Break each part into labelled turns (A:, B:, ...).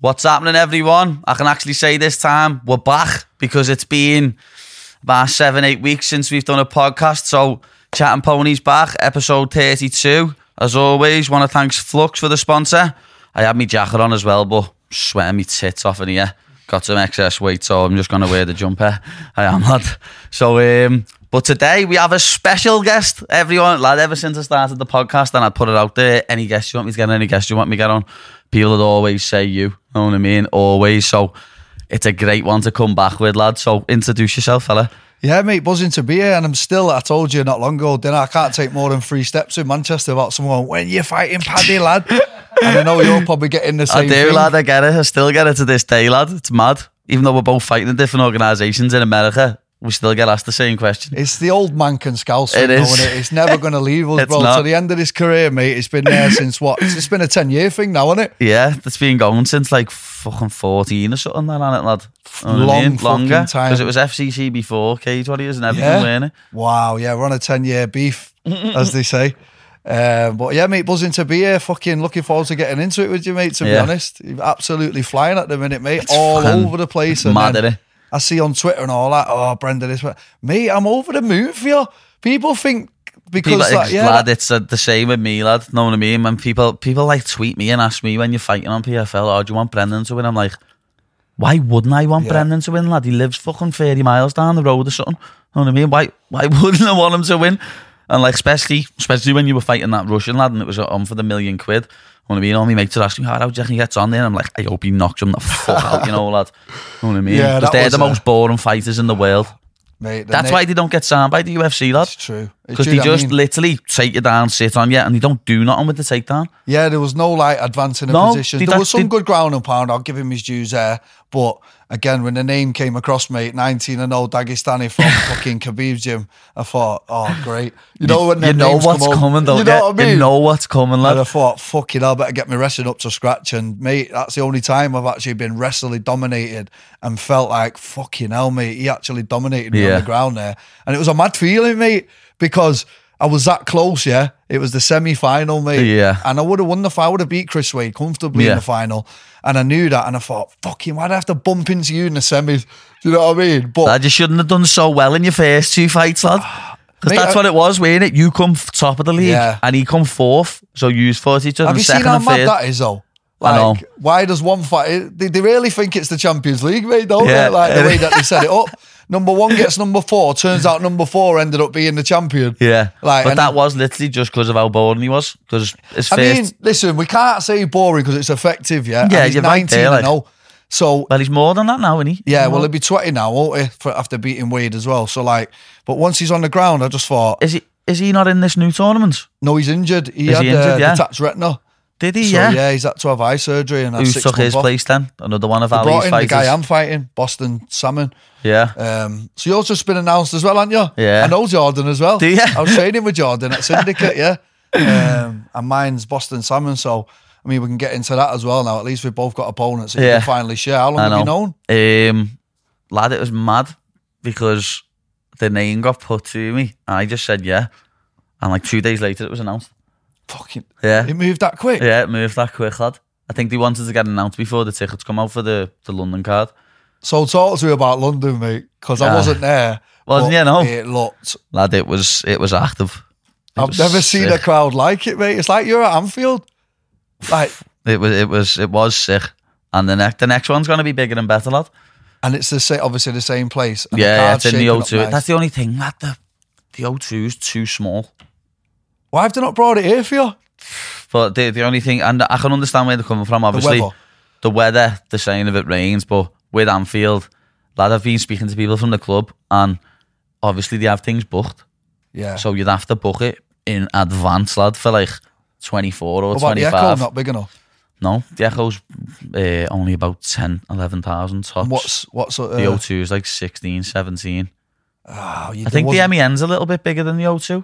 A: What's happening, everyone? I can actually say this time we're back because it's been about seven, eight weeks since we've done a podcast. So, Chat and Ponies back, episode 32. As always, want to thank Flux for the sponsor. I had my jacket on as well, but sweating me tits off in here. Got some excess weight, so I'm just going to wear the jumper. I am, lad. So, um, but today we have a special guest. Everyone, lad, ever since I started the podcast, and I put it out there, any guest you want me to get on, any guest you want me to get on, people would always say you. Know what I mean? Always. So it's a great one to come back with, lad. So introduce yourself, fella.
B: Yeah, mate, buzzing to be here, and I'm still. I told you not long ago, dinner. I can't take more than three steps in Manchester without someone. When you're fighting Paddy, lad, and I know you're probably getting the
A: I
B: same.
A: do,
B: thing.
A: lad. I get it. I still get it to this day, lad. It's mad. Even though we're both fighting in different organisations in America, we still get asked the same question.
B: It's the old man can scouse.
A: It
B: It
A: is.
B: is. It? It's never going to leave us,
A: It's
B: bro.
A: not.
B: To the end of his career, mate. It's been there since what? It's been a ten year thing now, isn't it?
A: Yeah, that's been going since like fucking 14 or something, that, hasn't it, lad? You know what
B: Long fucking time.
A: Because it was FCC before, Cage Warriors and everything,
B: Yeah.
A: weren't it?
B: Wow. Yeah, we're on a ten year beef, as they say. Um, but yeah, mate, buzzing to be here. Fucking looking forward to getting into it with you, mate. To
A: Yeah.
B: be honest, you're absolutely flying at the minute, mate. all
A: fucking
B: over the place. and
A: Mad
B: then-
A: at it.
B: I see on Twitter and all that. Oh, Brenda, this way. mate, I'm over the moon for you. People think because
A: People,
B: that, yeah,
A: lad, it's uh, the same with me, lad. Know what I mean? When people people like tweet me and ask me when you're fighting on PFL, oh, do you want Brendan to win? I'm like, why wouldn't I want
B: Yeah.
A: Brendan to win, lad? He lives fucking 30 miles down the road or something. Know what I mean? Why why wouldn't I want him to win? And like especially especially when you were fighting that Russian lad and it was on for the million quid. Know what I mean? All my mates would ask me, "Oh, how do you reckon he gets on there? And I'm like, I hope he knocks him the fuck out, you know, lad. Know what I mean?
B: Yeah,
A: Because
B: that
A: they're
B: was
A: the
B: a-
A: most boring fighters in the world.
B: mate, the
A: That's
B: na-
A: why they don't get signed by the UFC, lad.
B: it's true. It's
A: Because
B: true
A: they
B: that I
A: just
B: mean-
A: literally take you down, sit on you, and they don't do nothing with the takedown.
B: yeah, there was no like advancing a
A: No,
B: position.
A: did
B: There
A: that-
B: was some
A: did-
B: good ground and pound. I'll give him his dues there, but again, when the name came across, mate, 19 and old Dagestani from fucking Khabib's gym, I thought, oh great, you know when
A: You
B: them
A: know
B: names
A: what's
B: come up,
A: coming, though.
B: You know what I mean?
A: You know what's coming,
B: And I
A: lad.
B: thought, fucking hell, I better get my wrestling up to scratch. And mate, that's the only time I've actually been wrestling dominated and felt like, fucking hell, mate, he actually dominated me
A: Yeah.
B: on the ground there. And it was a mad feeling, mate, because I was that close, yeah. It was the semi final, mate.
A: Yeah.
B: And I would have won the fight. I would have beat Chris Wade comfortably
A: Yeah.
B: in the final. And I knew that. And I thought, fucking, why'd I have to bump into you in the semis? Do you know what I mean? But
A: Lad, you shouldn't have done so well in your first two fights, lad. Because
B: Mate,
A: that's
B: I-
A: what it was, weren't it? You come f- top of the league,
B: Yeah.
A: and he come fourth, so you fought each other
B: have
A: in
B: you seen
A: second
B: how
A: and
B: mad
A: third.
B: that is, though?
A: I know.
B: Like, why does one fight? They, they really think it's the Champions League, mate, don't
A: Yeah.
B: they? Like the way that they set it up. Number one gets number four. Turns out number four ended up being the champion.
A: Yeah,
B: Like,
A: but
B: and-
A: that was literally just because of how boring he was. Because his
B: I
A: first,
B: mean, listen, we can't say boring because it's effective, yeah.
A: Yeah,
B: and he's
A: you're right there,
B: 19
A: like-
B: and all. So
A: well, he's more than that now, isn't he?
B: yeah,
A: You know?
B: well, he'll be 20 now, won't he? For, after beating Wade as well. So like, but once he's on the ground, I just thought,
A: is he is he not in this new tournament?
B: no, he's injured. He
A: Is
B: had
A: he
B: uh,
A: injured? Yeah.
B: detached retina.
A: Did he?
B: So
A: yeah.
B: yeah. he's had to have eye surgery and had
A: Who
B: six
A: took
B: months
A: his
B: off.
A: place then? Another one of
B: They brought
A: Ali's
B: in the
A: fighters.
B: guy I'm fighting, Boston Salmon.
A: yeah.
B: Um, so yours just been announced as well, aren't you?
A: Yeah.
B: I know Jordan as well.
A: Do ya?
B: I was training with Jordan at Syndicate, yeah. Um, and mine's Boston Salmon, so I mean we can get into that as well now. At least we've both got opponents that
A: Yeah.
B: you can finally share. How long
A: I
B: have you known?
A: Um, lad, it was mad because the name got put to me. And I just said yeah, and like two days later it was announced.
B: Fucking
A: Yeah,
B: it moved that quick.
A: yeah, it moved that quick, lad. I think they wanted to get announced before the tickets come out for the, the London card.
B: So talk to me about London, mate, because
A: Ah.
B: I wasn't there.
A: Wasn't
B: but
A: you, no?
B: It looked
A: Lad, it was it was active. It
B: I've
A: was
B: never seen a
A: sick.
B: crowd like it, mate. It's like you're at Anfield. Like
A: It was it was it was sick. And the next the next one's gonna be bigger and better, lad.
B: and it's the same obviously the same place. And
A: yeah, yeah,
B: card's
A: it's in the
B: shaping up
A: O2.
B: nice.
A: That's the only thing, lad. The the O2's too small.
B: Why have they not brought it here for you?
A: But the the only thing, and I can understand where they're coming from. Obviously,
B: weather.
A: the weather, the saying of it rains, but with Anfield, lad, I've been speaking to people from the club, and obviously they have things booked,
B: Yeah.
A: so you'd have to book it in advance, lad, for like twenty four or
B: What about
A: twenty
B: the echo
A: five.
B: not big enough?
A: No, the Echo's uh, only about 10, 11,000 tops.
B: What's what's uh,
A: the O2 is like 16, 17.
B: Oh, you
A: I think the
B: wasn't-
A: MEN's a little bit bigger than the O2.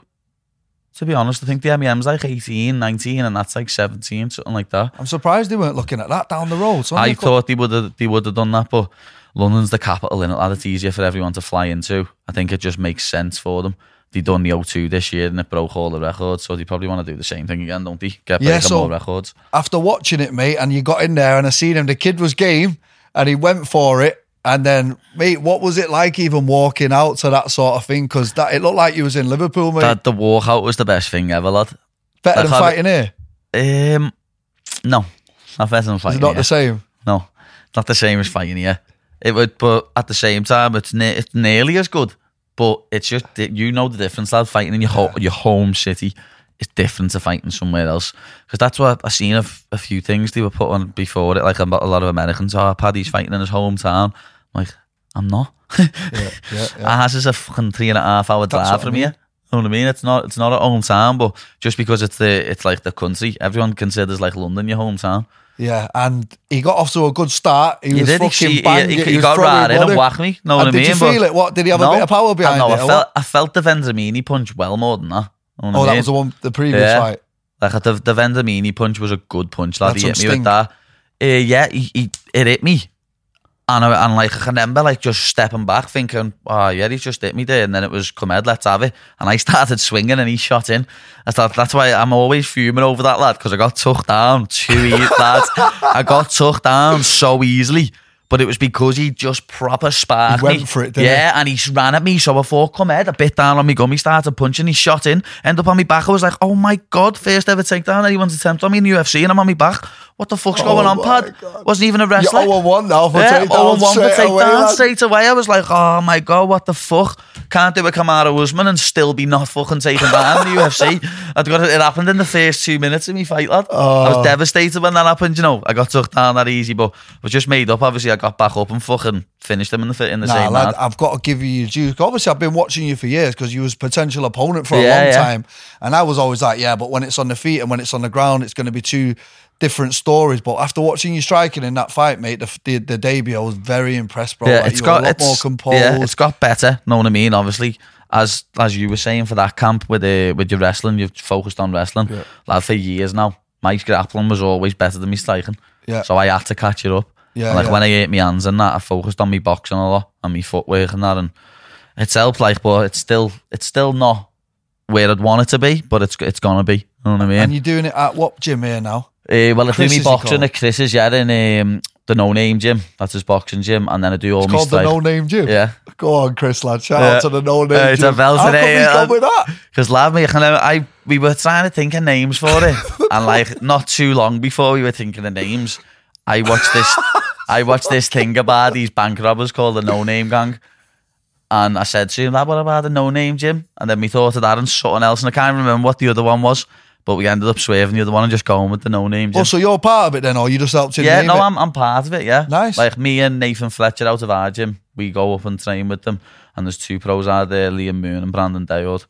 A: To be honest, I think the MEM's like 18, 19, and that's like 17, something like that.
B: I'm surprised they weren't looking at that down the road. So
A: I
B: I
A: thought they would have they would have done that, but London's the capital, and lad, it's easier for everyone to fly into. I think it just makes sense for them. they done the O2 this year and it broke all the records, so they probably want to do the same thing again, don't they? Get
B: Yeah,
A: breaking
B: so-
A: more records.
B: After watching it, mate, and you got in there and I seen him, the kid was game and he went for it. And then, mate, what was it like even walking out to that sort of thing? Because that it looked like you was in Liverpool, mate.
A: That the walkout was the best thing ever, lad.
B: Better
A: that's
B: than
A: how
B: fighting here.
A: Um, no, not better than
B: It's
A: fighting.
B: not
A: here.
B: the same.
A: No, it's not the same as fighting here. It would, but at the same time, it's ne- it's nearly as good. But it's just di- you know the difference, lad. Fighting in your ho- your home city is different to fighting somewhere else because that's what I've seen. A, f- a few things they were put on before it, like a mo- a lot of Americans. Oh, Paddy's fighting in his hometown. I'm like, I'm not.
B: Yeah, yeah.
A: Ours is a fucking three and a half hour
B: That's
A: drive
B: what I
A: from
B: mean.
A: here. You know what I mean? It's not it's not our hometown, but just because it's the it's like the country, everyone considers like London your hometown.
B: Yeah, and he got off to a good start. He
A: You
B: was
A: did
B: fucking
A: he, he,
B: banging.
A: he,
B: it,
A: he
B: was
A: got
B: throwing
A: right in
B: money.
A: and whack me. Know what I
B: And
A: mean?
B: Did you
A: But-
B: feel it? What did he have
A: no,
B: a bit of power behind
A: no,
B: it?
A: I
B: or
A: felt
B: what?
A: I felt the Vendramini punch well more than that. You know what
B: Oh,
A: I
B: that
A: mean?
B: was the one, the previous
A: Yeah.
B: fight.
A: Like the the Vendramini punch was a good punch, lad.
B: That's
A: he hit me
B: unsting.
A: with that. Uh, yeah, he, he it hit me, and I, and like I can remember like just stepping back, thinking, oh yeah, he's just hit me there, and then it was come head, let's have it, and I started swinging, and he shot in. I thought that's why I'm always fuming over that lad because I got took down too easy, lad. I got took down so easily. But it was because he just proper sparked
B: He went
A: me.
B: for it, didn't he?
A: yeah, yeah, and he ran at me. So I thought, come head, I bit down on me gum. He started punching, he shot in, end up on my back. I was like, oh my God, first ever takedown. Anyone's attempt on me in the UFC and I'm on my back. What the fuck's
B: Oh
A: going on,
B: my
A: pad?
B: God. oh,
A: Wasn't even a
B: You're
A: wrestler.
B: 0 1 now for
A: Yeah, 0
B: takedown.
A: 1 for
B: straight away,
A: takedown
B: lad.
A: straight away. I was like, oh my God, what the fuck? Can't do a Kamara Usman and still be not fucking taken down in the UFC. I'd got it, it happened in the first two minutes of me fight, lad. I
B: Oh.
A: was devastated when that happened, you know. I got took down that easy, but I was just made up. Obviously, I got back up and fucking finished him in the, fi- in the
B: Nah,
A: same
B: lad,
A: round.
B: I've got to give you your dues. Obviously, I've been watching you for years because you was a potential opponent for a
A: Yeah,
B: long
A: yeah.
B: time, and I was always like, yeah, but when it's on the feet and when it's on the ground, it's going to be two different stories. But after watching you striking in that fight, mate, the the, the debut, I was very impressed, bro. like,
A: it's
B: you were a lot more composed.
A: Yeah, it's got better. Know what I mean? Obviously, as as you were saying for that camp with uh, with your wrestling, you've focused on wrestling, lad, for years now. My grappling was always better than my striking,
B: Yeah.
A: so I had to catch it up.
B: Yeah,
A: And, like
B: yeah.
A: when I hit my hands and that, I focused on my boxing a lot and my footwork and that, and it's helped. Like, but it's still it's still not where I'd want it to be, but it's it's gonna be. You know what I mean?
B: and you're doing it at what gym here now?
A: Uh, well, I do
B: Chris's
A: me
B: you
A: boxing
B: call it?
A: at Chris's, yeah, in um, the No Name gym. That's his boxing gym, and then I do all
B: It's
A: my
B: called the
A: strike-
B: No Name Gym.
A: Yeah.
B: Go on, Chris, lad. Shout
A: Yeah.
B: out to the No Name
A: Uh, it's
B: Gym.
A: a bell
B: How come
A: today,
B: he's
A: lad.
B: gone with that?
A: Because lad, me, and I, I, we were trying to think of names for it, and like not too long before we were thinking of names, I watched this. I watched this thing about these bank robbers called the No Name Gang, and I said to him, "Lad, what about the No Name Jim?" And then we thought of that and something else, and I can't remember what the other one was, but we ended up swerving the other one and just going with the No Name Jim.
B: Oh, so you're part of it then, or you just helped him?
A: Yeah,
B: name
A: no,
B: it?
A: I'm I'm part of it. Yeah,
B: Nice.
A: Like me and Nathan Fletcher out of our gym, we go up and train with them. And there's two pros out there, Liam Moon and Brandon Dowd,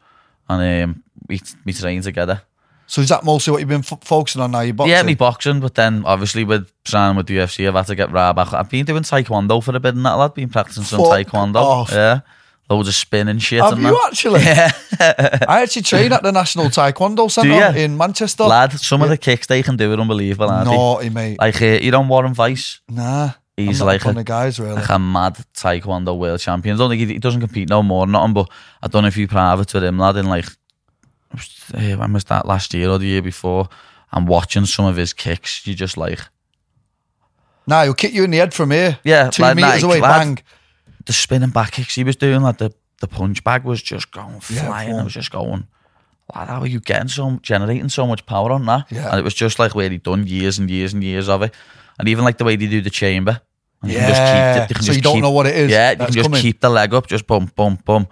A: and um, we we train together.
B: So is that mostly what you've been f- focusing on now? Your boxing?
A: Yeah, me boxing, but then obviously with signing with the UFC, I've had to get right back. I've been doing taekwondo for a bit, and that lad been practicing some
B: Fuck
A: taekwondo.
B: off.
A: Yeah, loads of spin and shit.
B: Have
A: and
B: you
A: that.
B: actually? I actually train at the National Taekwondo
A: ya?
B: Centre in Manchester.
A: lad? Some of the kicks they can do are unbelievable, aren't they?
B: Naughty, mate.
A: Like uh, you don't Warren Vice.
B: nah.
A: He's
B: I'm not
A: like
B: one
A: a
B: of the guys, really.
A: like a mad taekwondo world champion. I don't think he, he doesn't compete no more, or nothing. But I don't know if you privates with him, lad. In like eh, when was that last year or the year before? I'm watching some of his kicks. You're just like,
B: Nah, he'll kick you in the head from here.
A: yeah,
B: Two
A: like, like,
B: metres away,
A: lad,
B: bang.
A: The spinning back kicks he was doing, like the the punch bag was just going
B: Yeah,
A: flying.
B: full.
A: I was just going. Lad, how are you getting so generating so much power on that?
B: Yeah.
A: And it was just like where he'd done years and years and years of it, and even like the way they do the chamber. And you can just keep
B: Yeah.
A: the- they can
B: so
A: just
B: you don't
A: keep-
B: know what it is.
A: Yeah, you
B: that's
A: can just
B: coming.
A: keep the leg up, just bump, bump, bump.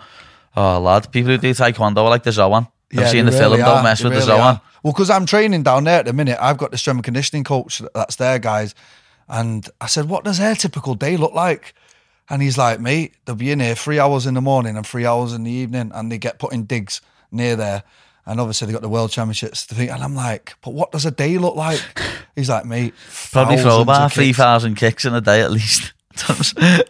A: Oh, lad, people who do taekwondo are like the Zoan. I've
B: Yeah,
A: seen
B: they
A: the film,
B: really
A: don't
B: are,
A: mess
B: they
A: with the
B: really
A: Zoan.
B: are. Well, because I'm training down there at the minute, I've got the strength and conditioning coach that's there, guys. And I said, What does their typical day look like? And he's like, Mate, they'll be in here three hours in the morning and three hours in the evening, and they get put in digs near there. And obviously, they got the world championships to think. And I'm like, But what does a day look like? He's like, Mate,
A: Probably
B: thousands
A: throw
B: of
A: about
B: kicks."
A: 3,000 kicks in a day at least. It's-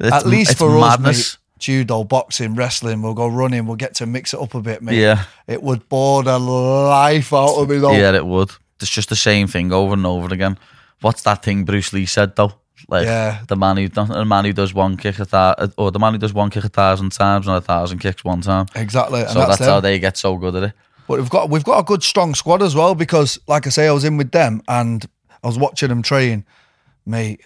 B: At least
A: it's
B: for
A: madness.
B: us, mate. Judo, boxing, wrestling, we'll go running, we'll get to mix it up a bit, mate.
A: Yeah.
B: It would bore the life out of me, though.
A: Yeah, it would. It's just the same thing over and over again. What's that thing Bruce Lee said, though? Like
B: Yeah.
A: the man who does- the man who does one kick a thousand, or the man who does one kick a thousand times and a thousand kicks one time.
B: Exactly. And
A: so that's,
B: them.
A: how they get so good at it.
B: But we've got we've got a good strong squad as well because, like I say, I was in with them and I was watching them train. Mate,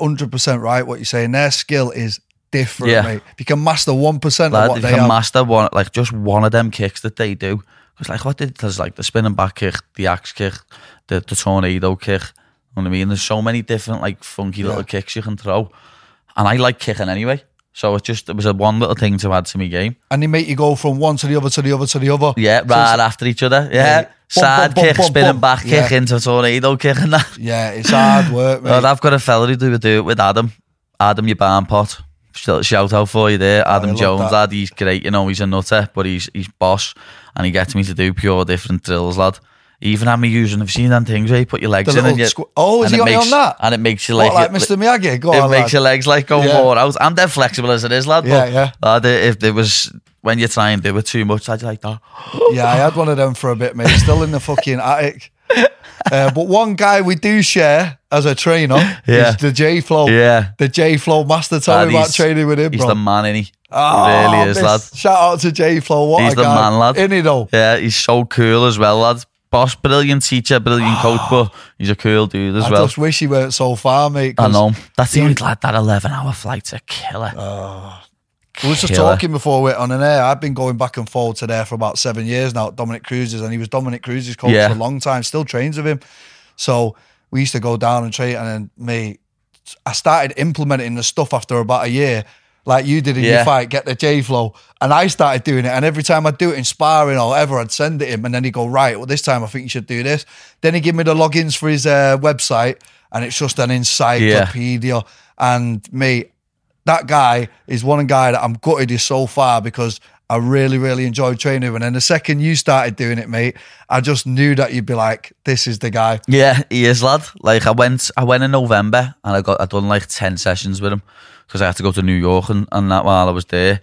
B: hundred percent right what you're saying. Their skill is different,
A: Yeah.
B: mate. If you can master one percent of
A: Lad,
B: what
A: if you
B: they
A: can
B: have,
A: master one, like just one of them kicks that they do, because like what did there's like the spinning back kick, the axe kick, the, the tornado kick. You know what I mean? There's so many different like funky little kicks you can throw, and I like kicking anyway. So it just it was a one little thing to add to me game.
B: and they make you go from one to the other to the other to the other.
A: Yeah,
B: So it's-
A: right after each other. Yeah,
B: bump,
A: side
B: bump, bump,
A: kick,
B: bump,
A: spinning
B: bump.
A: back kick
B: Yeah.
A: into tornado kick and that.
B: yeah, it's hard work, mate.
A: Well, I've got a fella who do, do it with Adam. Adam, your barn pot. Shout shout out for you there, Adam
B: love
A: Jones,
B: that.
A: lad. He's great, you know. He's a nutter, but he's he's boss, and he gets me to do pure different drills, lad. He even had me using. I've seen them things where you put your legs in,
B: little
A: and you,
B: squ- Oh, has
A: and
B: he
A: it
B: got you
A: makes,
B: on that?
A: And it makes you
B: What,
A: like,
B: like
A: it-
B: Mr. Miyagi, go
A: it
B: on,
A: makes
B: lad.
A: your legs like go
B: Yeah.
A: more out. I'm dead flexible as it is, lad.
B: Yeah,
A: but,
B: yeah.
A: Lad, if there was when you try and do it too much, I'd like that.
B: Yeah, I had one of them for a bit, mate. Still in the fucking attic. Uh, but one guy we do share as a trainer
A: Yeah.
B: is the J Flow.
A: Yeah.
B: The J Flow master. Tell
A: Lad,
B: me about
A: he's-
B: training with him,
A: He's
B: bro.
A: the man, is he?
B: Ah,
A: really is,
B: miss-
A: lad.
B: Shout out to J Flow. What
A: He's
B: a
A: the
B: guy.
A: man, lad.
B: Isn't he though?
A: Yeah, he's so cool as well, lad. Boss, brilliant teacher, brilliant coach, but he's a cool dude as
B: I
A: well.
B: just wish he weren't so far, mate.
A: I
B: 'cause
A: know. That's the only lad that 11 hour flight's a killer.
B: We were just
A: Killer.
B: talking before we went on an air. I've been going back and forward to there for about seven years now. Dominic Cruz's, and he was Dominic Cruz's coach
A: Yeah.
B: for a long time. Still trains with him. So we used to go down and train, and then me, I started implementing the stuff after about a year. Like you did in
A: Yeah.
B: your fight, get the J flow, and I started doing it. And every time I would do it in sparring or ever, I'd send it him, and then he'd go, "Right, well, this time I think you should do this." Then he would give me the logins for his uh, website, and it's just an encyclopedia. And me, that guy is one guy that I'm gutted is so far because I really, really enjoyed training with. And then the second you started doing it, mate, I just knew that you'd be like, this is the guy.
A: Yeah, he is, lad. Like I went, I went in November, and I got, I done like ten sessions with him because I had to go to New York and, and that while I was there.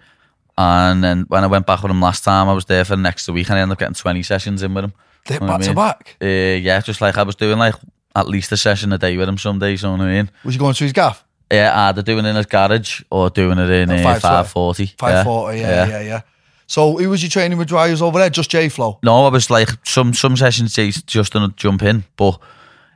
A: And then when I went back with him last time, I was there for the next week, and I ended up getting twenty sessions in with him.
B: Back
A: know what I
B: to
A: mean?
B: back.
A: Uh, yeah, just like I was doing like at least a session a day with him some days. You know what I mean?
B: Was you going to his gaff?
A: Yeah, either doing it in his garage or doing it in
B: At
A: uh,
B: 5:20.
A: 540.
B: 540, yeah, yeah, yeah, So who was you training with while you was over there? Just J Flow.
A: No, I was like, some some sessions he's just done a jump in, but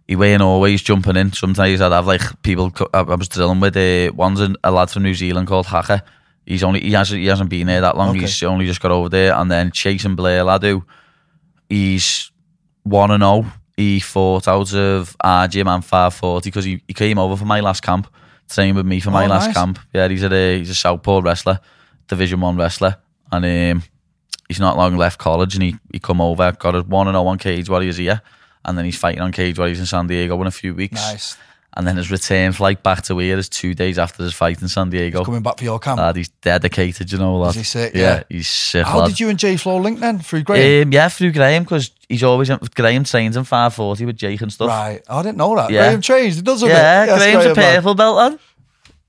A: he weren't always jumping in. Sometimes I'd have like people, co- I, I was dealing with uh, one's an, a lad from New Zealand called Hacker. He's only, he hasn't, he hasn't been here that long.
B: Okay.
A: He's only just got over there. And then Chasing Blair, lad, who he's 1 and 0. He fought out of uh, RG Man 540 because he, he came over for my last camp, trained with me for my
B: Oh,
A: last
B: nice.
A: camp. Yeah, he's a he's a southpaw wrestler, Division One wrestler, and um, he's not long left college, and he he come over, got a one and zero on Cage Warriors here, and then he's fighting on Cage Warriors in San Diego in a few weeks.
B: Nice.
A: And then his return flight back to here is two days after his fight in San Diego.
B: Coming back for your camp.
A: Lad, he's dedicated, you know, lad.
B: Is he sick? Yeah.
A: he's sick.
B: How
A: Uh, lad.
B: did you and J Flow link then? Through Graham?
A: Um, yeah, through Graham because he's always um, Graham trains in five forty with Jake and stuff.
B: right. I didn't know that.
A: Yeah.
B: Graham trains. He does a
A: Yeah,
B: bit. Yes,
A: Graham's a
B: Graham, man.
A: purple belt on.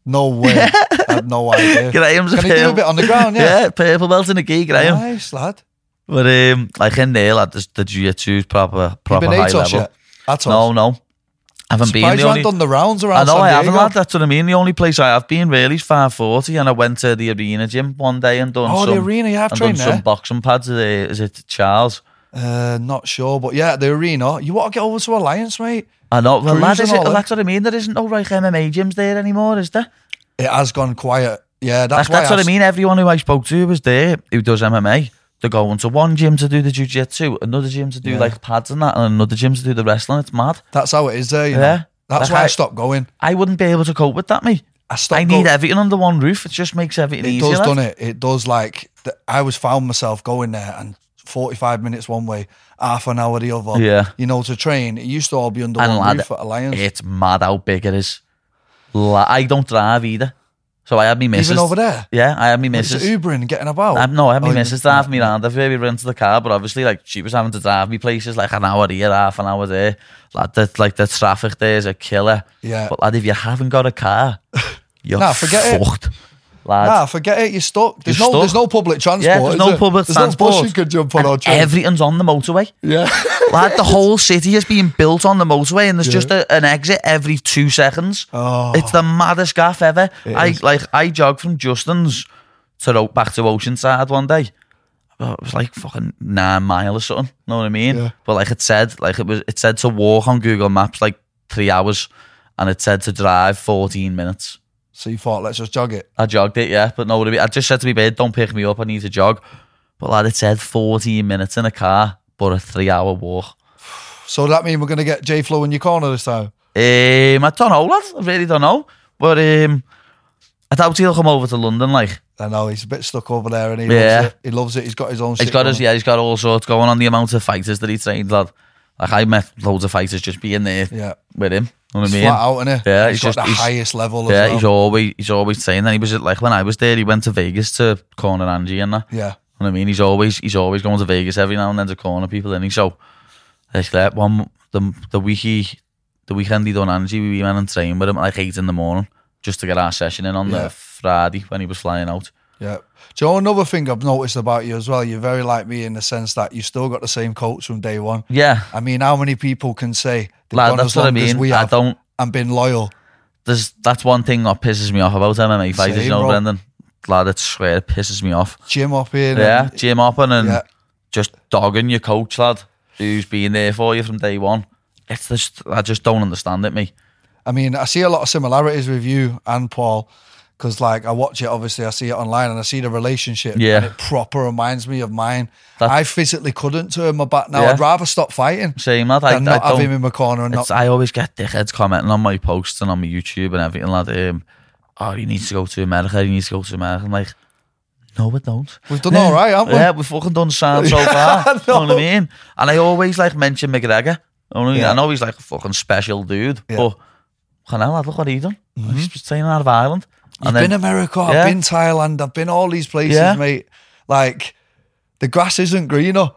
B: No way. I had no idea.
A: Graham's a
B: Can he
A: purple.
B: do a bit on the ground? Yeah.
A: yeah, purple belt and a gi, Graham.
B: Nice, lad.
A: But um, like in there, like the, the jiu-jitsu's proper,
B: You
A: proper
B: been
A: high
B: ATOS
A: level.
B: yet? Atos.
A: No, no, I haven't been.
B: Surprised
A: The
B: you
A: only,
B: hadn't done the rounds around
A: I know
B: San
A: I haven't.
B: Diego.
A: Lad, that's what I mean. The only place I have been really is 540, and I went to the arena gym one day and done
B: Oh,
A: some.
B: the arena you have
A: and done
B: trained
A: some
B: there?
A: boxing pads. Is it, is it Charles?
B: Uh, not sure, but yeah, the arena. You want to get over to Alliance, mate?
A: I know. Well, lad,
B: Cruising
A: is it,
B: all in.
A: that's what I mean. There isn't no like MMA gyms there anymore, is there?
B: It has gone quiet. Yeah,
A: That's,
B: that's, why
A: that's what I
B: s-
A: mean. Everyone who I spoke to was there who does MMA. They're going to one gym to do the jiu-jitsu, another gym to do like pads and that, and another gym to do the wrestling. It's mad.
B: That's how it is there. You
A: Yeah.
B: know? That's
A: Like
B: why I,
A: I-
B: stopped going.
A: I wouldn't be able to cope with that, me.
B: I stopped.
A: I need
B: go-
A: everything under one roof. It just makes everything
B: It
A: easier.
B: does,
A: lad.
B: doesn't it? It does. Like th- I was found myself going there and forty-five minutes one way, half an hour the other.
A: Yeah.
B: You know, to train, it used to all be under
A: And
B: one
A: lad,
B: roof at Alliance.
A: It's mad how big it is. La- Ah, I don't drive either, so I had me missus.
B: Even over there,
A: Yeah, I had me
B: it's
A: missus.
B: Ubering and getting about.
A: I'm, no, I had me
B: Oh, you-
A: missus drive me round. I've really rented the car, but obviously, like she was having to drive me places like nou an hour here, half an hour there. Like the like the traffic there is a killer.
B: Yeah.
A: But lad, if you haven't got a car, you're
B: Nah, Nou, forget it. Nou,
A: fucked. lad.
B: Nah, Ah, forget it. You're stuck. There's
A: You're
B: no there's
A: stuck.
B: no public transport.
A: yeah, there's
B: is
A: no
B: there?
A: public
B: there's
A: transport.
B: No bus you could jump on
A: And
B: or train.
A: Everything's on the motorway.
B: yeah.
A: Like the whole city is being built on the motorway, and there's just a, an exit every two seconds.
B: Oh.
A: It's the maddest gaff ever.
B: It
A: I
B: is.
A: like I jogged from Justin's to Ro- back to Oceanside one day. Well, It was like fucking nine mile or something. Know what I mean?
B: Yeah.
A: But like it said, like it was, it said to walk on Google Maps like three hours, and it said to drive fourteen minutes.
B: So you thought, let's just jog it.
A: I jogged it, yeah, but nobody. I just said to me, babe, don't pick me up. I need to jog. But lad, it said fourteen minutes in a car, but a three-hour walk.
B: So that mean we're gonna get J Flow in your corner this time.
A: Um, I don't know, lad. I really don't know. But um, I doubt he'll come over to London. Like
B: I know he's a bit stuck over there, and he
A: Yeah.
B: loves it. He loves it. He's got his own.
A: he's
B: shit
A: got
B: going
A: his, yeah, he's got all sorts going on. The amount of fighters that he trained, lad. Like I met loads of fighters just being there
B: on. Yeah,
A: with him. You know what I
B: he's
A: mean?
B: flat out in it.
A: Yeah,
B: he's
A: he's
B: got
A: just-
B: the
A: he's-
B: highest level. as
A: yeah,
B: well.
A: he's always he's always saying that he was at- like when I was there, he went to Vegas to corner Angie and that.
B: yeah.
A: You know what I mean? He's always he's always going to Vegas every now and then to corner people, and he so it's like one the the week he the weekend he done Angie, we went and trained with him at like eight in the morning just to get our session in on
B: Yeah.
A: the Friday when he was flying out.
B: Yeah. Do you know another thing I've noticed about you as well? You're very like me in the sense that you still got the same coach from day one.
A: Yeah,
B: I mean, how many people can say they've
A: lad,
B: gone
A: that's
B: as
A: what
B: long
A: I
B: as we
A: mean. I
B: have
A: don't.
B: and been loyal?
A: There's that's one thing that pisses me off about MMA fighters,
B: Same,
A: you know,
B: bro.
A: Brendan. Lad, it's swear it pisses me off.
B: Jim up here.
A: Yeah,
B: and-
A: Jim Oppen and
B: Yeah.
A: just dogging your coach, lad, who's been there for you from day one. It's just I just don't understand it, me.
B: I mean, I see a lot of similarities with you and Paul because, like, I watch it. Obviously, I see it online and I see the relationship.
A: Yeah.
B: and it proper reminds me of mine.
A: That's-
B: I physically couldn't turn my back now.
A: Yeah.
B: I'd rather stop fighting
A: Same, lad. I,
B: than
A: I
B: not have
A: don't-
B: him in my corner and
A: It's,
B: not.
A: I always get dickheads commenting on my posts and on my YouTube and everything like, um, oh, you need to go to America, you need to go to America. I'm like, no, we don't.
B: We've done all right, haven't we?
A: Yeah, we've fucking done sound so far.
B: I
A: You know what
B: know.
A: I mean? And I always like mention McGregor. You know what I mean?
B: Yeah.
A: I know he's like a fucking special dude, Oh,
B: Yeah.
A: but fucking hell, lad, look what he done. He's just staying out of Ireland.
B: I've been America.
A: Yeah.
B: I've been Thailand. I've been all these places,
A: Yeah.
B: mate. Like the grass isn't greener.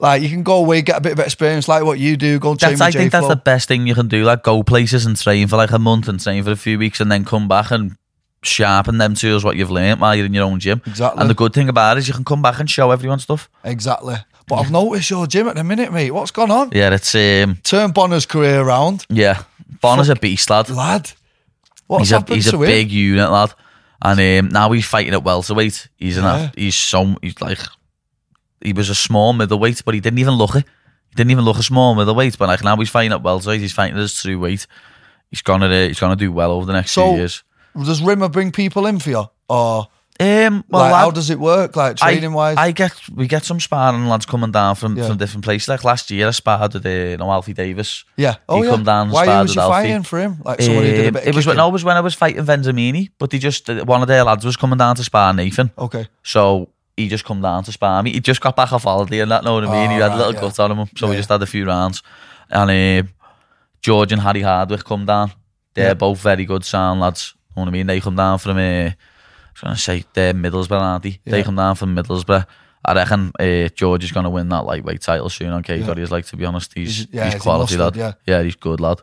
B: Like you can go away, get a bit of experience, like what you do. Go and train
A: That's,
B: with
A: I think that's
B: J-Flow.
A: the best thing you can do. Like go places and train for like a month and train for a few weeks and then come back and sharpen them tools what you've learned while you're in your own gym.
B: Exactly.
A: And the good thing about it is you can come back and show everyone stuff.
B: exactly. But I've noticed your gym at the minute, mate. What's gone on?
A: Yeah, it's um
B: Turn Bonner's career around,
A: yeah. Bonner's a beast lad.
B: lad. What's
A: he's a
B: happened
A: he's a
B: to him?
A: big unit lad. And um, now he's fighting at welterweight. He's in
B: Yeah.
A: a, he's some he's like he was a small middleweight, but he didn't even look it. He didn't even look a small middleweight, but like now he's fighting at welterweight, he's fighting at his true weight. He's gonna uh, he's gonna do well over the next
B: So-
A: few years.
B: Does Rimmer bring people in for you, or
A: Um, well,
B: like,
A: lad,
B: how does it work? Like training
A: I,
B: wise,
A: I get we get some sparring lads coming down from,
B: Yeah.
A: from different places. Like last year, I sparred with uh, you know, Alfie Davis.
B: yeah. Oh yeah.
A: come down and
B: Why
A: sparred
B: was you
A: with Alfie.
B: fighting for him? Like someone who did a
A: Um,
B: bit. Of
A: it was when
B: kicking?
A: no, it was when I was fighting Vendamini, but they just one of their lads was coming down to spar Nathan,
B: Okay.
A: so he just come down to spar me. He just got back off holiday and that. Know what I mean?
B: Oh,
A: he had
B: right,
A: a little
B: yeah.
A: gut on him, so we
B: Yeah.
A: just had a few rounds. And um, George and Harry Hardwick come down. They're
B: Yeah.
A: both very good sound lads. Know what I mean? They come down from. Uh, I was going to say they're Middlesbrough, aren't they? They
B: Yeah.
A: come down from Middlesbrough. I reckon uh, George is going to win that lightweight title soon on Cage
B: Yeah.
A: what he's like, to be honest. He's,
B: He's- yeah,
A: he's
B: he's a
A: quality,
B: mustard,
A: lad.
B: yeah.
A: he's good, lad.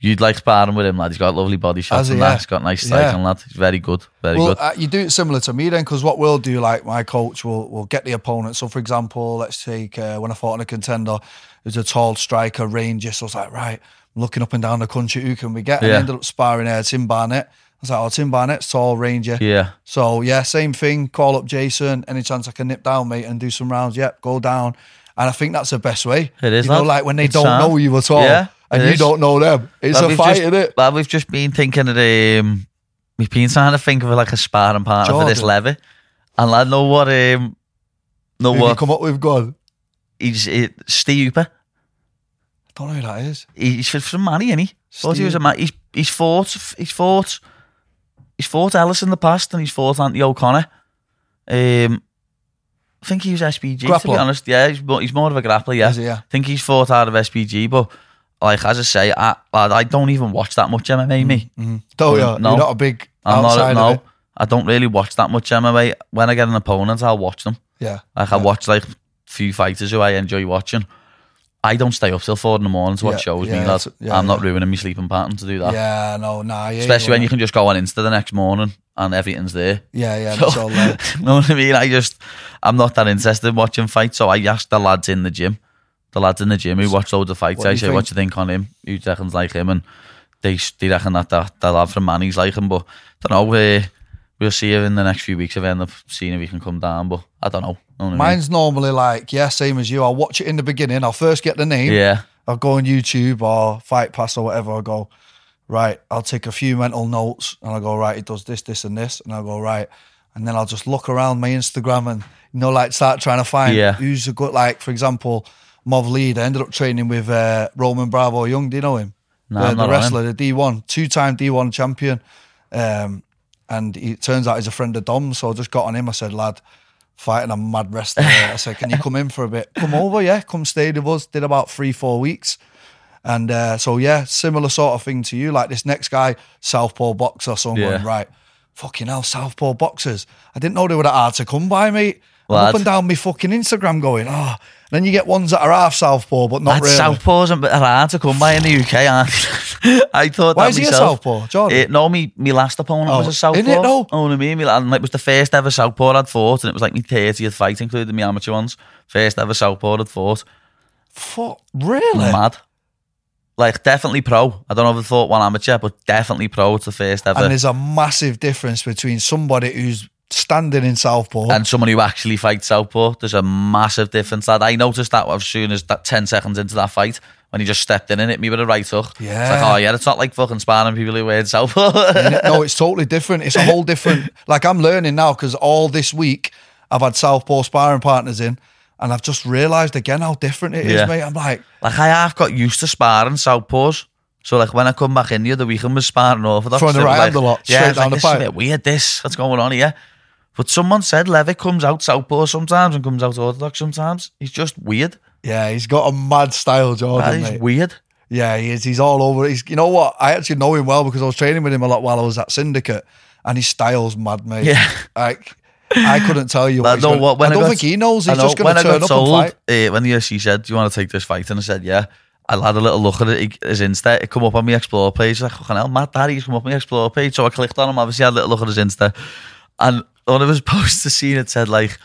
A: You'd like sparring with him, lad. He's got lovely body
B: Has
A: shots
B: he,
A: and
B: yeah?
A: that. He's got nice striking, lad. He's very good, very
B: Well,
A: good.
B: uh, you do it similar to me then, because what we'll do, like my coach will will get the opponent. So, for example, let's take uh, when I fought on a contender, who's a tall striker, Ranger. So I was like, right, I'm looking up and down the country, who can we get? And I
A: Yeah.
B: ended up sparring uh, Tim Barnett. I was like, oh, Tim Barnett's tall, Ranger.
A: Yeah,
B: So yeah, same thing. Call up Jason. Any chance I can nip down, mate, and do some rounds? Yep, go down. And I think that's the best way.
A: It is,
B: You know,
A: lad.
B: like when they
A: It's
B: don't
A: sound.
B: know you at all,
A: Yeah,
B: and
A: it
B: you
A: is.
B: don't know them. It's
A: Lad,
B: a
A: we've
B: fight,
A: just,
B: isn't it?
A: lad, we've just been thinking of um, we've been trying to think of like a sparring partner for this
B: Jordan.
A: levy, and lad, know what? Um, know
B: Who have you
A: what?
B: come up with, God?
A: He's it, Steve Uper.
B: Don't know who that is.
A: He's f- from Manny, isn't he? Thought he was a
B: Steve-
A: man. He's he's fought he's fought he's fought Ellis in the past, and he's fought Anthony O'Connor. Um, I think he was SPG. To be
B: Grappler.
A: honest, yeah, he's more, he's more of a grappler. Yeah,
B: Is he? Yeah.
A: I think he's fought out of SPG, but like as I say, I lad, I don't even watch that much MMA. Me,
B: Mm. Don't
A: Mm,
B: you?
A: no.
B: You're not a big
A: I'm
B: outside
A: not. No,
B: of it.
A: I don't really watch that much MMA. When I get an opponent, I'll watch them.
B: Yeah.
A: Like I watch like few fighters who I enjoy watching. I don't stay up till four in the morning to watch
B: Yeah,
A: shows.
B: yeah,
A: me, lad.
B: that's- yeah,
A: I'm not
B: yeah.
A: ruining my sleeping pattern to do that.
B: Yeah, no, nah.
A: Especially when you can just go on Insta the next morning and everything's there.
B: Yeah, yeah, it's all uh, there.
A: you know what I mean? I just, I'm not that interested in watching fights. So I asked the lads in the gym, the lads in the gym who watch loads of fights.
B: What do
A: I
B: you
A: say, what do you think on him? Who reckons like him? And they, s- they reckon that that, that lad from Manny's like him. But I don't know. Uh, we'll see if in the next few weeks if I end up seeing if he can come down. But I don't know. know what I mean?
B: Mine's normally like, yeah, same as you. I'll watch it in the beginning. I'll first get the name.
A: Yeah.
B: I'll go on YouTube or Fight Pass or whatever. I'll go, right, I'll take a few mental notes and I'll go, right, it does this, this, and this. And I'll go, right. And then I'll just look around my Instagram and, you know, like start trying to find
A: Yeah.
B: who's a good, like, for example, Mov Leader ended up training with uh, Roman Bravo Young. Do you know him?
A: No,
B: the,
A: I'm
B: the
A: not on him.
B: wrestler, the D1, two time D1 champion. Um, and he- it turns out he's a friend of Dom. So I just got on him. I said, lad, fighting a mad wrestler. I said, can you come in for a bit? Come over, yeah. Come stay with us. Did about three, four weeks. And uh, so, yeah, similar sort of thing to you. Like this next guy, Southpaw boxer, someone,
A: Yeah.
B: right? Fucking hell, Southpaw boxers. I didn't know they were that hard to come by, mate. I'm
A: Lad.
B: up and down my fucking Instagram going, oh. Then you get ones that are half Southpaw, but not
A: Lads,
B: really.
A: Southpaws are are hard to come by in the UK. Aren't they? I thought
B: Why
A: that
B: is he a
A: myself.
B: Southpaw, Jordan?
A: Eh, no, me, me last opponent
B: Oh,
A: was a Southpaw.
B: innit though?
A: Know what I mean? Me, la- and it was the first ever Southpaw I'd fought, and it was like my 30th fight, including my amateur ones. First ever Southpaw I'd fought.
B: Fuck, really?
A: Mad. Like, definitely pro. I don't know if I thought one amateur, but definitely pro. It's the first ever.
B: And
A: And,
B: there's a massive difference between somebody who's standing in Southpaw.
A: someone who actually fights Southpaw, there's a massive difference. Lad. I noticed that as soon as that 10 seconds into that fight. When he just stepped in and hit me with a right hook. It's like,
B: Yeah.
A: oh yeah, it's not like fucking sparring people who wear Southpaw.
B: no, it's totally different. It's a whole different. Like I'm learning now because all this week I've had Southpaw sparring partners in, and I've just realised again how different it is,
A: Yeah.
B: mate. I'm like,
A: Like I have got used to sparring southpaws. So like when I come back in the other week and was sparring orthodox.
B: From the
A: it was
B: right
A: like,
B: hand a lot,
A: Yeah,
B: straight
A: it's like,
B: down the
A: this is a
B: pipe.
A: bit weird this. What's going on here? But someone said Levitt comes out southpaw sometimes and comes out orthodox sometimes. He's just weird.
B: yeah, he's got a mad style,
A: That
B: Jordan.
A: is
B: mate.
A: weird.
B: Yeah, he is. He's all over. He's, you know what? I actually know him well because I was training with him a lot while I was at Syndicate, and his style's mad, mate.
A: Yeah.
B: like I couldn't tell you.
A: But
B: What
A: I
B: he's
A: know
B: gonna-
A: what- when I
B: I don't
A: got-
B: think he knows.
A: I
B: He's
A: know,
B: just going to turn up and fight.
A: eh, when the she said, "Do you want to take this fight?" and I said, "Yeah," I had a little look at it. he- His Insta, it come up on my Explore page. Like, fucking hell, Matt Daddy's come up on my Explore page. So I clicked on him. Obviously, I had a little look at his Insta, and one of his posts to see it said like.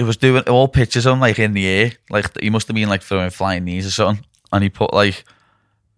A: It was doing all pictures on like in the air, like he must have been like throwing flying knees or something. And he put like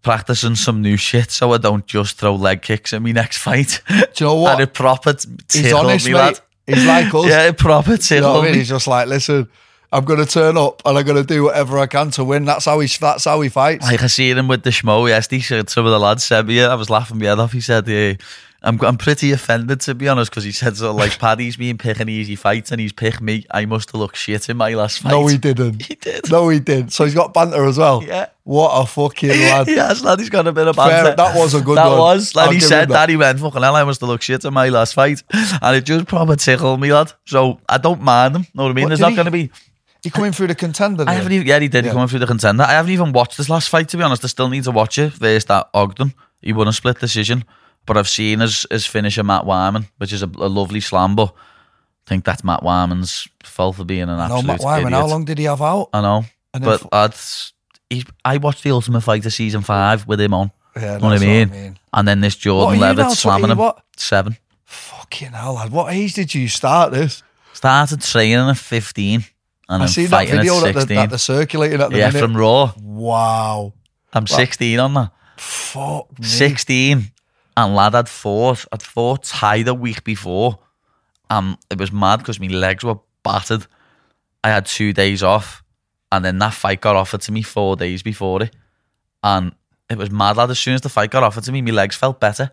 A: practicing some new shit, so I don't just throw leg kicks in my next fight.
B: Do you know
A: And
B: what?
A: it proper
B: He's
A: tickled
B: honest,
A: me,
B: mate.
A: lad.
B: He's like us.
A: Yeah, it proper
B: You know
A: tickled
B: what I mean?
A: me.
B: He's just like, listen, I'm going to turn up and I'm going to do whatever I can to win. That's how he. That's how he fights.
A: Like I seen him with the schmo yesterday. so Some of the lads said, "Yeah, I was laughing my head off." He said, yeah, "I'm I'm pretty offended to be honest because he said sort of like Paddy's been picking easy fights and he's picked me. I must have looked shit in my last fight."
B: no, he didn't.
A: He did.
B: No, he did. So he's got banter as well.
A: Yeah.
B: What a fucking lad.
A: He has, lad. He's got a bit of
B: Fair-
A: banter.
B: that was a good
A: That
B: one.
A: was. Lad,
B: I'll
A: he
B: give
A: said
B: him
A: that.
B: that.
A: He went, fucking hell, I must have looked shit in my last fight. And it just proper tickled me, lad. So I don't mind him. Know what I mean?
B: What
A: There's
B: did
A: not
B: he-
A: going to be.
B: He coming through the contender.
A: I
B: there.
A: haven't even. Yeah, he did.
B: Yeah.
A: He coming through the contender. I haven't even watched this last fight to be honest. I still need to watch it. There's that Ogden. He won a split decision, but I've seen his his finisher Matt Wyman, which is a, a lovely slam. But I think that's Matt Wyman's fault for being an
B: no,
A: absolute
B: Matt Wyman.
A: idiot.
B: How long did he have out?
A: I know,
B: And then
A: but I'd, he, I watched the Ultimate Fighter season five with him on,
B: yeah,
A: know what I
B: that's
A: mean? and then this Jordan
B: What are you now,
A: Levitt slamming
B: 20,
A: him
B: what?
A: seven.
B: Fucking hell, lad. What age did you start this?
A: Started training at fifteen and
B: I
A: I'm
B: see that
A: fighting
B: video
A: at
B: that they're,
A: sixteen.
B: that they're circulating at the
A: yeah,
B: minute.
A: from Raw.
B: wow.
A: I'm sixteen on that.
B: Fuck me.
A: 16 and lad had fought I'd fought Ty the week before and it was mad because my legs were battered I had two days off and then that fight got offered to me four days before it and it was mad lad as soon as the fight got offered to me my legs felt better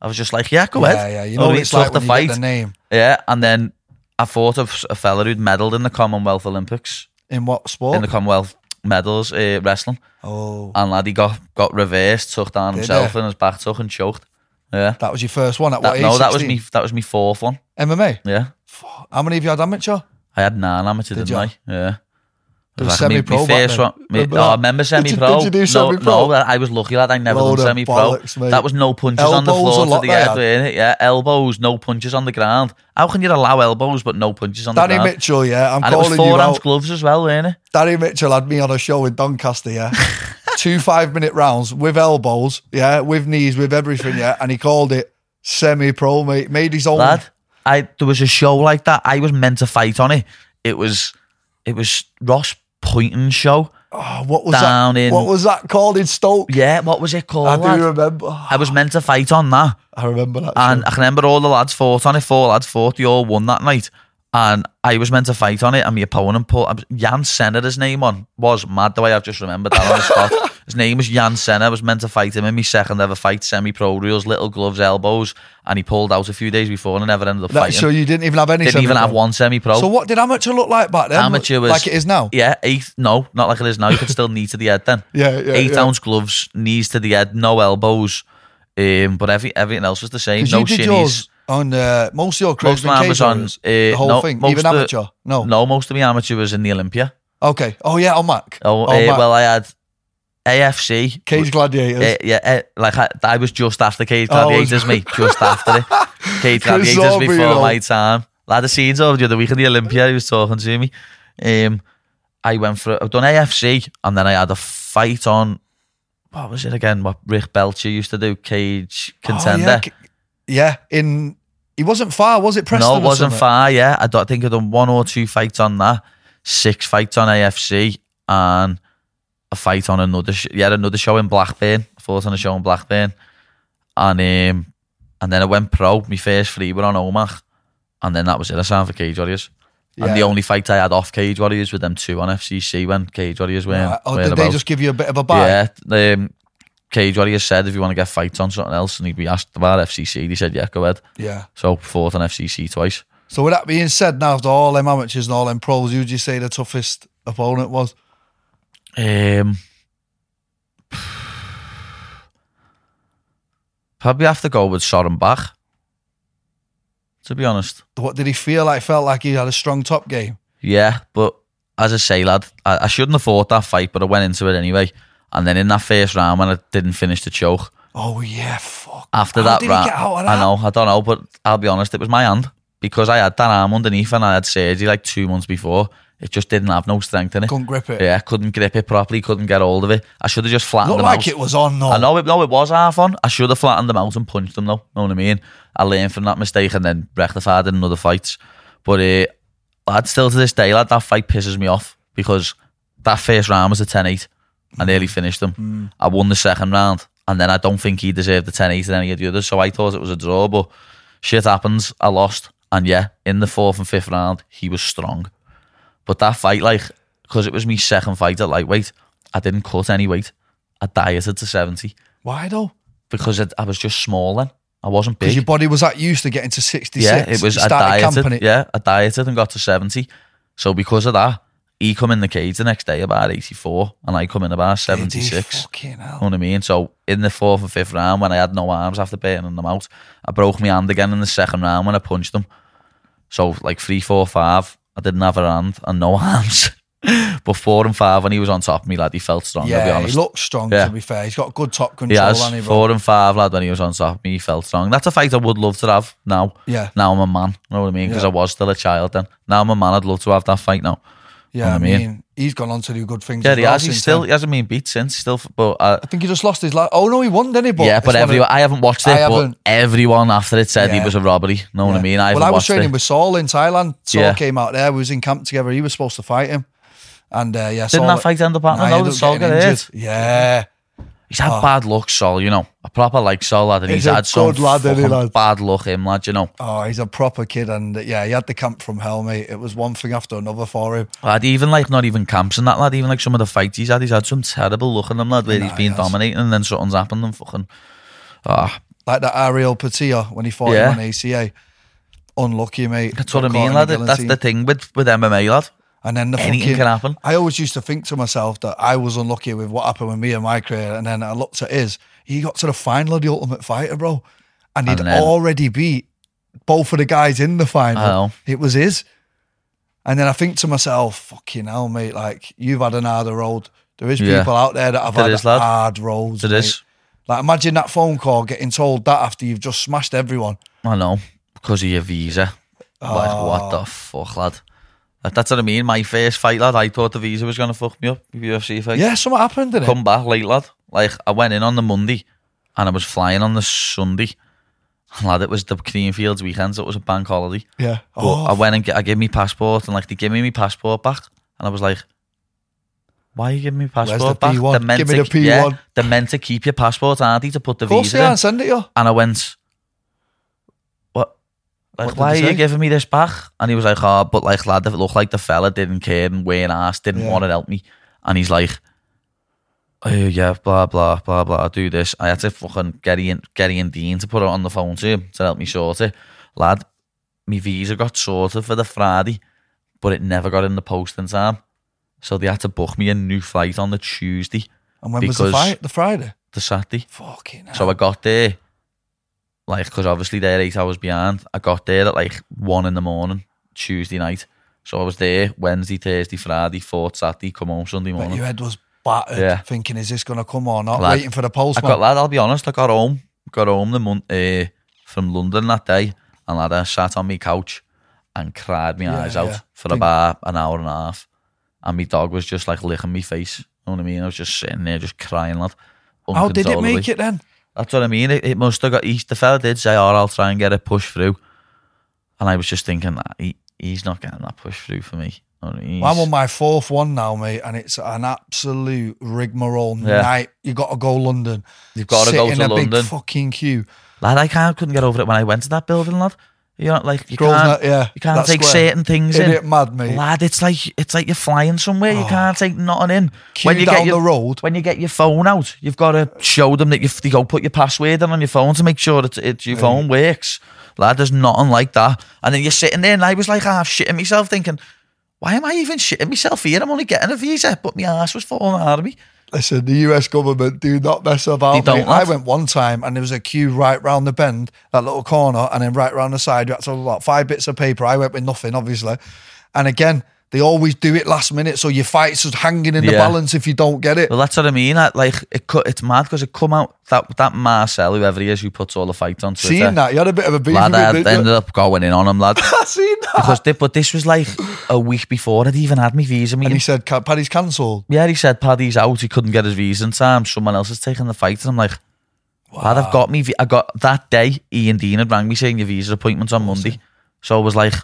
A: I was just like yeah go
B: Yeah,
A: ahead
B: yeah. You
A: Oh,
B: know what
A: he
B: it's
A: took
B: like
A: the
B: when you
A: fight
B: get the name
A: yeah and then I fought a, a fella who'd medalled in the Commonwealth Olympics
B: in what sport?
A: in the Commonwealth medals uh, wrestling
B: oh,
A: and lad he got, got reversed took down
B: Did
A: himself
B: he?
A: and his back took and choked yeah
B: that was your first one at
A: That,
B: what age?
A: no, that was
B: 16?
A: me. That was me fourth one.
B: MMA.
A: Yeah,
B: Fuck. How many of you had amateur?
A: I had nine amateur,
B: Did
A: didn't
B: ya?
A: I? Yeah.
B: There was
A: Like, me-
B: semi-pro
A: me
B: back
A: first
B: then.
A: one- me-
B: Remember
A: no, I
B: that?
A: remember
B: Did you-
A: semi
B: did
A: pro.
B: you do
A: No,
B: semi-pro?
A: no, I was lucky lad. I never
B: Load of
A: done semi pro.
B: bollocks, mate.
A: That was no punches on the
B: Elbows
A: floor
B: a
A: to
B: lot they
A: the head,
B: had.
A: weren't it? Yeah, elbows, no punches on the ground. How can you allow elbows but no punches on
B: Danny
A: the ground?
B: Mitchell, yeah. I'm
A: and it was
B: calling you
A: four ounce
B: out.
A: gloves as well, weren't it?
B: Danny Mitchell had me on a show in Doncaster, yeah. Two five minute rounds with elbows, yeah, with knees, with everything, yeah. And he called it Semi pro, mate. Made his own.
A: lad. I there was a show like that. I was meant to fight on it. It was it was Ross Poynton show.
B: Oh, what was
A: Down
B: that?
A: in-
B: what was that called in Stoke?
A: Yeah, what was it called?
B: I
A: lad?
B: do remember.
A: I was meant to fight on that,
B: I remember that.
A: and
B: show.
A: I can remember all the lads fought on it. Four lads fought. They all won that night, and I was meant to fight on it. And my opponent put um, Jan Senna, his name on was mad the way I've just remembered that on the spot. His name was Jan Senna. I was meant to fight him in my second ever fight, semi-pro rules, little gloves, elbows, and he pulled out a few days before and I never ended up
B: that
A: fighting.
B: show you didn't even have any.
A: Didn't even
B: semi-pro.
A: have one semi-pro.
B: So what did amateur look like back then?
A: Amateur was
B: like it is now.
A: Yeah, eight. No, not like it is now. You could still knee to the head then.
B: Yeah, yeah,
A: eight
B: yeah.
A: ounce gloves, knees to the head, no elbows. Um, but every everything else was the same.
B: 'Cause
A: No
B: you did
A: shinies.
B: yours on uh, most of your
A: Most
B: Christian
A: of mine was on,
B: Warriors,
A: uh,
B: the whole
A: no,
B: thing,
A: most
B: even
A: of-
B: amateur. no.
A: No, most of the amateur was in the Olympia.
B: Okay. Oh yeah, on Mac.
A: Oh,
B: On
A: eh,
B: Mac.
A: well, I had AFC.
B: Cage Gladiators.
A: Eh, yeah, eh, like I, I was just after Cage
B: Oh, was-
A: Gladiators, me just after it. Cage
B: Chris
A: Gladiators
B: Zombie,
A: before
B: you know.
A: my time. Lad of Seeds over the other week at the Olympia, he was talking to me. Um, I went for I've done AFC and then I had a fight on what was it again? What Rick Belcher used to do, Cage
B: Oh, yeah,
A: Contender.
B: Ca- yeah, in he wasn't far, was it? Preston
A: no, it
B: or
A: wasn't
B: something?
A: far. Yeah, I, don't, I think I've done one or two fights on that, six fights on AFC, and a fight on another. Sh- yeah, another show in Blackburn. I Fought on a show in Blackburn, and um, and then I went pro. My first three were on OMAC, and then that was it. I signed for Cage Warriors. And the
B: Yeah.
A: only fight I had off Cage Warriors with them two on FCC when Cage Warriors were.
B: Right. Oh, did they just give you a bit of a bite?
A: Yeah. Um, Cage Warriors said if you want to get fights on something else, and he'd be asked about FCC. He said, yeah, go ahead.
B: Yeah.
A: So fought on FCC twice.
B: So with that being said, now after all them amateurs and all them pros, who'd you say the toughest opponent was?
A: Um, probably have to go with Sorenbach. To be honest,
B: What did he feel like? Felt like he had a strong top game.
A: yeah. But as I say, lad, I, I shouldn't have fought that fight, but I went into it anyway. And then in that first round, when I didn't finish the choke,
B: Oh yeah, fuck.
A: after
B: How
A: that
B: did he
A: round,
B: get out of
A: I
B: that?
A: know, I don't know, but I'll be honest, it was my hand because I had that arm underneath and I had surgery like two months before. It just didn't have no strength in it.
B: Couldn't grip it.
A: Yeah, couldn't grip it properly, couldn't get hold of it. I should have just flattened
B: Looked
A: him
B: like
A: out.
B: it was on. No.
A: I know it. No, it was half on. I should have flattened them out and punched them though. Know what I mean? I learned from that mistake and then rectified in another fight. But uh, lad, still to this day, lad, that fight pisses me off because that first round was a 10-8. I nearly finished him. I won the second round, and then I don't think he deserved the 10-8 in any of the others. So I thought it was a draw, but shit happens. I lost, and yeah, in the fourth and fifth round, he was strong. But that fight, like, because it was me second fight at lightweight, I didn't cut any weight. I dieted to 70
B: Why though?
A: because I, I was just small then. I wasn't big.
B: Because your body was that used to getting to sixty-six.
A: yeah, it was.
B: You
A: I
B: started
A: dieted.
B: camping it.
A: Yeah, I dieted and got to seventy. So because of that, he come in the cage the next day about eighty four, and I come in about
B: Bloody
A: seventy six.
B: Fucking hell.
A: You know what I mean? So in the fourth and fifth round, when I had no arms after burning them out, I broke my hand again in the second round when I punched them. So like three, four, five, I didn't have a hand and no arms. but four and five, when he was on top of me, lad, he felt strong. I'll be
B: Yeah,
A: honest.
B: he looks strong.
A: Yeah.
B: To be fair, he's got good top
A: He
B: control.
A: has
B: hasn't he, bro?
A: four and five lad when he was on top of me. He felt strong. That's a fight I would love to have now.
B: Yeah.
A: Now I'm a man. You know what I mean? Because
B: Yeah.
A: I was still a child then. Now I'm a man. I'd love to have that fight now.
B: Yeah,
A: know
B: I
A: what I mean?
B: mean, he's gone on to do good things.
A: Yeah,
B: as
A: he
B: well
A: has. He
B: since
A: still
B: then.
A: he hasn't been beat since. Still, f- but uh,
B: I think he just lost his last. Oh no, he won, didn't he? But
A: yeah,
B: it's
A: but
B: one of-
A: every I haven't watched it.
B: I
A: but
B: haven't.
A: everyone after it said
B: Yeah.
A: he was a robbery. You know what I
B: Yeah.
A: mean? I haven't
B: well, I was
A: watched
B: training
A: it.
B: with Saul in Thailand. Saul
A: Yeah.
B: came out there. We was in camp together. He was supposed to fight him, and uh, yeah,
A: Didn't
B: Saul,
A: that fight end up
B: Nah,
A: happening?
B: he
A: No,
B: ended
A: did
B: up
A: Sol get
B: getting
A: hurt?
B: injured. Yeah,
A: He's had bad luck, Sol. You know, I proper like Sol lad, and he's,
B: He's a
A: had some
B: good lad, isn't he,
A: fucking
B: lad?
A: bad luck him lad. You know,
B: oh, he's a proper kid, and uh, yeah, he had the camp from hell, mate. It was one thing after another for him.
A: Lad, even like not even camps and that lad, even like some of the fights he's had, he's had some terrible look in them lad where
B: Nah,
A: he's
B: he
A: been
B: has.
A: dominating and then something's happened and fucking ah
B: Like that Ariel Patia when he fought
A: Yeah.
B: him on ACA. Unlucky, mate.
A: that's what I
B: Got caught in
A: mean,
B: a
A: lad. That's
B: guillotine.
A: the thing with with MMA, lad.
B: And then the
A: Anything
B: fucking,
A: can happen.
B: I always used to think to myself that I was unlucky with what happened with me and my career. And then I looked at his. He got to the final of the Ultimate Fighter, bro, and he'd
A: And then-
B: already beat both of the guys in the final.
A: I know.
B: It was his. And then I think to myself, fucking hell, mate. Like you've had an harder road. There is
A: Yeah.
B: people out there that have
A: There
B: had
A: is, lad.
B: hard roads.
A: There
B: mate.
A: is.
B: Like imagine that phone call getting told that after you've just smashed everyone.
A: I know because of your visa. Like what
B: Oh.
A: the fuck, lad? Like, that's what I mean. My first fight, lad. I thought the visa was gonna fuck me up. with UFC fight.
B: Yeah, something happened, didn't it?
A: Come back late, lad. Like I went in on the Monday, and I was flying on the Sunday, Lad, it was the Canadian Fields weekend, so it was a bank holiday.
B: Yeah. Oh,
A: But I went and g I I gave me passport, and like they gave me my passport back, and I was like, "Why are you giving me passport
B: the
A: back?
B: P1?
A: They're meant
B: Give me
A: to,
B: the
A: keep- yeah,
B: P1.
A: they're meant to keep your passport, aren't they, to put the
B: of course,
A: visa
B: yeah,
A: in?"
B: and send it to you.
A: And I went, "What? Like,
B: What did
A: why are
B: they
A: you
B: say?
A: giving me this back?" And he was like, "Oh, but like, lad, if it looked like the fella didn't care and wearing ass didn't
B: Yeah.
A: want to help me," and he's like. Oh yeah, blah blah blah blah. I do this. I had to fucking Gary and Gary and Dean to put it on the phone to him to help me sort it. Lad, my visa got sorted for the Friday, but it never got in the post in time. So they had to book me a new flight on the Tuesday,
B: And when was the
A: Because-
B: fight? The Friday.
A: the Saturday.
B: Fucking hell.
A: So I got there, like, because obviously they're eight hours behind. I got there at like one in the morning, Tuesday night. So I was there Wednesday, Thursday, Friday, fourth, Saturday, come home Sunday
B: But
A: morning.
B: your head was battered,
A: Yeah.
B: thinking, is this going to come or not?
A: Lad,
B: Waiting for the
A: I
B: postman.
A: got lad. I'll be honest. I got home. Got home the month uh, from London that day, and lad, I sat on my couch and cried my
B: Yeah,
A: eyes
B: yeah.
A: out for
B: Think-
A: about an hour and a half. And my dog was just like licking my face. You know what I mean? I was just sitting there, just crying, lad.
B: How did it
A: uncontrollably.
B: make it then?
A: That's what I mean. It, it must have got. He, the fella did say, "Oh, I'll try and get it pushed through," and I was just thinking that he, he's not getting that pushed through for me. You know what I mean?
B: I'm
A: He's-
B: on my fourth one now, mate, and it's an absolute rigmarole
A: Yeah.
B: night. You got to go London.
A: You've gotta
B: Sit
A: go
B: in
A: to
B: a
A: London.
B: Big fucking queue.
A: lad, I can't couldn't get over it when I went to that building, lad. You know, like you
B: Grosvenor,
A: can't,
B: yeah,
A: you can't
B: that
A: take
B: square.
A: certain things
B: Isn't
A: in.
B: it mad, mate? Oh.
A: Lad, it's like it's like you're flying somewhere. You can't take nothing in.
B: Queue down
A: your,
B: the road.
A: when you get your phone out, you've got to show them that you you go put your password in on your phone to make sure that it, your phone works. Lad, there's nothing like that. And then you're sitting there, and I was like half shitting myself, thinking, why am I even shitting myself here? I'm only getting a visa, but my ass was falling out of me.
B: Listen, the US government do not mess
A: They
B: about.
A: don't,
B: Mate. I
A: lad.
B: went one time and there was a queue right round the bend, that little corner, and then right round the side. You had to have about five bits of paper. I went with nothing, obviously. And again, they always do it last minute, so your fight's just hanging in the
A: Yeah.
B: balance if you don't get it.
A: Well, that's what I mean. I, like it, cut, it's mad because it come out that that Marcel, whoever he is, who puts all the fights on Twitter.
B: Seeing that, you had a bit of a beef
A: Lad, I
B: with it.
A: ended up going in on him, lad.
B: I seen that.
A: Because thi- but this was like a week before I'd even had my visa.
B: And
A: meeting.
B: he said, "Ca- Paddy's cancelled.
A: yeah, he said Paddy's out. He couldn't get his visa in time. Someone else is taking the fight, and I'm like, lad, I've got me. vi- I got that day. Ian Dean had rang me saying your visa appointment's on Monday. So I was like,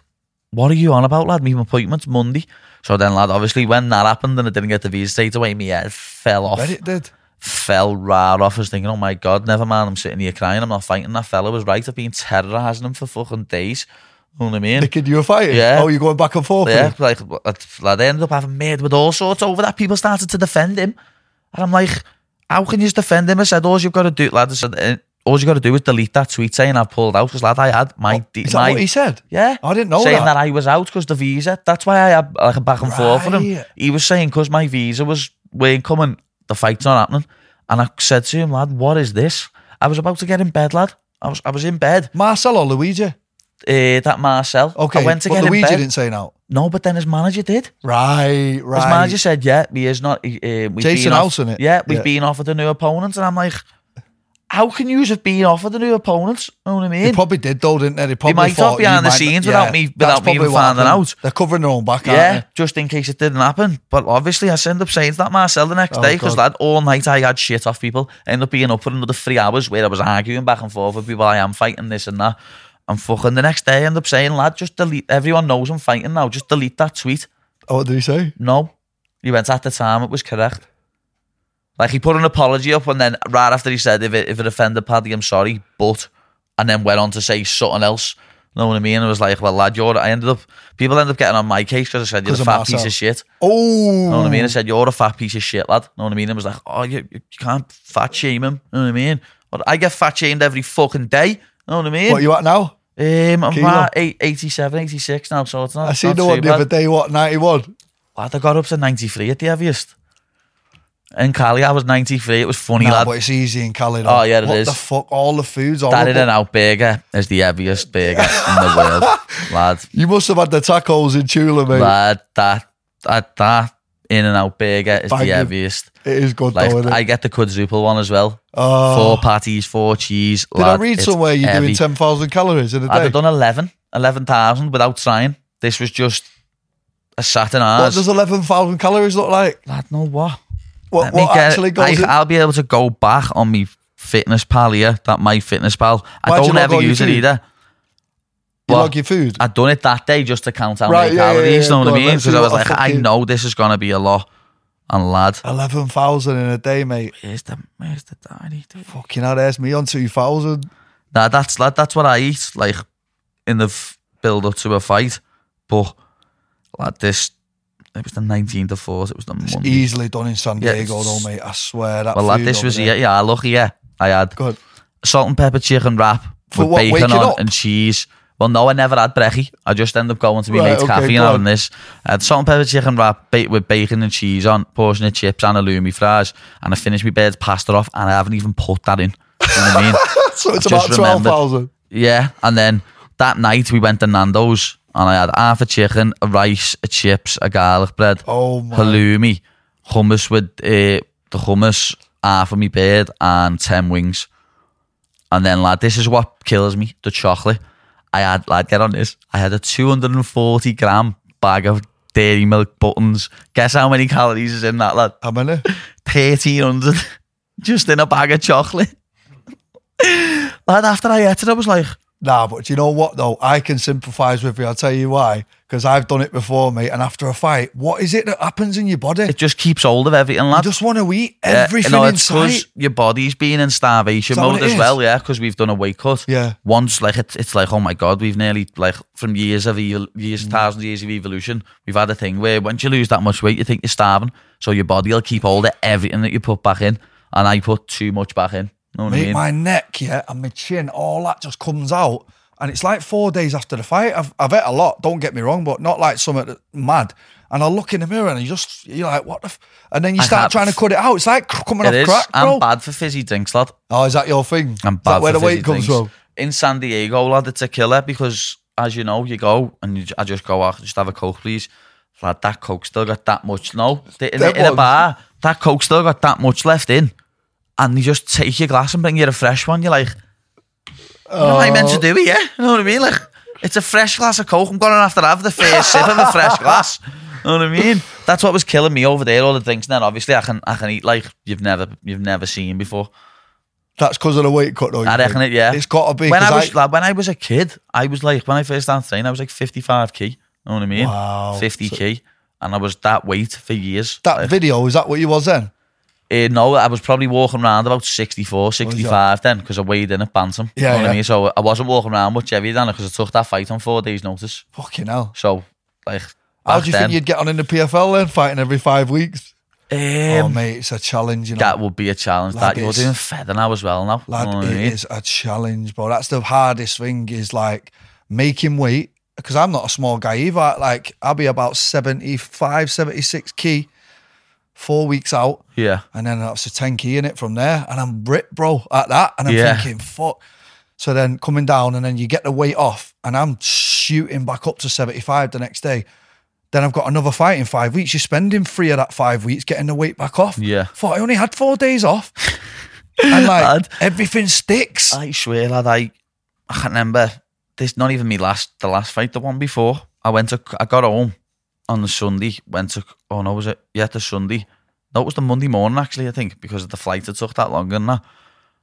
A: what are you on about, lad? Me appointment's Monday. So then, lad, obviously when that happened and I didn't get the visa straight away, me head fell off
B: Bet it did.
A: fell right off. I was thinking, oh my god, never mind. I'm sitting here crying. I'm not fighting. That fella was right. I've been terrorising him for fucking days. You know what I mean?
B: Thinking you were fighting.
A: Yeah.
B: Oh, you're going back and forth. with
A: yeah,
B: him?
A: like, like they ended up having made with all sorts over that. People started to defend him, and I'm like, how can you just defend him? I said, all you've got to do, lad. I said, "eh, all you got to do is delete that tweet saying I've pulled out because lad, I had my, de-
B: Oh, Is that
A: my
B: what he said?
A: yeah.
B: I didn't know
A: saying
B: that.
A: that. I was out because the visa. That's why I had like a back and forth with him.
B: Right.
A: He was saying because my visa was weren't coming, the fight's not happening. And I said to him, lad, what is this? I was about to get in bed, lad. I was I was in bed.
B: Marcel or Luigi?
A: Uh, that Marcel.
B: Okay.
A: I went to
B: but
A: get
B: Luigi
A: in bed.
B: didn't say no.
A: No, but then his manager did.
B: Right, right.
A: His manager said, yeah, he is not. he, Uh, we've
B: Jason
A: been off-
B: House, innit?
A: Yeah, we've
B: Yeah.
A: been offered a new opponent, and I'm like, how can you have been offered a new opponent? You know what I mean?
B: They probably did though, didn't they? They probably
A: might have
B: thought you
A: behind the
B: might-
A: scenes without me-
B: that's
A: without me even
B: probably what
A: finding
B: happened.
A: out.
B: They're covering their own back, aren't
A: Yeah,
B: they?
A: just in case it didn't happen. But obviously, I end up saying to that Marcel the next
B: Oh,
A: day because
B: God.
A: lad, all night I had shit off people. End up being up for another three hours where I was arguing back and forth with people. I am fighting this and that. And fucking the next day, I end up saying, lad, just delete. Everyone knows I'm fighting now. Just delete that tweet.
B: Oh, what did he say?
A: No, he went at the time. It was correct. Like he put an apology up, and then right after he said, "If it if it offended Paddy, I'm sorry," but, and then went on to say something else. Know what I mean? It was like, well, lad, you're. I ended up people ended up getting on my case because I said you're a
B: 'Cause of
A: fat
B: Marcel.
A: piece of shit.
B: Oh,
A: Know what I mean? I said you're a fat piece of shit, lad. Know what I mean? It was like, oh, you you can't fat shame him. Know what I mean? But I get fat shamed every fucking day. Know what I mean?
B: What are you at now?
A: um, I'm
B: Kilo?
A: about eight, 87, 86 now, so it's not.
B: I seen
A: not
B: the one
A: too
B: the
A: bad.
B: other day. What ninety one?
A: Lad, I got up to 93 at the heaviest. In Cali, I was 93. It was funny,
B: Nah,
A: lad.
B: but it's easy in Cali.
A: Oh, yeah, it
B: what
A: is.
B: the fuck? All the food's
A: That in
B: horrible.
A: and out burger is the heaviest burger in the world, lad.
B: You must have had the tacos in Chula, mate.
A: Lad, that that that in and out burger is
B: Banging.
A: the heaviest.
B: It is good
A: Like
B: though, isn't it?
A: I get the quadruple one as well.
B: Oh.
A: Four patties, four cheese.
B: Did
A: lad,
B: I read
A: it's
B: somewhere you're
A: heavy.
B: doing ten thousand calories in a
A: I'd
B: day?
A: have done 11, 11,000 without trying. This was just a sat in
B: What
A: ours.
B: does eleven thousand calories look like?
A: Lad, no what?
B: What,
A: Let me
B: what
A: get-
B: actually goes?
A: I,
B: in?
A: I'll be able to go back on me Fitness Pal here, that my Fitness Pal. I
B: Why do you
A: don't
B: not
A: ever
B: go on
A: use it
B: YouTube?
A: either.
B: You
A: Well,
B: log your food.
A: I'd done it that day just to count how
B: Right,
A: many
B: yeah, yeah,
A: calories,
B: yeah,
A: you know what
B: go
A: I
B: on,
A: mean?
B: let's see
A: Because I
B: what
A: Dus was
B: I
A: like, I
B: fucking-
A: know this is going to be a lot. And lad,
B: Eleven thousand in a day, mate.
A: where's the, where's the diary? dude?
B: Fucking hell, there's me on two thousand.
A: Nah, Nou, that's lad, that's what I eat, like in the f- build up to a fight. But lad, this it was the nineteenth of fourth. It was the
B: It's
A: Monday.
B: easily done in San
A: Yeah,
B: Diego, though,
A: it's-
B: mate. I swear that.
A: well, lad,
B: food
A: this
B: over
A: was
B: there.
A: yeah, yeah. Look, yeah, I had
B: Good.
A: salt and pepper chicken wrap
B: For
A: with
B: what,
A: bacon
B: waking
A: on
B: up?
A: and cheese. Well, no, I never had brekkie. I just end up going to my
B: Right,
A: mate's
B: okay,
A: cafe and
B: go on.
A: having this. I had salt and pepper chicken wrap ba- with bacon and cheese on, portion of chips and a loomy fries, and I finished my bird's pasta off, and I haven't even put that in. You know what I mean?
B: So it's
A: I've just
B: about twelve
A: remembered.
B: thousand.
A: Yeah, and then that night we went to Nando's and I had half a chicken, a rice, a chips, a garlic bread,
B: Oh my.
A: halloumi, hummus with uh, the hummus, half of me beard, and ten wings. And then, lad, this is what kills me: the chocolate. I had, lad, get on this. I had a 240 gram bag of dairy milk buttons. Guess how many calories is in that, lad?
B: How many?
A: 1300 just in a bag of chocolate. lad, after I ate it, I was like,
B: Nah, but do you know what though? I can sympathise with you. I'll tell you why. Because I've done it before, mate. And after a fight, what is it that happens in your body?
A: it just keeps hold of everything, lad.
B: you just want to eat
A: Yeah,
B: everything
A: no, it's
B: inside.
A: 'cause your body's been in starvation
B: Is that what
A: mode
B: it
A: as
B: is?
A: well, yeah, because we've done a weight cut.
B: Yeah.
A: Once, like, it's, it's like, oh my God, we've nearly, like, from years of, evol- years,
B: Mm.
A: thousands of years of evolution, we've had a thing where once you lose that much weight, you think you're starving. So your body will keep hold of everything that you put back in. And I put too much back in. Know what I
B: Mate,
A: mean?
B: my neck, yeah, and my chin, all that just comes out. And it's like four days after the fight. I've, I've ate a lot, don't get me wrong, but not like something that- mad. And I look in the mirror and you just, you're like, what the f-? And then you
A: I
B: start
A: have-
B: trying to cut it out. It's like cr- coming
A: It
B: off
A: is.
B: crack, bro.
A: I'm bad for fizzy drinks, lad.
B: Oh, is that your thing?
A: I'm
B: Is
A: bad
B: that where
A: for
B: the weight
A: fizzy
B: comes
A: drinks.
B: from?
A: In San Diego, lad, it's a killer because, as you know, you go and you, I just go, "Oh, just have a Coke, please. Lad, that Coke still got that much. No, in,
B: That
A: the, in a
B: one.
A: bar, that Coke still got that much left in. And you just take your glass and bring you a fresh one. You're like, what am I meant to
B: Oh.
A: do here? You know what I mean? Like, it's a fresh glass of Coke. I'm going to have to have the first sip of a fresh glass. You know what I mean? That's what was killing me over there, all the drinks. And then obviously I can I can eat like you've never you've never seen before.
B: That's because of the weight cut, though. you
A: I reckon
B: think?
A: it, yeah.
B: It's got to be.
A: When I
B: 'cause
A: was like, when I was a kid, I was like when I first started training, I was like 55 key. You know what I mean?
B: Wow.
A: 50 key, and I was that weight for years.
B: that
A: Like,
B: video, is that what you was then?
A: eh, no, I was probably walking around about 64, 65 then because I weighed in at bantam.
B: Yeah,
A: you know what
B: yeah.
A: I mean? So I wasn't walking around much heavier than because I took that fight on four days' notice.
B: Fucking hell.
A: So like,
B: How
A: back
B: do you
A: then,
B: think you'd get on in the PFL then, fighting every five weeks?
A: um,
B: oh, mate, it's a challenge, you know.
A: that would be a challenge.
B: Lad,
A: that you're
B: it's-
A: doing feather now as well now.
B: Lad,
A: you know what I
B: it
A: mean?
B: is a challenge, bro. That's the hardest thing is like making weight because I'm not a small guy either. Like, I'll be about 75, 76 key, four weeks out,
A: Yeah.
B: and then that's a 10 key in it from there. And I'm ripped, bro, at that. And I'm
A: Yeah.
B: thinking, fuck. So then coming down, and then you get the weight off, and I'm shooting back up to 75 the next day. Then I've got another fight in five weeks. You're spending three of that five weeks getting the weight back off.
A: Yeah.
B: Fuck, I only had four days off. and like,
A: Lad.
B: everything sticks.
A: I swear, lad, I, I can't remember. This not even me last the last fight, the one before. I went to I got home on the Sunday, went to oh no, was it? Yeah, the Sunday. No, it was the Monday morning actually, I think, because of the flight it took that long and that.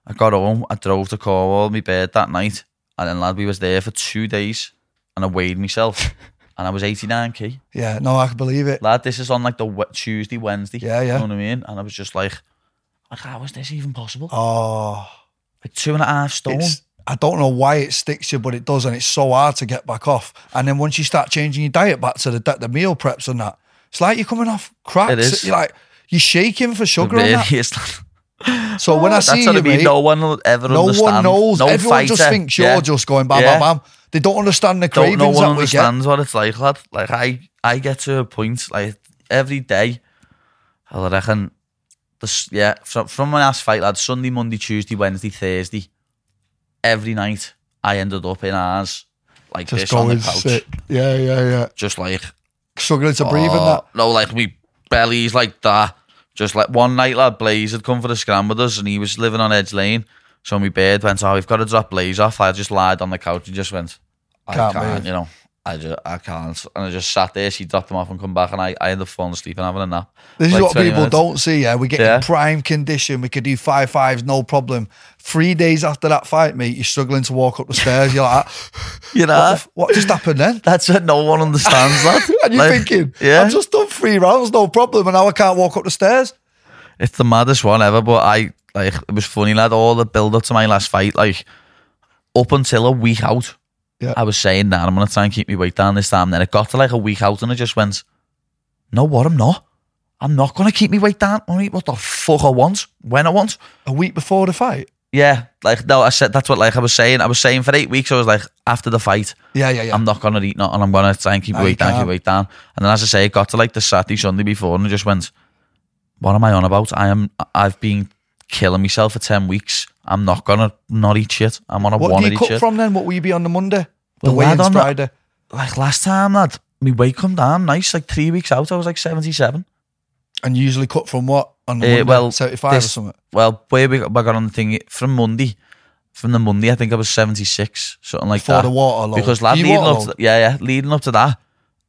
A: I got home, I drove to Cornwall, my bed that night, and then lad, we was there for two days and I weighed myself and I was 89 key.
B: Yeah, no, I can believe it.
A: Lad, this is on like the we- Tuesday, Wednesday.
B: Yeah, yeah.
A: You know what I mean? And I was just like, like how is this even possible?
B: Oh,
A: Like two and a half stone.
B: it's, I don't know why it sticks you, but it does, and it's so hard to get back off. And then once you start changing your diet back to the de- the meal preps and that, it's like you're coming off cracks.
A: It is.
B: You're like you're shaking for sugar.
A: Really
B: And
A: is, lad.
B: that. So when I
A: That's
B: see
A: what
B: you,
A: I mean.
B: mate,
A: No one will ever
B: no
A: understand.
B: one knows.
A: No
B: Everyone
A: fighter.
B: just thinks you're
A: yeah.
B: just going bam,
A: Yeah.
B: bam, bam. They don't understand the
A: Don't
B: cravings
A: no one
B: that we get.
A: understands what it's like, lad. Like I, I get to a point like every day. I reckon, this, yeah, from from my last fight, lad, Sunday, Monday, Tuesday, Wednesday, Thursday, every night I ended up in ours like
B: Just
A: this on the
B: going
A: couch,
B: sick. Yeah, yeah, yeah.
A: just like
B: Struggling to breathe and
A: Oh,
B: that.
A: No, like we bellies like that. Just like one night, lad, Blaze had come for the scram with us, and he was living on Edge Lane. So my bird went, "Oh, we've got to drop Blaze off." I just lied on the couch and just went, "I
B: Can't
A: can't,",
B: move.
A: you know. I just I can't. And I just sat there. She dropped him off and come back, and I, I ended up falling asleep and having a nap.
B: This
A: Like
B: is what
A: 20
B: people
A: minutes.
B: don't see. Yeah, we get
A: Yeah.
B: in prime condition. We could do five fives, no problem. Three days after that fight, mate, you're struggling to walk up the stairs. You're like,
A: You know,
B: what, the f- what just happened then?
A: that's what no one understands that.
B: And you're
A: Like,
B: thinking,
A: yeah,
B: I've just done three rounds, no problem, and now I can't walk up the stairs.
A: it's the maddest one ever. But I like it was funny, lad. All the build up to my last fight, like up until a week out,
B: Yeah.
A: I was saying that I'm gonna try and keep my weight down this time. Then it got to like a week out, and I just went, "No, what? I'm not. I'm not gonna keep my weight down. I eat what the fuck I want when I want."
B: A week before the fight.
A: Yeah, like no, I said that's what like I was saying. I was saying for eight weeks, I was like after the fight.
B: Yeah, yeah, yeah.
A: I'm not gonna eat nothing. I'm gonna try and keep
B: No, you
A: weight down, keep
B: can't.
A: weight down. And then as I say, it got to like the Saturday, Sunday before, and I just went, "What am I on about? I am. I've been killing myself for ten weeks. I'm not gonna not eat shit. I'm on a
B: what
A: one
B: do
A: eat
B: you cut
A: shit.
B: from then? What will you be on the Monday? The
A: Well, lad,
B: weigh-in's
A: I'm not-
B: Friday.
A: Like last time, lad, my weight come down nice. Like three weeks out, I was like seventy-seven.
B: And you usually cut from what? On the
A: Eh,
B: Monday,
A: well,
B: 75 or
A: this-
B: something.
A: Well, where we got, we got on the thing from Monday, from the Monday, I think I was seventy-six, something like
B: Before
A: that.
B: the water load.
A: Because lad,
B: You
A: leading
B: water
A: up, to,
B: load?
A: yeah, yeah, leading up to that,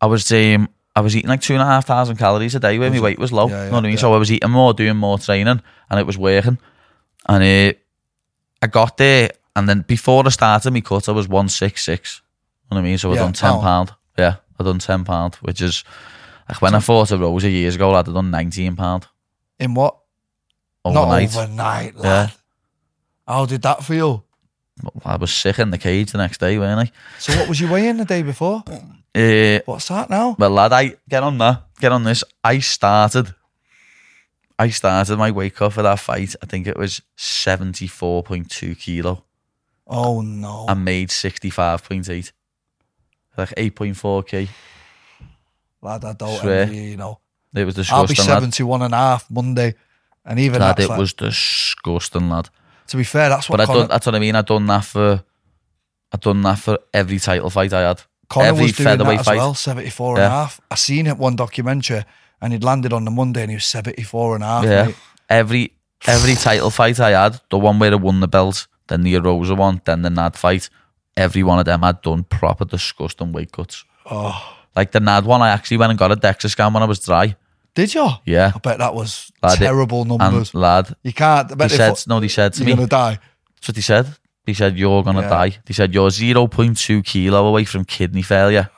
A: I was um, I was eating like two and a half thousand calories a day when my weight was low.
B: Yeah, yeah,
A: you know what I mean?
B: yeah.
A: So I was eating more, doing more training, and it was working. And uh, I got there, and then before I started my cut, I was one six six. You know what I mean? So I
B: Yeah,
A: done ten
B: pound.
A: pound. Yeah, I done ten pound, which is like when I fought a Rosa years ago, lad, I done nineteen pound
B: In what?
A: overnight.
B: Not overnight, lad. How did that feel?
A: I was sick in the cage the next day, weren't
B: So what was you weighing the day before?
A: I? Uh,
B: What's that now?
A: Well, lad, I get on that. Get on this. I started. I started my weight cut for that fight. I think it was seventy four point two kilo.
B: Oh no.
A: I made sixty five point eight, like eight point four k.
B: lad, I don't
A: Swear.
B: envy you, you know.
A: It was
B: I'll be
A: disgusting, lad.
B: 71 and a half Monday. And even
A: Lad,
B: that's
A: it
B: like-
A: was disgusting, lad.
B: to be fair, that's
A: But
B: what
A: I
B: Connor,
A: done, that's what I mean. I done that for. I done that for every title fight I had.
B: Connor
A: every
B: was doing that
A: featherweight
B: as
A: fight.
B: well, 74 and a
A: Yeah.
B: half. I seen it one documentary and he'd landed on the Monday and he was 74 and a half.
A: Yeah.
B: mate.
A: Every every title fight I had, the one where I won the belt, then the Erosa one, then the Nad fight, every one of them I'd done proper disgusting weight cuts.
B: Oh.
A: Like the Nad one, I actually went and got a DEXA scan when I was dry.
B: Did you? I
A: Yeah.
B: bet that was
A: Lad, it-
B: terrible numbers.
A: And lad,
B: you can't. I
A: he
B: bet they
A: said,
B: thought
A: no, he said to
B: you're
A: me,
B: going to die.
A: that's what he said. He said, you're going to
B: Yeah.
A: die. He said, you're 0.2 kilo away from kidney failure.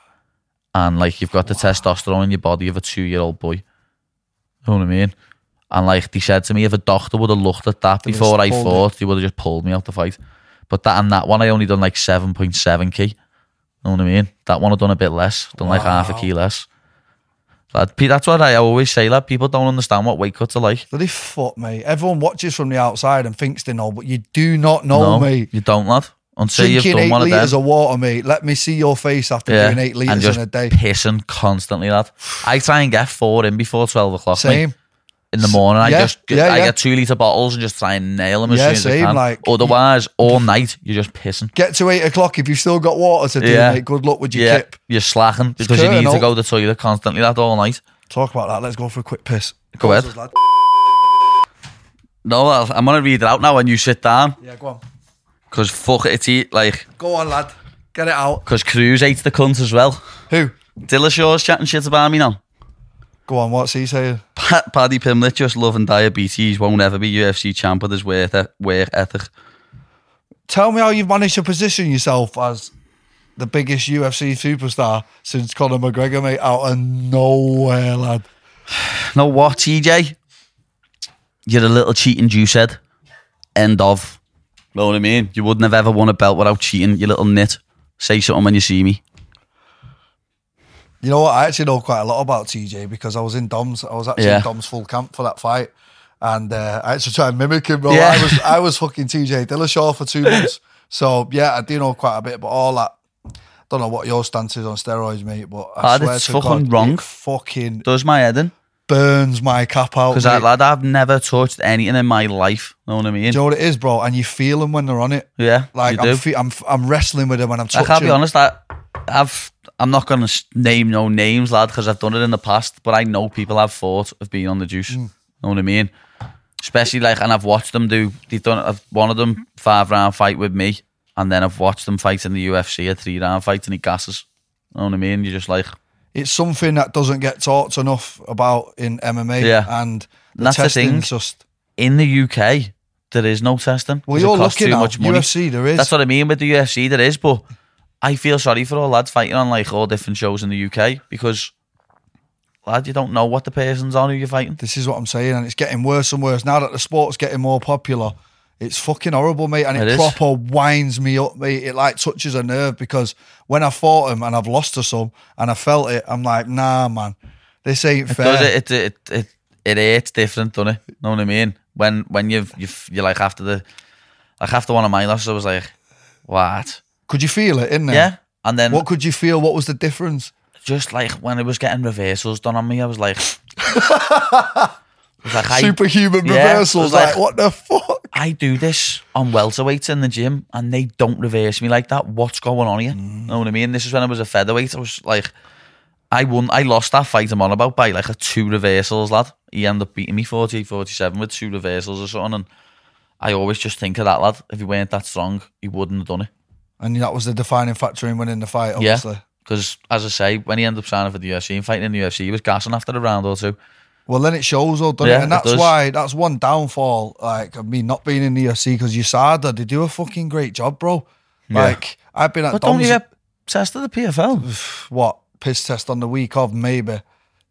A: And like, you've got the testosterone in your body of a two year old boy. You know what I mean? And like, he said to me, if a doctor would have looked at that
B: They would've
A: before I
B: pulled it.
A: fought, he would have just pulled me out the fight. But that and that one, I only done like 7.7 key. You know what I mean? That one I done a bit less, done like half a
B: Wow.
A: key less. Lad, pe- that's what I always say, lad. People don't understand what weight cuts are like.
B: Bloody fuck, mate. Everyone watches from the outside and thinks they know, but you do not know,
A: no,
B: Oh, mate.
A: you don't, lad. Until you've
B: Drinking
A: done
B: eight
A: one of them.
B: litres of water, mate. Let me see your face after doing eight
A: and
B: litres
A: just
B: in a day.
A: pissing constantly, lad. I try and get four in before twelve o'clock. Same.
B: Same.
A: in the morning,
B: yeah,
A: I just get,
B: yeah,
A: I
B: yeah.
A: get two liter bottles and just try and nail them as
B: Yeah,
A: soon as
B: same,
A: I can.
B: like,
A: Otherwise, all night you're just pissing.
B: Get to eight o'clock if you've still got water to do,
A: Yeah.
B: mate. Good luck with your
A: Yeah,
B: kip.
A: you're slacking because you
B: curtain
A: need to
B: up.
A: go to the toilet constantly, lad, all night.
B: Talk about that. Let's go for a quick piss.
A: Go ahead.
B: Lad.
A: No, lad, I'm gonna read it out now when you sit down
B: Yeah, go on.
A: because fuck it, it's eat like
B: Go on, lad. Get it out.
A: because Cruz hates the cunt as well.
B: Who?
A: Dillashaw's chatting shit about me now.
B: Go on, what's he saying?
A: Pat, Paddy Pimlet just loving diabetes won't ever be UFC champ with his work, e- work ethic.
B: Tell me how you've managed to position yourself as the biggest UFC superstar since Conor McGregor, mate, out of nowhere, lad.
A: know what, TJ? You're a little cheating juice head. End of. Know what I mean? You wouldn't have ever won a belt without cheating, you little nit. Say something when you see me.
B: You know what? I actually know quite a lot about TJ because I was in Dom's. I was actually
A: Yeah.
B: in Dom's full camp for that fight, and uh, I actually tried to mimic him, bro.
A: Yeah.
B: I was I was fucking TJ Dillashaw for two months. So yeah, I do know quite a bit, but all that. Don't know what your stance is on steroids, mate, but I
A: Ah,
B: swear
A: that's
B: to
A: fucking
B: God,
A: wrong.
B: It fucking
A: Does my head in?
B: burns my cap out.
A: Because
B: mate.
A: that lad, I've never touched anything in my life. Know what I mean?
B: Do you know what it is, bro? And you feel them when they're on it.
A: yeah.
B: Like
A: you do.
B: I'm, fe- I'm, I'm wrestling with them and I'm
A: I
B: touching.
A: can't be honest. I, I've I'm not going to name no names, lad, because I've done it in the past. But I know people I've fought have been on the juice.
B: Hmm.
A: Know what I mean? Especially like, and I've watched them do. They've done I've, one of
B: Hmm.
A: them five round fight with me, and then I've watched them fight in the UFC a three round fight, and he gasses. know what I mean? You're just like,
B: It's something that doesn't get talked enough about in MMA.
A: Yeah.
B: And the
A: That's the
B: testing's
A: thing.
B: just.
A: in the UK, there is no testing.
B: Well,
A: 'cause
B: you're
A: it costs
B: lucky
A: too
B: now.
A: much money.
B: UFC, there is.
A: That's what I mean with the UFC, there is, but I feel sorry for all lads fighting on like all different shows in the UK because, lad, you don't know what the person's on who you're fighting.
B: This is what I'm saying, and it's getting worse and worse now that the sport's getting more popular. It's fucking horrible, mate, and it,
A: It is.
B: proper winds me up, mate. It like touches a nerve because when I fought him and I've lost to some and I felt it, I'm like, nah, man, this ain't fair.
A: Does it, it, it, it, it hurts different, doesn't it? Know what I mean? When when you've, you've, you're like after the, like after one of my losses, I was like, what?
B: Could you feel it, innit?
A: Yeah. And then
B: What could you feel? What was the difference?
A: just like when it was getting reversals done on me, I was like, I was like I,
B: Superhuman
A: yeah, it
B: reversals,
A: was
B: like,
A: like-
B: what the fuck?
A: I do this on welterweights in the gym and they don't reverse me like that. What's going on here? Know what I mean? This is when I was a featherweight. I was like, I won. I lost that fight I'm on about by like a two reversals, lad. He ended up beating me 48 47 with two reversals or something. And I always just think of that, lad. If he weren't that strong, he wouldn't have done it.
B: And that was the defining factor in winning the fight, obviously.
A: Yeah. Because, as I say, when he ended up signing for the UFC and fighting in the UFC, he was gassing after a round or two.
B: Well, then it shows, though, doesn't it?
A: Yeah,
B: And
A: it
B: that's
A: does.
B: why that's one downfall, like of me not being in the UFC because USADA, they do a fucking great job, bro. Like I've been at
A: But don't you
B: Dom's,
A: get tested the PFL?
B: what piss test on the week of maybe.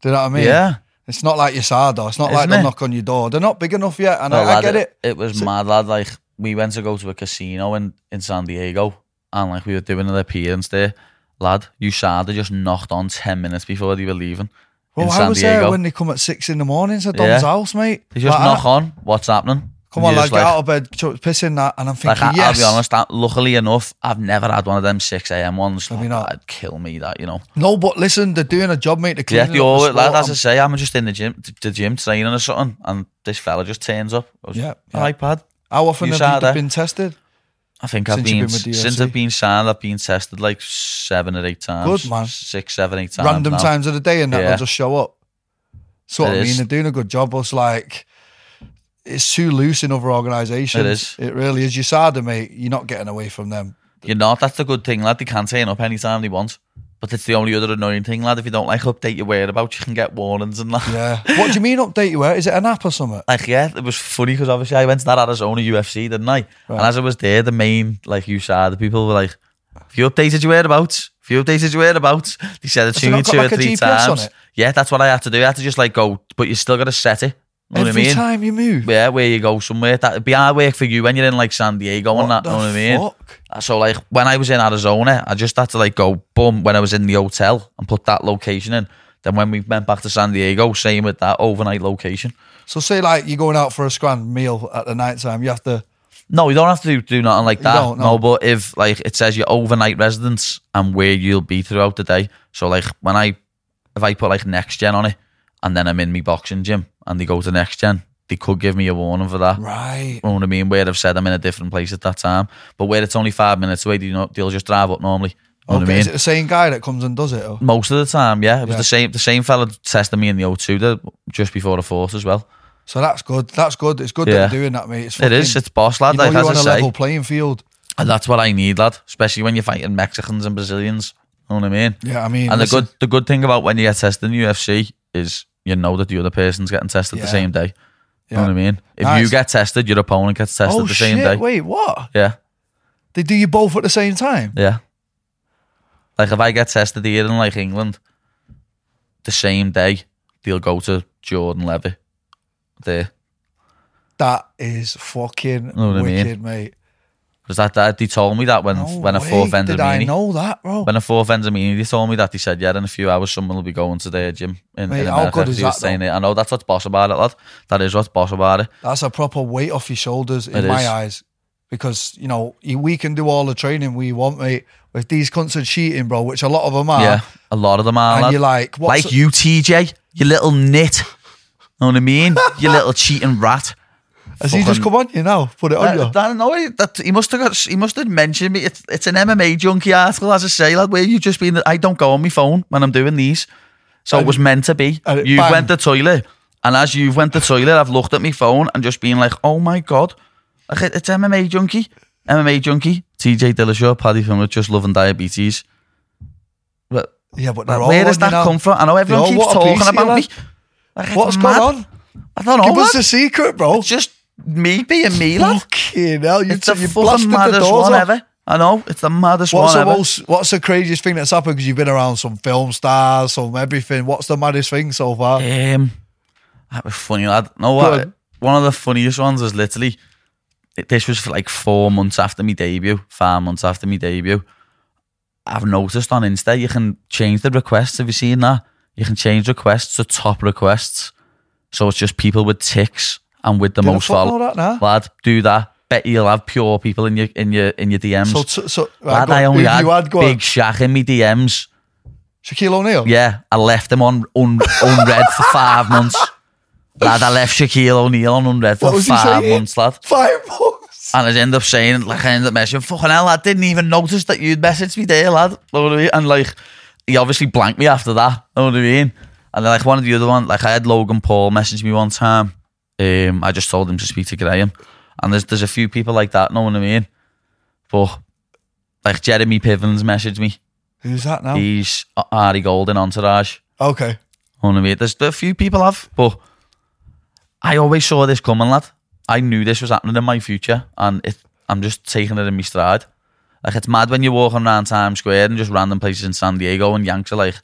B: Do you know what I mean?
A: Yeah.
B: It's not like USADA. It's not like
A: Isn't
B: they
A: it? Oh,
B: knock on your door. They're not big enough yet, and
A: No,
B: I, I
A: lad,
B: get it.
A: it. was mad, lad. Like we went to go to a casino in, in San Diego, and like we were doing an appearance there. Lad, USADA just knocked on ten minutes before they were leaving
B: Well,
A: in
B: I
A: San
B: was
A: Diego.
B: there when they come at six in the morning to Dom's
A: Yeah.
B: house, mate.
A: they just
B: Like,
A: knock
B: I-
A: on. What's happening?
B: Come
A: And
B: on,
A: you're
B: lad,
A: just
B: get out of bed. ch- Pissing that, and I'm
A: Like
B: thinking,
A: I,
B: yes.
A: will be honest, that, luckily enough, I've never had one of them six a.m. ones. Like,
B: you not?
A: That'd kill me. That you know.
B: No, but listen, they're doing a job, mate. They're
A: Yeah,
B: cleaning
A: the
B: up
A: all
B: the Um,
A: lad.
B: sport.
A: As I say, I'm just in the gym, the gym training or something, and this fella just turns up. I was,
B: Yeah,
A: All right, pad.
B: How often have you
A: USADA.
B: been tested?
A: I think I've
B: Since
A: been,
B: you've been with
A: since
B: DLC.
A: I've been signed, I've been tested like seven or eight times.
B: Good, man.
A: Six, seven, eight times.
B: Random
A: now.
B: times of the day, and that
A: Yeah.
B: they'll just show up. So what
A: It
B: I mean,
A: is.
B: they're doing a good job. But it's like it's too loose in other organisations.
A: It is.
B: It really is. You sadder, mate. You're not getting away from them.
A: You're not. That's the good thing, lad. They can turn up any time they want. But it's the only other annoying thing, lad. If you don't like update your whereabouts, you can get warnings and that.
B: Yeah. what do you mean update you? Where is it an app or something?
A: Like, yeah, it was funny because obviously I went to that Arizona UFC, didn't I? And as I was there, the main, like you said, the people were like, have you updated your whereabouts? Have you updated your whereabouts? They said it
B: Has it
A: to me
B: not got,
A: two or
B: like, a
A: three
B: GPS on
A: times.
B: it?
A: Yeah, that's what I had to do. I had to just like go, but you still got to set it. Know
B: Every
A: what I mean?
B: time you move.
A: yeah, where you go somewhere. That'd be hard work for you when you're in like San Diego and that, know what I mean?
B: fuck?
A: So like when I was in Arizona, I just had to like go boom when I was in the hotel and put that location in. Then when we went back to San Diego, same with that overnight location.
B: So say like you're going out for a grand meal at the night time. You have to.
A: No, you don't have to do, do nothing like that.
B: don't, no.
A: but if like it says your overnight residence and where you'll be throughout the day. So like when I if I put like next gen on it and then I'm in my boxing gym and they go to next gen, they could give me a warning for that.
B: Right.
A: You know what I mean? Where I've said I'm in a different place at that time, but where it's only five minutes away, you know, they'll just drive up normally. You know
B: Okay.
A: what I mean?
B: Is it the same guy that comes and does it? Or?
A: Most of the time, yeah, it was
B: Yeah.
A: the same. The same fella tested me in the O2 that just before the force as well.
B: So that's good. That's good. It's good
A: Yeah.
B: that you're doing that, mate. It's
A: It is.
B: fucking-
A: It's boss lad.
B: you know
A: like
B: you're on a
A: as I say,
B: level playing field.
A: and that's what I need, lad. Especially when you're fighting Mexicans and Brazilians. Know what I mean?
B: Yeah, I mean,
A: and
B: listen-
A: the good, the good thing about when you get tested in the UFC is you know that the other person's getting tested
B: Yeah.
A: the same day. You know
B: Yeah.
A: what I mean? If you
B: Nice.
A: get tested, your opponent gets tested
B: oh
A: the same
B: shit!
A: day.
B: Wait, what?
A: Yeah.
B: They do you both at the same time?
A: Yeah. Like if I get tested here in like England, the same day they'll go to Jordan Levy. There,
B: That is fucking
A: Know what I mean?
B: wicked, mate.
A: because that, that they told me that when
B: No
A: when I
B: way
A: fought
B: did I
A: Vendamini,
B: know that, bro?
A: when I fought Vendamini, they told me that they said yeah, in a few hours someone will be going to their gym in,
B: Mate,
A: in
B: how
A: America.
B: good is
A: He was
B: that, though?
A: saying it. I know that's what's boss about it, lad. That is what's boss about it.
B: That's a proper weight off your shoulders in
A: It
B: my
A: is.
B: eyes, because you know you- we can do all the training we want, mate. With these cunts are cheating, bro, which a lot of them are.
A: yeah, a lot of them are.
B: Ah. And
A: lad.
B: you're like, what's
A: like you, TJ, you little nit. know what I mean? you little cheating rat.
B: has he just
A: fucking-
B: come on you now? Put it on you.
A: That, that, no, he- that, he must have got, he must have mentioned me. It's, it's an MMA junkie article, as I say, lad. Where you just been? I don't go on my phone when I'm doing these, so it was meant to be.
B: and it
A: You
B: bang.
A: went to toilet, and as you went to toilet, I've looked at my phone and just been like, "Oh my god, like it- it's MMA junkie, MMA junkie." TJ Dillashaw, Paddy Finwood, just loving diabetes. But
B: Yeah, but they're
A: like,
B: all
A: where does
B: on you
A: that
B: now.
A: come from? I know everyone
B: They're all
A: keeps
B: what a piece
A: talking
B: of you,
A: about
B: lad.
A: me. Like, it's
B: What's
A: mad.
B: going on?
A: I don't know.
B: Give us
A: lad.
B: the secret, bro.
A: It's just me being me, lad.
B: Fucking hell, you,
A: It's the
B: you
A: fucking
B: blasted the
A: maddest
B: doors
A: one
B: off.
A: ever. I know. It's the maddest one
B: What's the,
A: ever.
B: most, what's the craziest thing that's happened? Because you've been around some film stars, some everything. What's the maddest thing so far?
A: Um, that was funny, lad. No,
B: Go
A: what?
B: on.
A: One of the funniest ones was literally. it- This was like four months after my debut. Five months after my debut. I've noticed on Insta you can change the requests. Have you seen that? You can change requests to top requests. So it's just people with ticks and with the
B: Did I
A: most
B: fucking
A: follow.
B: know that now?
A: Lad, do that. Bet you'll have pure people in your in your in your DMs.
B: So, so, so
A: lad,
B: right, go on.
A: I only
B: Who
A: had,
B: you had go on?
A: Big Shaq in my DMs.
B: Shaquille O'Neal.
A: Yeah, I left him on un- unread for five months. Lad, I left Shaquille O'Neal on unread
B: What
A: for
B: was he
A: five
B: saying?
A: months, lad.
B: Five months.
A: And I'd end up saying, like, I end up messaging, fucking hell, I didn't even notice that you'd messaged me there, lad. Know what I mean? And, like, he obviously blanked me after that. Know what I mean? And then, like, one of the other one, like, I had Logan Paul message me one time. Um, I just told him to speak to Graham. And there's there's a few people like that, know what I mean? But, like, Jeremy Pivens messaged me.
B: Who's that now?
A: He's Ari Golden Entourage.
B: Okay.
A: You know what I mean? There's a few people have, but I always saw this coming, lad. I knew this was happening in my future, and it, I'm just taking it in my stride. Like, it's mad when you're walking around Times Square and just random places in San Diego, and Yanks are like,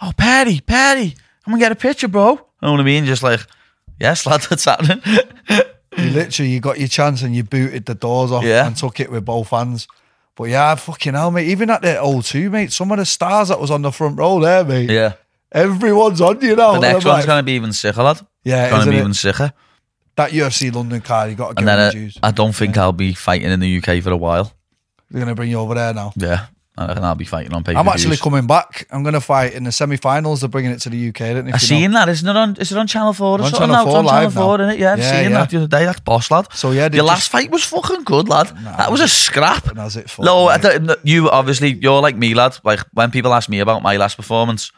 A: oh, Patty, Patty, come and get a picture, bro. You know what I mean? Just like, yes, lad, that's happening.
B: You literally, you got your chance and you booted the doors off
A: Yeah.
B: and took it with both hands. But yeah, fucking hell, mate. Even at the old 2 mate, some of the stars that was on the front row there, mate.
A: yeah.
B: Everyone's on you now.
A: The
B: And I'm
A: next one's
B: like,
A: going to be even sicker, lad. Going
B: yeah,
A: to
B: isn't
A: be
B: it?
A: even sicker.
B: that UFC London card, you got to give
A: And
B: them the
A: then uh,
B: juice.
A: I, I don't think I'll be fighting in the UK for a while.
B: They're going to bring you over there now.
A: Yeah. I reckon I'll be fighting on pay
B: I'm actually coming back. I'm going to fight in the semi-finals. They're bringing it to the UK. I don't know if
A: I've
B: you know.
A: seen that. Isn't it on? Is it on Channel Four or
B: On
A: something?
B: Channel
A: now? It's
B: 4
A: on Channel
B: live now.
A: Four, isn't it? Yeah, I've
B: Yeah,
A: seen
B: yeah.
A: that the other day. That's boss lad.
B: So yeah, they
A: your
B: just-
A: last fight was fucking good, lad. that was a scrap.
B: And that's it for
A: No, I
B: me.
A: don't, no, you obviously you're like me, lad. Like when people ask me about my last performance,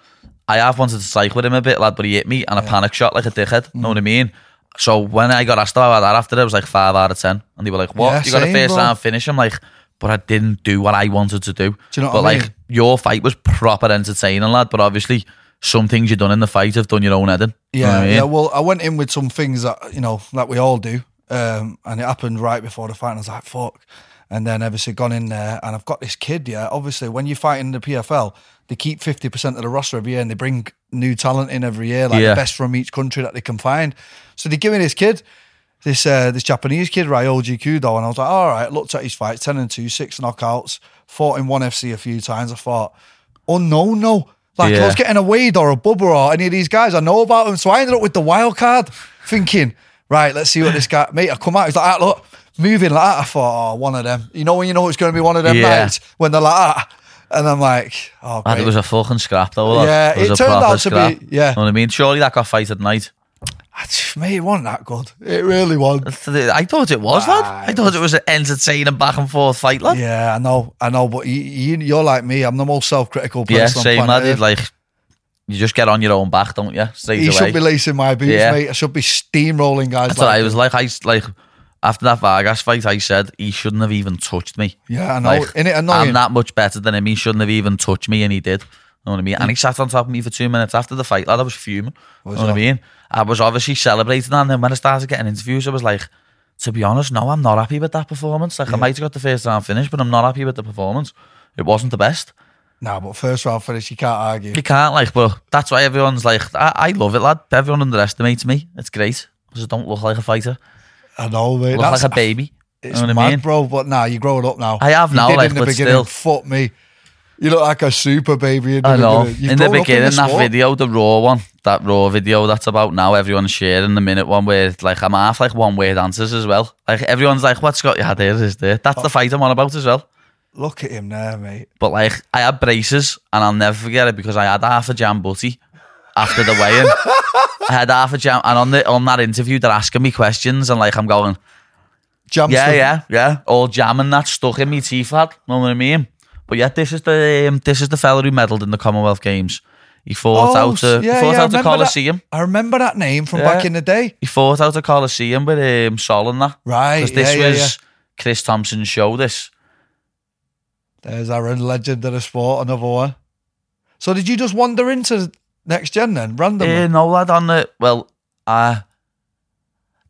A: I have wanted to strike with him a bit, lad, but he hit me and I panic shot like a dickhead. Know what I
B: Mm.
A: mean? So when I got asked about that after, it was like five out of ten, and they were like, "What?
B: Yeah,
A: you got
B: same,
A: a first
B: bro.
A: round finish?" I'm like, "But I didn't do what I wanted to do."
B: Do you know
A: but
B: what I
A: like
B: mean?
A: your fight was proper entertaining, lad. But obviously, some things you done in the fight have done your own heading. You know what
B: Yeah,
A: I mean?
B: yeah. Well, I went in with some things that you know that we all do, um, and it happened right before the fight. And I was like, "Fuck!" And then obviously gone in there, and I've got this kid. Yeah, obviously when you're fighting in the PFL, they keep fifty percent of the roster every year, and they bring new talent in every year, like
A: Yeah.
B: the best from each country that they can find. So they give me this kid. This uh, this Japanese kid, Ryoji Kudo, and I was like, all right, looked at his fights, 10 and 2, six knockouts, fought in 1 FC a few times. I thought, oh no, no. Like, I
A: Yeah.
B: was getting a Wade or a Bubba or any of these guys. I know about them. So I ended up with the wild card thinking, right, let's see what this guy, mate, I come out. He's like, ah, look, moving like that. I thought, oh, one of them. You know when you know it's going to be one of them
A: Yeah.
B: nights when they're like that. And I'm like, oh,
A: And
B: great.
A: it was a fucking scrap though. lad.
B: Yeah,
A: it was
B: it
A: a
B: turned
A: proper
B: out to
A: scrap.
B: be- yeah.
A: You know what I mean? Surely that got fight at night.
B: mate, it wasn't that good. It really wasn't.
A: I thought it was,
B: Ah,
A: lad. I thought it was an entertaining back and forth fight, lad. Yeah,
B: Yeah, I know, I know, but you, you, you're like me. I'm the most self-critical person. on
A: same,
B: planet
A: lad.
B: Earth.
A: You'd Like, you just get on your own back, don't you? Straight
B: he
A: away.
B: should be lacing my boots,
A: Yeah.
B: mate. I should be steamrolling guys.
A: That's
B: like
A: what I
B: him.
A: was like. I s- like after that Vargas fight, I said he shouldn't have even touched me.
B: Yeah, I know.
A: Like,
B: Isn't it
A: I'm
B: annoying?
A: that much better than him. He shouldn't have even touched me, and he did. Know what I mean? And he sat on top of me for two minutes after the fight, lad. I was fuming.
B: Mm. Was
A: know what I
B: ya?
A: mean? I was obviously celebrating that, and then when I started getting interviews, I was like, to be honest, no, I'm not happy with that performance. Like, I might have got the first round finish, but I'm not happy with the performance. It wasn't the best.
B: nah, but first round finish, you can't argue.
A: You can't, like, but that's why everyone's like, I, I love it, lad. Everyone underestimates me. It's great. I just don't look like a fighter.
B: I know, mate.
A: I look
B: That's,
A: like a baby.
B: it's
A: you know what I
B: mad,
A: mean?
B: bro. But nah, you're growing up now.
A: I have
B: You
A: now,
B: did
A: like,
B: in the
A: but
B: beginning.
A: still.
B: Fuck me. You look like a super baby. In the
A: I know.
B: Beginning. You've
A: In the
B: grown up
A: beginning,
B: this
A: that
B: sport.
A: video, the raw one, that raw video that's about now, everyone's sharing the minute one where like I'm half like one word answers as well. Like everyone's like, "What's got you had here? Is there?" That's the fight I'm on about as well.
B: Look at him there, mate.
A: But like I had braces, and I'll never forget it because I had half a jam butty after the weigh-in. I had half a jam, and on the on that interview, they're asking me questions, and like I'm going,
B: Jams
A: yeah,
B: the-
A: yeah, yeah. All jam and that stuck in me teeth, lad. Know what I mean? But yeah, this is the um, this is the fella who medalled in the Commonwealth Games. He fought
B: Oh,
A: out the
B: yeah,
A: he fought
B: yeah, I
A: out the
B: remember that.
A: Coliseum.
B: I remember that name from
A: Yeah.
B: back in the day.
A: He fought out the Coliseum with um, Sol and that.
B: Right.
A: Because this
B: yeah, yeah,
A: was
B: yeah.
A: Chris Thompson's show. This
B: There's Aaron, legend of the sport, another one. So did you just wander into next gen then, randomly?
A: Yeah, Eh, no, lad, on the. Well, uh,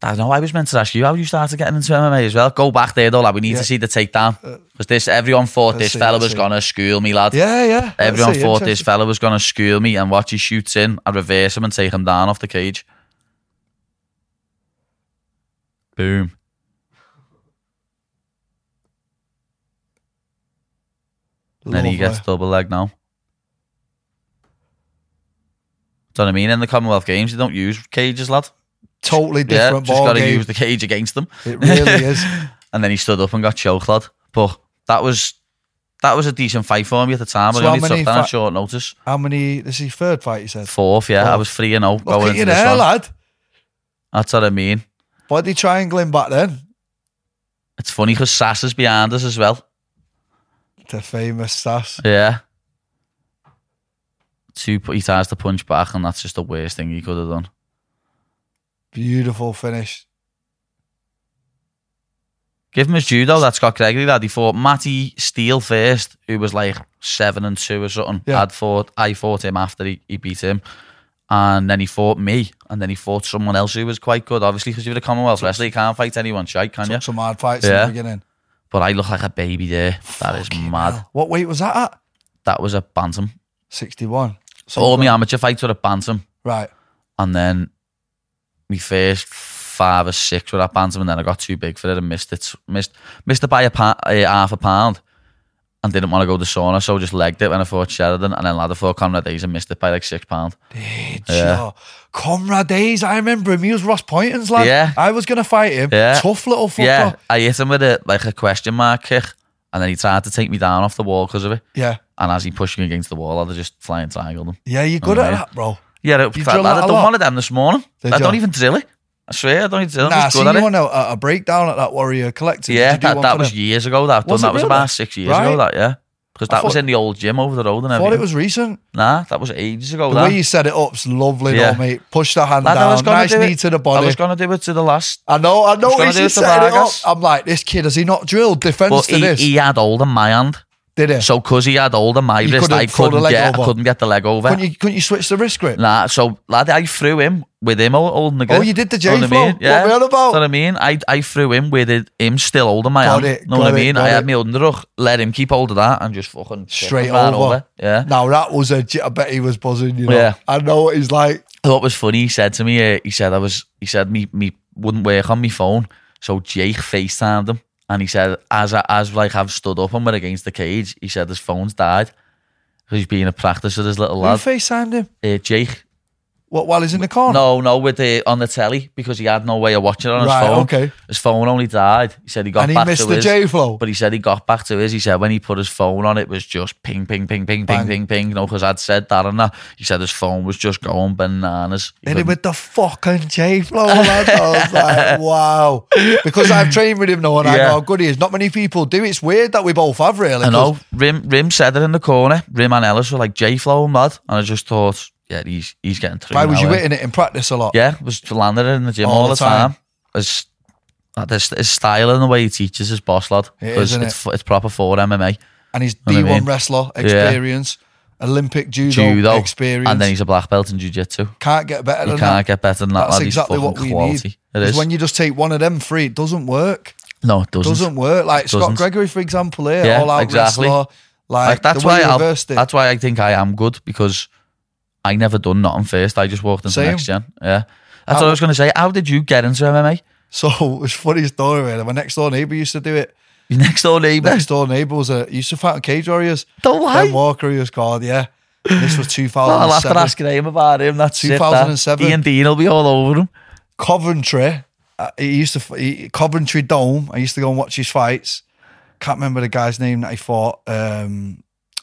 A: I don't know. I was meant to ask you how you started getting into MMA as well. Go back there, though, lad. We need
B: Yeah. Uh,
A: to see the takedown. Because this, everyone thought
B: let's
A: this
B: see,
A: fella
B: let's
A: was
B: see.
A: going to school me, lad.
B: yeah, yeah. Let's
A: Everyone
B: see,
A: thought this
B: interesting.
A: fella was going to school me and watch he shoots in. I reverse him and take him down off the cage. Boom. And then he
B: Lovely.
A: gets double leg now. Do you know what I mean? In the Commonwealth Games, they don't use cages, lad.
B: totally
A: Yeah,
B: different
A: just
B: ball
A: got to
B: game.
A: use the cage against them.
B: It really is.
A: And then he stood up and got choked, lad. But that was that was a decent fight for me at the time.
B: So
A: I
B: how
A: only took
B: many
A: that on
B: fi-
A: short notice.
B: How many? This is your third fight. You said.
A: Fourth, yeah, I
B: Oh.
A: was three and zero
B: Look
A: going
B: at you
A: into this
B: there,
A: one.
B: lad.
A: That's what I mean.
B: Body triangling back then.
A: It's funny because Sass is behind us as well.
B: The famous Sass.
A: Yeah. Two, he tries to punch back, and that's just the worst thing he could have done.
B: Beautiful finish.
A: Give him his judo. That's Scott Gregory lad. He fought Matty Steele first, who was like seven and two or something.
B: Yeah.
A: I'd fought. I fought him after he, he beat him, and then he fought me, and then he fought someone else who was quite good. Obviously, because you're a Commonwealth wrestler, you can't fight anyone, shite, can you?
B: Some hard fights
A: Yeah.
B: in the beginning.
A: But I look like a baby there. That is mad.
B: What weight was that at?
A: That was a bantam.
B: 61. So
A: All my amateur fights were a bantam,
B: Right.
A: and then my first five or six were at bantam, and then I got too big for it and missed it. Missed missed it by a pa- uh, half a pound, and didn't want to go to sauna, so just legged it when I fought Sheridan, and then ladder fought Conrad Days and missed it by like six pound.
B: Did
A: Yeah.
B: ya? Comrade Days, I remember him. He was Ross Poynton's lad.
A: Yeah.
B: I was going to fight him.
A: Yeah.
B: Tough little fucker.
A: Yeah, I hit him with a like a question mark kick, and then he tried to take me down off the wall because of it.
B: Yeah.
A: And as he pushed me against the wall, I just flying triangled him.
B: Yeah, you're good
A: Oh,
B: at
A: yeah.
B: that, bro.
A: Yeah, it
B: You
A: was crap.
B: drill
A: lad.
B: that
A: I
B: a
A: done
B: lot?
A: one of them this morning.
B: Did
A: I
B: you?
A: don't even drill it. I swear, I don't even drill it. I'm
B: Nah,
A: just
B: see
A: good at
B: you
A: it.
B: on a, a breakdown at that Warrior Collective. Did
A: Yeah,
B: you do
A: that,
B: one
A: that
B: for
A: was
B: them?
A: years ago. That I've done
B: Was it
A: that was
B: really?
A: about six years
B: Right.
A: ago. That yeah, because
B: I
A: that was
B: thought-
A: in the old gym over the road and
B: I thought
A: everything.
B: it was recent.
A: nah, that was ages ago.
B: The
A: that.
B: way you set it up's lovely,
A: Yeah.
B: though, mate. Push the hand
A: Lad, I was
B: down,
A: gonna
B: nice
A: do
B: knee
A: it.
B: to the
A: I
B: body.
A: was gonna do it to the last,
B: I know, I know.
A: gonna
B: He's
A: do it
B: just
A: to
B: setting it up.
A: Vargas.
B: I'm like, this kid has he not drilled defense
A: but
B: to
A: he,
B: this?
A: he had older my hand.
B: Did he?
A: So because he had older my
B: You
A: wrist,
B: couldn't
A: I
B: throw the
A: couldn't
B: leg
A: get, I
B: over.
A: couldn't get the leg over.
B: couldn't you couldn't you switch the wrist grip? Oh,
A: Nah, so lad, I threw him with him hol- holding the grip.
B: you did the
A: Know what I
B: J-flow?
A: mean?
B: What we on about?
A: Know what I mean? I I threw him with it, him still holding my
B: Got
A: hand.
B: it,
A: know what
B: got
A: I
B: it,
A: mean?
B: got
A: I had
B: it.
A: my underhook, let him keep hold of that, and just fucking kicked
B: Straight
A: him right
B: over.
A: Yeah.
B: Now that was a. j- I bet he was buzzing. You know.
A: Yeah.
B: I know what he's like.
A: what was funny, he said to me, uh, he said I was, he said me, me wouldn't work on my phone, so Jake FaceTimed him, and he said as I, as like I've stood up and went against the cage, he said his phone's died. 'Cause He's being a practice with his little
B: Who
A: lad,
B: face signed him?
A: uh, Jake.
B: What while he's in the corner?
A: No, no, with the on the telly because he had no way of watching it on
B: Right.
A: his phone.
B: Okay.
A: His phone only died. He said he got
B: And he
A: back
B: missed
A: to
B: the
A: his,
B: J flow.
A: but he said he got back to his. He said when he put his phone on, it was just ping, ping, ping, ping,
B: Bang.
A: ping, ping, ping. You know, because I'd said that and that. He said his phone was just going bananas. He
B: And it
A: couldn't-
B: with the fucking J flow, lad. I was like, wow. Because I've trained with him now, and I know
A: Yeah.
B: how good he is. Not many people do. It's weird that we both have really.
A: I
B: 'cause
A: know. Rim Rim said it in the corner. Rim and Ellis were like J Flow and lad, and I just thought, yeah, he's he's getting through.
B: Why was
A: now,
B: you
A: eh?
B: hitting it in practice a lot?
A: Yeah, was landed in the gym all, the time. It's uh, this his style and the way he teaches his boss lad.
B: It is,
A: 'cause
B: isn't
A: it's, f- it's proper for MMA
B: And his
A: Know what I
B: D1
A: mean?
B: wrestler experience, Olympic judo,
A: judo
B: experience.
A: and then he's a black belt in jiu jitsu.
B: can't get better
A: You
B: than
A: can't get better than
B: that.
A: that.
B: That's
A: lad. He's
B: exactly
A: fucking
B: what we
A: quality.
B: need.
A: It
B: 'Cause
A: is.
B: when you just take one of them three, it doesn't work.
A: no, it doesn't.
B: Doesn't work. Like Scott
A: Doesn't.
B: Gregory, for example, here,
A: Yeah,
B: all out
A: exactly.
B: wrestler. Like,
A: Like, that's
B: the way
A: why
B: he
A: I.
B: reversed it.
A: That's why I think I am good because I never done nothing first. I just walked into
B: Same.
A: next gen. Yeah, that's
B: How-
A: what I was going to say. How did you get into MMA?
B: So it was a funny story. Really. My next door neighbour used to do it.
A: Your next door neighbour.
B: Next door neighbour was a he used to fight on Cage Warriors.
A: Don't lie.
B: Ben Walker, he was called. Yeah, And this was
A: I'll have to
B: 2007.
A: ask him about him. That's
B: 2007.
A: It, that. Ian Dean will be all over him.
B: Coventry. Uh, he used to f- he, Coventry Dome. I used to go and watch his fights. Can't remember the guy's name that he fought. Um,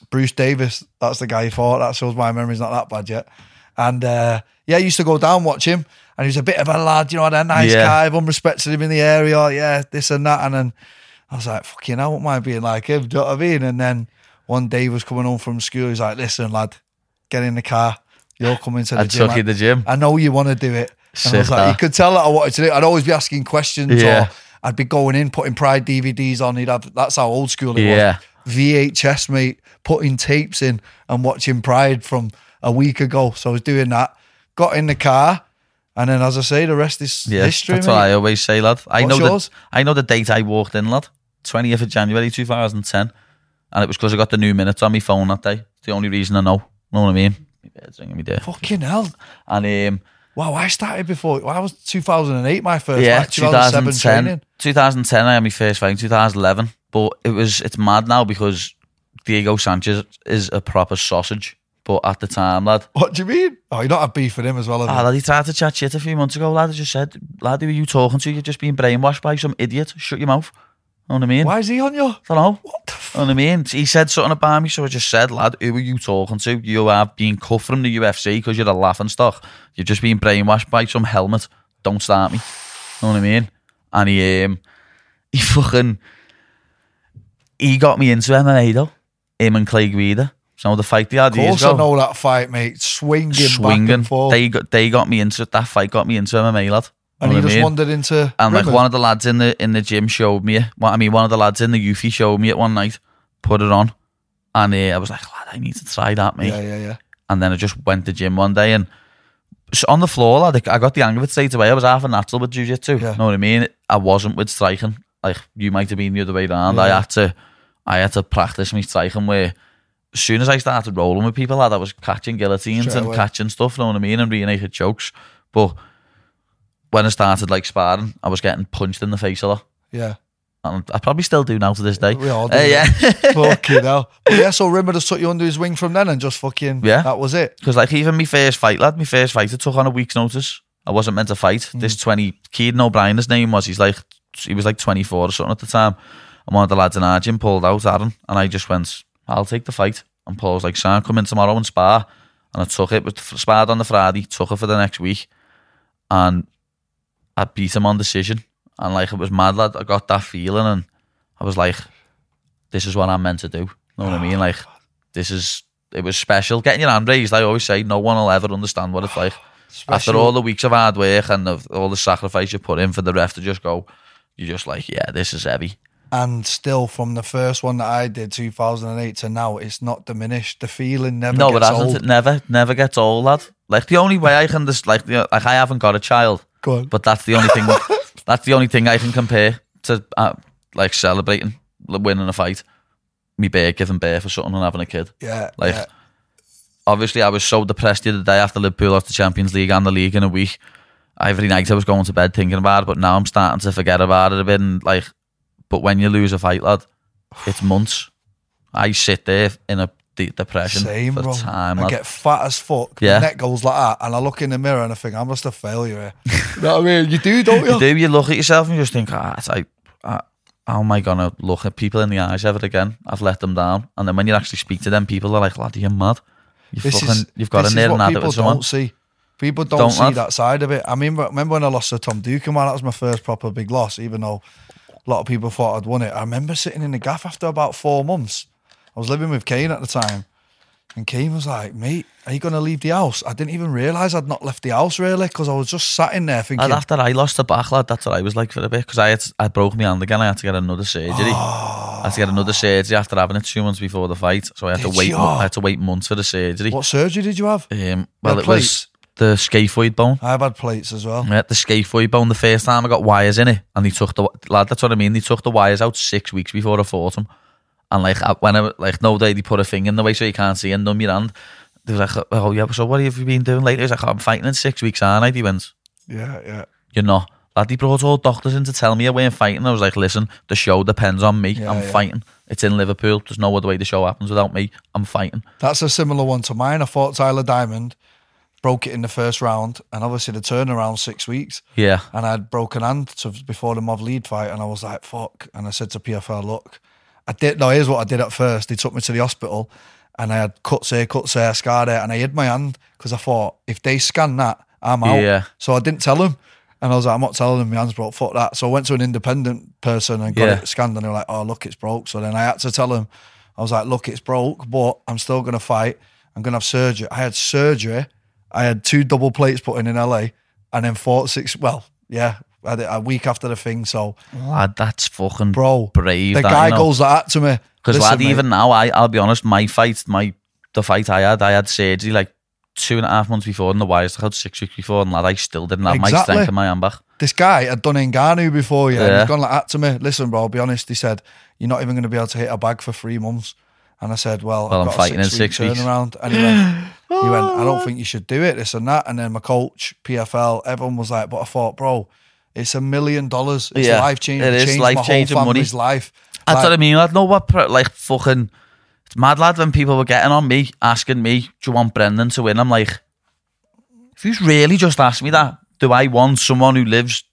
B: Bruce Davis. That's the guy he fought. That shows my memory's not that bad yet. And uh, yeah, I used to go down watch him. And he was a bit of a lad, you know, had a nice
A: Yeah.
B: guy. Everyone respected him in the area. Yeah, this and that. And then I was like, fucking, I wouldn't mind being like him. Do you know what I mean? And then one day he was coming home from school. He's like, listen, lad, get in the car. You're coming to the
A: I
B: gym.
A: took you to the gym.
B: I know you want to do it. And I was
A: Sick,
B: like,
A: that.
B: you could tell that I wanted to do it. I'd always be asking questions
A: Yeah.
B: or I'd be going in, putting Pride DVDs on. He'd have, that's how old school it
A: Yeah.
B: was. VHS, mate, putting tapes in and watching Pride from a week ago. So I was doing that. Got in the car, and then as I say, the rest is
A: Yeah,
B: history.
A: that's
B: mate.
A: what I always say, lad. I
B: What's
A: know
B: yours?
A: the I know the date I walked in, lad. Twentieth of January two thousand ten, and it was because I got the new minutes on my phone that day. It's the only reason I know. Know what I mean? My bed's ringing me there.
B: Fucking hell.
A: And um,
B: Wow, I started before. Well, I was 2008, my first.
A: yeah,
B: like 2007
A: 2010.
B: training.
A: 2010, I had my first fight in 2011. But it was, it's mad now because Diego Sanchez is a proper sausage. But at the time, lad,
B: What do you mean? Oh, you don't have beef with him as well, have
A: ah,
B: you?
A: lad, he tried to chat shit a few months ago, lad. I just said, lad, who are you talking to? You're just being brainwashed by some idiot. Shut Oh, your mouth. Know what I mean?
B: Why is he on you?
A: I don't know.
B: What the f-
A: Know what I mean? He said something about me, so I just said, lad, who are you talking to? You have been cut from the UFC because you're a laughing stock. You're just being brainwashed by some helmet. Don't start me. Oh, Know what I mean? And he, um, he fucking, he got me into MMA though. Him and Clay Guida. So the fight they had
B: Of
A: years
B: course,
A: ago
B: I know that fight, mate. Swinging, back
A: swinging.
B: and forth.
A: They got they got me into that fight. Got me into MMA, lad.
B: and
A: Know what
B: he
A: I
B: just
A: mean?
B: wandered into.
A: And like
B: Rimmon.
A: one of the lads in the in the gym showed me it. What I mean, one of the lads in the Yuffie showed me it one night. Put it on, and uh, I was like, lad, I need to try that, mate.
B: Yeah, yeah, yeah.
A: And then I just went to gym one day and s- on the floor, lad, I got the hang of it straight away. I was half a natural with jiu-jitsu.
B: Yeah.
A: Know what I mean? I wasn't with striking. Like you might have been the other way around. I
B: Yeah.
A: had to, I had to practice my striking. Where as soon as I started rolling with people, lad, I was catching guillotines
B: Straight
A: and
B: away.
A: catching stuff. Know what I mean? And reunited chokes. But when I started like sparring, I was getting punched in the face a lot.
B: Yeah.
A: And I probably still do now to this day.
B: We all do.
A: Uh,
B: that.
A: yeah.
B: fucking hell. But yeah, so Rimmer just took you under his wing from then and just fucking.
A: Yeah.
B: That was it.
A: Because like even my first fight, lad, my first fight, I took on a week's notice. I wasn't meant to fight. This twenty Keaton O'Brien, his name was. He's like he was like twenty four or something at the time. And one of the lads in our gym pulled out Aaron, and I just went, "I'll take the fight." And Paul was like, "Sam, come in tomorrow and spar." And I took it. Was sparred on the Friday. Took it for the next week, and I beat him on decision. And like it was mad, lad. I got that feeling, and I was like, "This is what I'm meant to do." Know what I mean? Like this is it was special. Getting your hand raised, I always say, no one will ever understand what it's like. After all the weeks of hard work and of all the sacrifice you put in for the ref to just go, you're just like, yeah, this is heavy.
B: And still, from the first one that I did, 2008 to now, it's not diminished. The feeling never
A: no, it
B: gets
A: hasn't.
B: old.
A: It never, never gets old, lad. Like the only way I can just like, the- like I haven't got a child,
B: Go on.
A: but that's the only thing. that's the only thing I can compare to uh, like celebrating like, winning a fight, me bear giving birth or something and having a kid.
B: yeah.
A: Like,
B: yeah.
A: obviously, I was so depressed the other day after Liverpool lost the Champions League and the league in a week. Every night I was going to bed thinking about it, but now I'm starting to forget about it a bit. And like, but when you lose a fight, lad, it's months. I sit there in a deep depression
B: Same,
A: for
B: bro.
A: time.
B: I
A: lad.
B: get fat as fuck.
A: Yeah.
B: My neck goes like that, and I look in the mirror and I think I'm just a failure. Here. you know what I mean? You do, don't you?
A: you do. You look at yourself and you just think, ah, it's like, ah, how am I gonna look at people in the eyes ever again? I've let them down. And then when you actually speak to them, people are like, lad, you're mad. You
B: This
A: fucking,
B: is
A: you've got
B: this
A: in
B: is
A: there and
B: what
A: had it
B: people
A: with someone.
B: don't see. People don't,
A: Don't
B: see
A: lad.
B: that side of it. I mean, remember when I lost to Tom Dukin? Well, that was my first proper big loss, even though a lot of people thought I'd won it. I remember sitting in the gaff after about four months. I was living with Kane at the time, and Kane was like, "Mate, are you going to leave the house?" I didn't even realise I'd not left the house really because I was just sat in there thinking,
A: And after I lost the back, lad, that's what I was like for a bit because I had I broke my hand again. I had to get another surgery. I had to get another surgery after having it two months before the fight, so I had to
B: Did
A: wait.
B: ya?
A: mo- I had to wait months for the surgery.
B: "What surgery did you have?"
A: Um, well,
B: The
A: it was the scaphoid bone.
B: I've had plates as well.
A: Yeah, the scaphoid bone. The first time I got wires in it, and they took the lad. That's what I mean. They took the wires out six weeks before I fought him, and like I, when I like no day they put a thing in the way so you can't see and numb your hand. They was like, oh yeah, so what have you been doing lately? I was like, "Oh, I'm fighting in six weeks, aren't I? He went,
B: Yeah, yeah,
A: you're not. Lad, he brought all doctors in to tell me I weren't fighting. I was like, listen, the show depends on me.
B: Yeah,
A: I'm
B: yeah.
A: fighting. It's in Liverpool. There's no other way the show happens without me. I'm fighting.
B: that's a similar one to mine. I fought Tyler Diamond, broke it in the first round, and obviously the turnaround six weeks.
A: Yeah.
B: and I'd broken hand to, before the Mov lead fight, and I was like, "Fuck!" And I said to PFL, "Look, I did." No, here's what I did at first. They took me to the hospital, and I had cuts here, cuts there, scar there, and I hid my hand because I thought if they scan that, I'm out.
A: Yeah.
B: So I didn't tell them, and I was like, "I'm not telling them my hand's broke. Fuck that." So I went to an independent person and got
A: Yeah.
B: it scanned, and they were like, "Oh, look, it's broke." So then I had to tell them, I was like, "Look, it's broke, but I'm still gonna fight. I'm gonna have surgery." I had surgery. I had two double plates put in in LA, and then fought six. Well, yeah, I had it a week after the thing. So,
A: Lad, that's fucking
B: bro,
A: brave.
B: the
A: that,
B: guy
A: you know.
B: goes like that to me,
A: Because
B: Listen,
A: lad,
B: mate.
A: even now, I I'll be honest, my fight, my the fight I had, I had surgery like two and a half months before, and the wires I had six weeks before, and lad, I still didn't have my
B: Exactly.
A: strength in my hand back.
B: This guy had done Ngannou before, yeah.
A: Yeah.
B: He'd gone like that to me. Listen, bro, I'll be honest. He said, You're not even going to be able to hit a bag for three months. And I said, Well,
A: Well,
B: I've
A: I'm
B: got
A: fighting
B: a
A: in
B: six week
A: six weeks.
B: turnaround. And he went, he went, I don't think you should do it, this and that. And then my coach, PFL, everyone was like, But I thought, bro, it's a million dollars. It's
A: Yeah,
B: life changing.
A: it is
B: changed my whole
A: life-changing money.
B: family's life.
A: That's
B: Like,
A: what I mean. I'd know what pr- like fucking. It's mad, lad. When people were getting on me, asking me, "Do you want Brendan to win?" I'm like, if you really just asked me that, do I want someone who lives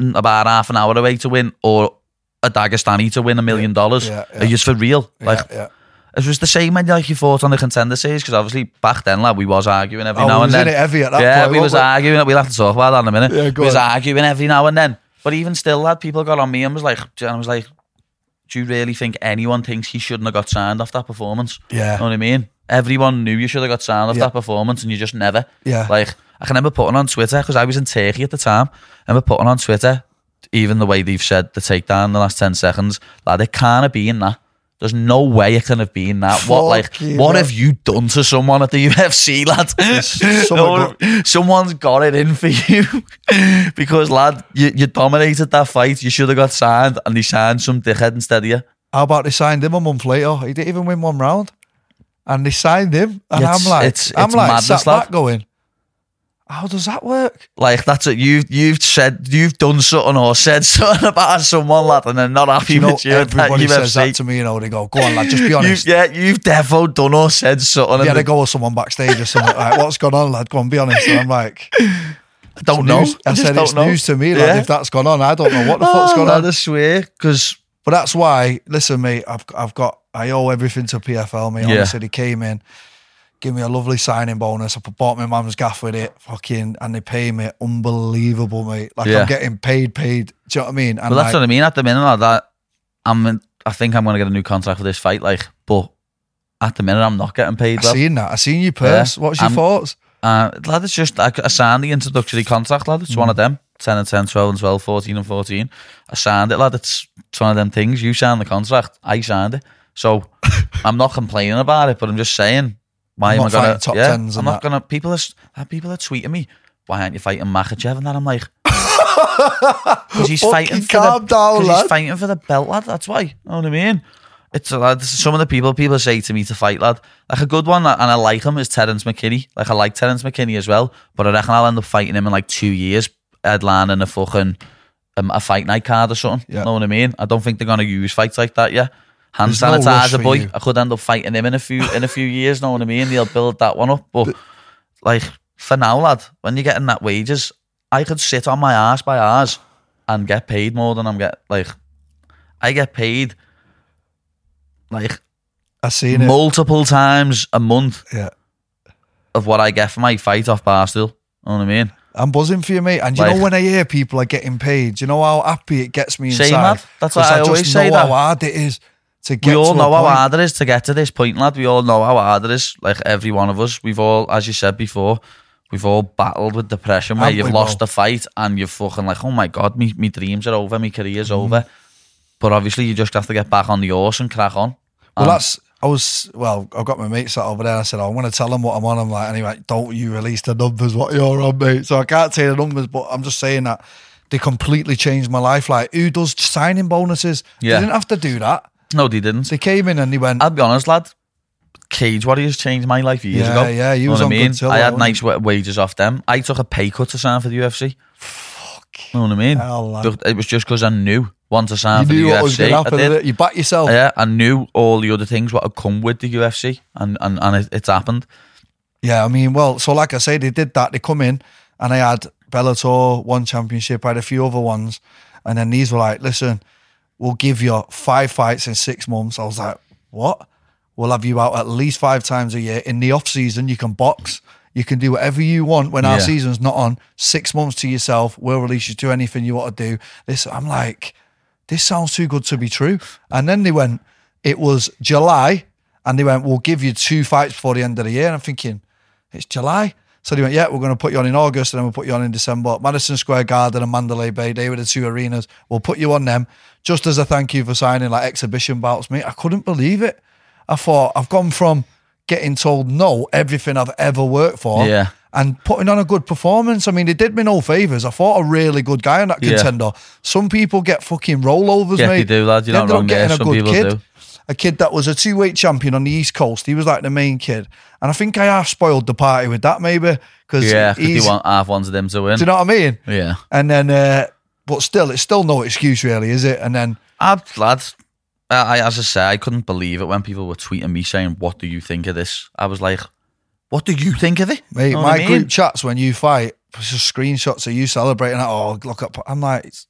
A: n- about half an hour away to win, or a Dagestani to win a million dollars?
B: yeah, yeah.
A: Are you for real?
B: yeah,
A: Like
B: yeah.
A: it was the same when like you fought on the contender series because obviously back then, lad, we was arguing every
B: Oh,
A: now
B: we
A: and
B: was in
A: then.
B: it heavy at that
A: yeah,
B: point,
A: we was
B: weren't we?
A: arguing. We'll have to talk about that in a minute.
B: Yeah, go
A: we was
B: on.
A: arguing every now and then. But even still, lad, people got on me and was like, and I was like, do you really think anyone thinks he shouldn't have got signed off that performance?
B: Yeah.
A: know what I mean? Everyone knew you should have got signed off
B: Yeah.
A: that performance, and you just never.
B: Yeah.
A: Like I can remember putting on Twitter because I was in Turkey at the time. I remember putting on Twitter, even the way they've said the takedown in the last ten seconds, like it can't have been that. There's no way it can have been that. what like
B: Fuck you,
A: what
B: man.
A: have you done to someone at the UFC, lad?
B: someone
A: No, someone's got it in for you because lad, you, you dominated that fight. You should have got signed, and they signed some dickhead instead of you.
B: How about they signed him a month later? He didn't even win one round. And they signed him. And
A: It's-
B: I'm like,
A: it's-
B: I'm
A: it's
B: like
A: madness,
B: sat
A: lad.
B: back going, How does that work?
A: Like that's it. You've you've said you've done something or said something about someone, lad, and they're not happy
B: You know,
A: with you. at that
B: everybody says
A: UFC.
B: that to me, you know, they go, Go on, lad, just be honest.
A: You've, yeah, you've defo done or said something.
B: You
A: and
B: had
A: they
B: a go with someone backstage or something. like, what's going on, lad? Go on, be honest. And I'm like,
A: I don't know.
B: news. I,
A: just
B: said
A: don't
B: it's
A: know.
B: news to me, lad.
A: Yeah.
B: If that's gone on, I don't know what the fuck's
A: Oh,
B: going
A: lad,
B: on.
A: I swear, because
B: But that's why, listen, mate, I've I've got I owe everything to PFL, mate.
A: Yeah.
B: Honestly, they came in, give me a lovely signing bonus. I bought my mum's gaff with it, fucking, and they pay me unbelievable, mate. Like
A: Yeah.
B: I'm getting paid, paid. Do you know what I mean?
A: Well,
B: And
A: that's
B: like,
A: what I mean. At the minute, like, that I'm, in- I think I'm going to get a new contract for this fight. Like, but at the minute, I'm not getting paid.
B: I
A: Lad.
B: seen that. I seen you purse. What's your
A: I'm-
B: thoughts?
A: Uh, lad, it's just I, I signed the introductory contract, lad. It's one of them. 10 and 10, 12 and 12, 14 and 14. I signed it, lad. It's, it's one of them things. You signed the contract. I signed it. So I'm not complaining about it, but I'm just saying, why am
B: Not
A: I going
B: fighting
A: to?
B: top tens
A: I'm
B: and
A: not going to. People are, s- lad, people are tweeting me, why aren't you fighting Makachev? And that I'm like, because he's
B: Fucking
A: fighting for
B: calm
A: the,
B: down,
A: 'cause
B: lad.
A: He's fighting for the belt, lad. That's why. You know what I mean? It's uh, lad, some of the people people say to me to fight, lad. Like a good one, and I like him is Terence McKinney. Like I like Terence McKinney as well, but I reckon I'll end up fighting him in like two years, headlining a fucking um, a fight night card or something.
B: Yeah.
A: You know what I mean? I don't think they're gonna use fights like that. Yeah, hand
B: There's no rush
A: sanitizer
B: for
A: boy.
B: you.
A: I could end up fighting him in a few in a few years. Know what I mean? They'll build that one up, but, like for now, lad, when you're getting that wages, I could sit on my ass by hours and get paid more than I'm get like I get paid like
B: I seen it.
A: multiple times a month
B: Yeah.
A: of what I get for my fight off Barstool. Know what I mean?
B: I'm buzzing for you, mate. And you
A: Like-
B: know when I hear people are getting paid, do you know how happy it gets me
A: Same,
B: inside.
A: lad. That's why
B: 'Cause
A: I
B: just
A: always say
B: know
A: that.
B: how hard it is to get.
A: we all
B: to
A: know
B: a
A: how
B: point.
A: hard it is to get to this point, lad. We all know how hard it is. Like every one of us, we've all, as you said before, we've all battled with depression where
B: Haven't
A: you've
B: we,
A: lost
B: bro?
A: a fight and you're fucking like, oh my god, me, me dreams are over, my career's
B: Mm-hmm.
A: over. But obviously, you just have to get back on the horse and crack on.
B: Well,
A: Um,
B: that's I was well. I got my mates sat over there. I said, "Oh, I'm going to tell them what I'm on. I'm like, and he went, "Don't you release the numbers? What you're on, mate?" So I can't say the numbers, but I'm just saying that they completely changed my life. Like, who does signing bonuses?
A: Yeah.
B: They didn't have to do that.
A: No, they didn't.
B: They came in and they went,
A: I'll be honest, lad. Cage Warriors changed my life years
B: Yeah,
A: ago.
B: yeah, you
A: Know
B: was
A: what
B: on
A: I
B: good
A: mean.
B: till
A: I
B: that,
A: had
B: wasn't
A: nice wa- wages off them. I took a pay cut to sign for the UFC. Fuck. Know what I mean?
B: Hell, lad.
A: But it was just because I knew once I
B: "You
A: signed for
B: knew
A: the
B: what
A: UFC,
B: was going to happen.
A: I did.
B: innit? You back yourself."
A: Yeah, I knew all the other things what had come with the UFC, and and and it, it's happened.
B: Yeah, I mean, well, so like I say, they did that. They come in, and I had Bellator, one championship, I had a few other ones, and then these were like, listen, we'll give you five fights in six months. I was like, what? We'll have you out at least five times a year in the off season. You can box, you can do whatever you want when our
A: Yeah.
B: season's not on. Six months to yourself. We'll release you to anything you want to do. This, I'm like, this sounds too good to be true. And then they went, it was July, and they went, we'll give you two fights before the end of the year. And I'm thinking, it's July. So they went, yeah, we're going to put you on in August and then we'll put you on in December. Madison Square Garden and Mandalay Bay, they were the two arenas. We'll put you on them just as a thank you for signing like exhibition bouts, mate. I couldn't believe it. I thought, I've gone from getting told no, everything I've ever worked for,
A: Yeah.
B: and putting on a good performance. I mean, they did me no favours. I fought a really good guy on that
A: Yeah.
B: contender. Some people get fucking rollovers,
A: Yeah,
B: mate.
A: they do, lad. You're
B: They
A: not
B: ended up
A: wrong there.
B: getting a
A: Some
B: good
A: people
B: kid
A: do.
B: a kid that was a two weight champion on the East Coast. He was like the main kid. And I think I half spoiled the party with that, maybe. Because
A: Yeah, because you
B: he's,
A: want half ones of them to win.
B: do you know what I mean?
A: yeah.
B: And then, uh, but still, it's still no excuse, really, is it? And then,
A: I, lads, I, I- as I say, I couldn't believe it when people were tweeting me saying, "What do you think of this?" I was like, "What do you think of it?"
B: mate,
A: Know what
B: my
A: I mean?
B: group chats when you fight, it's just screenshots of you celebrating. Like, oh, look up. I'm like, it's-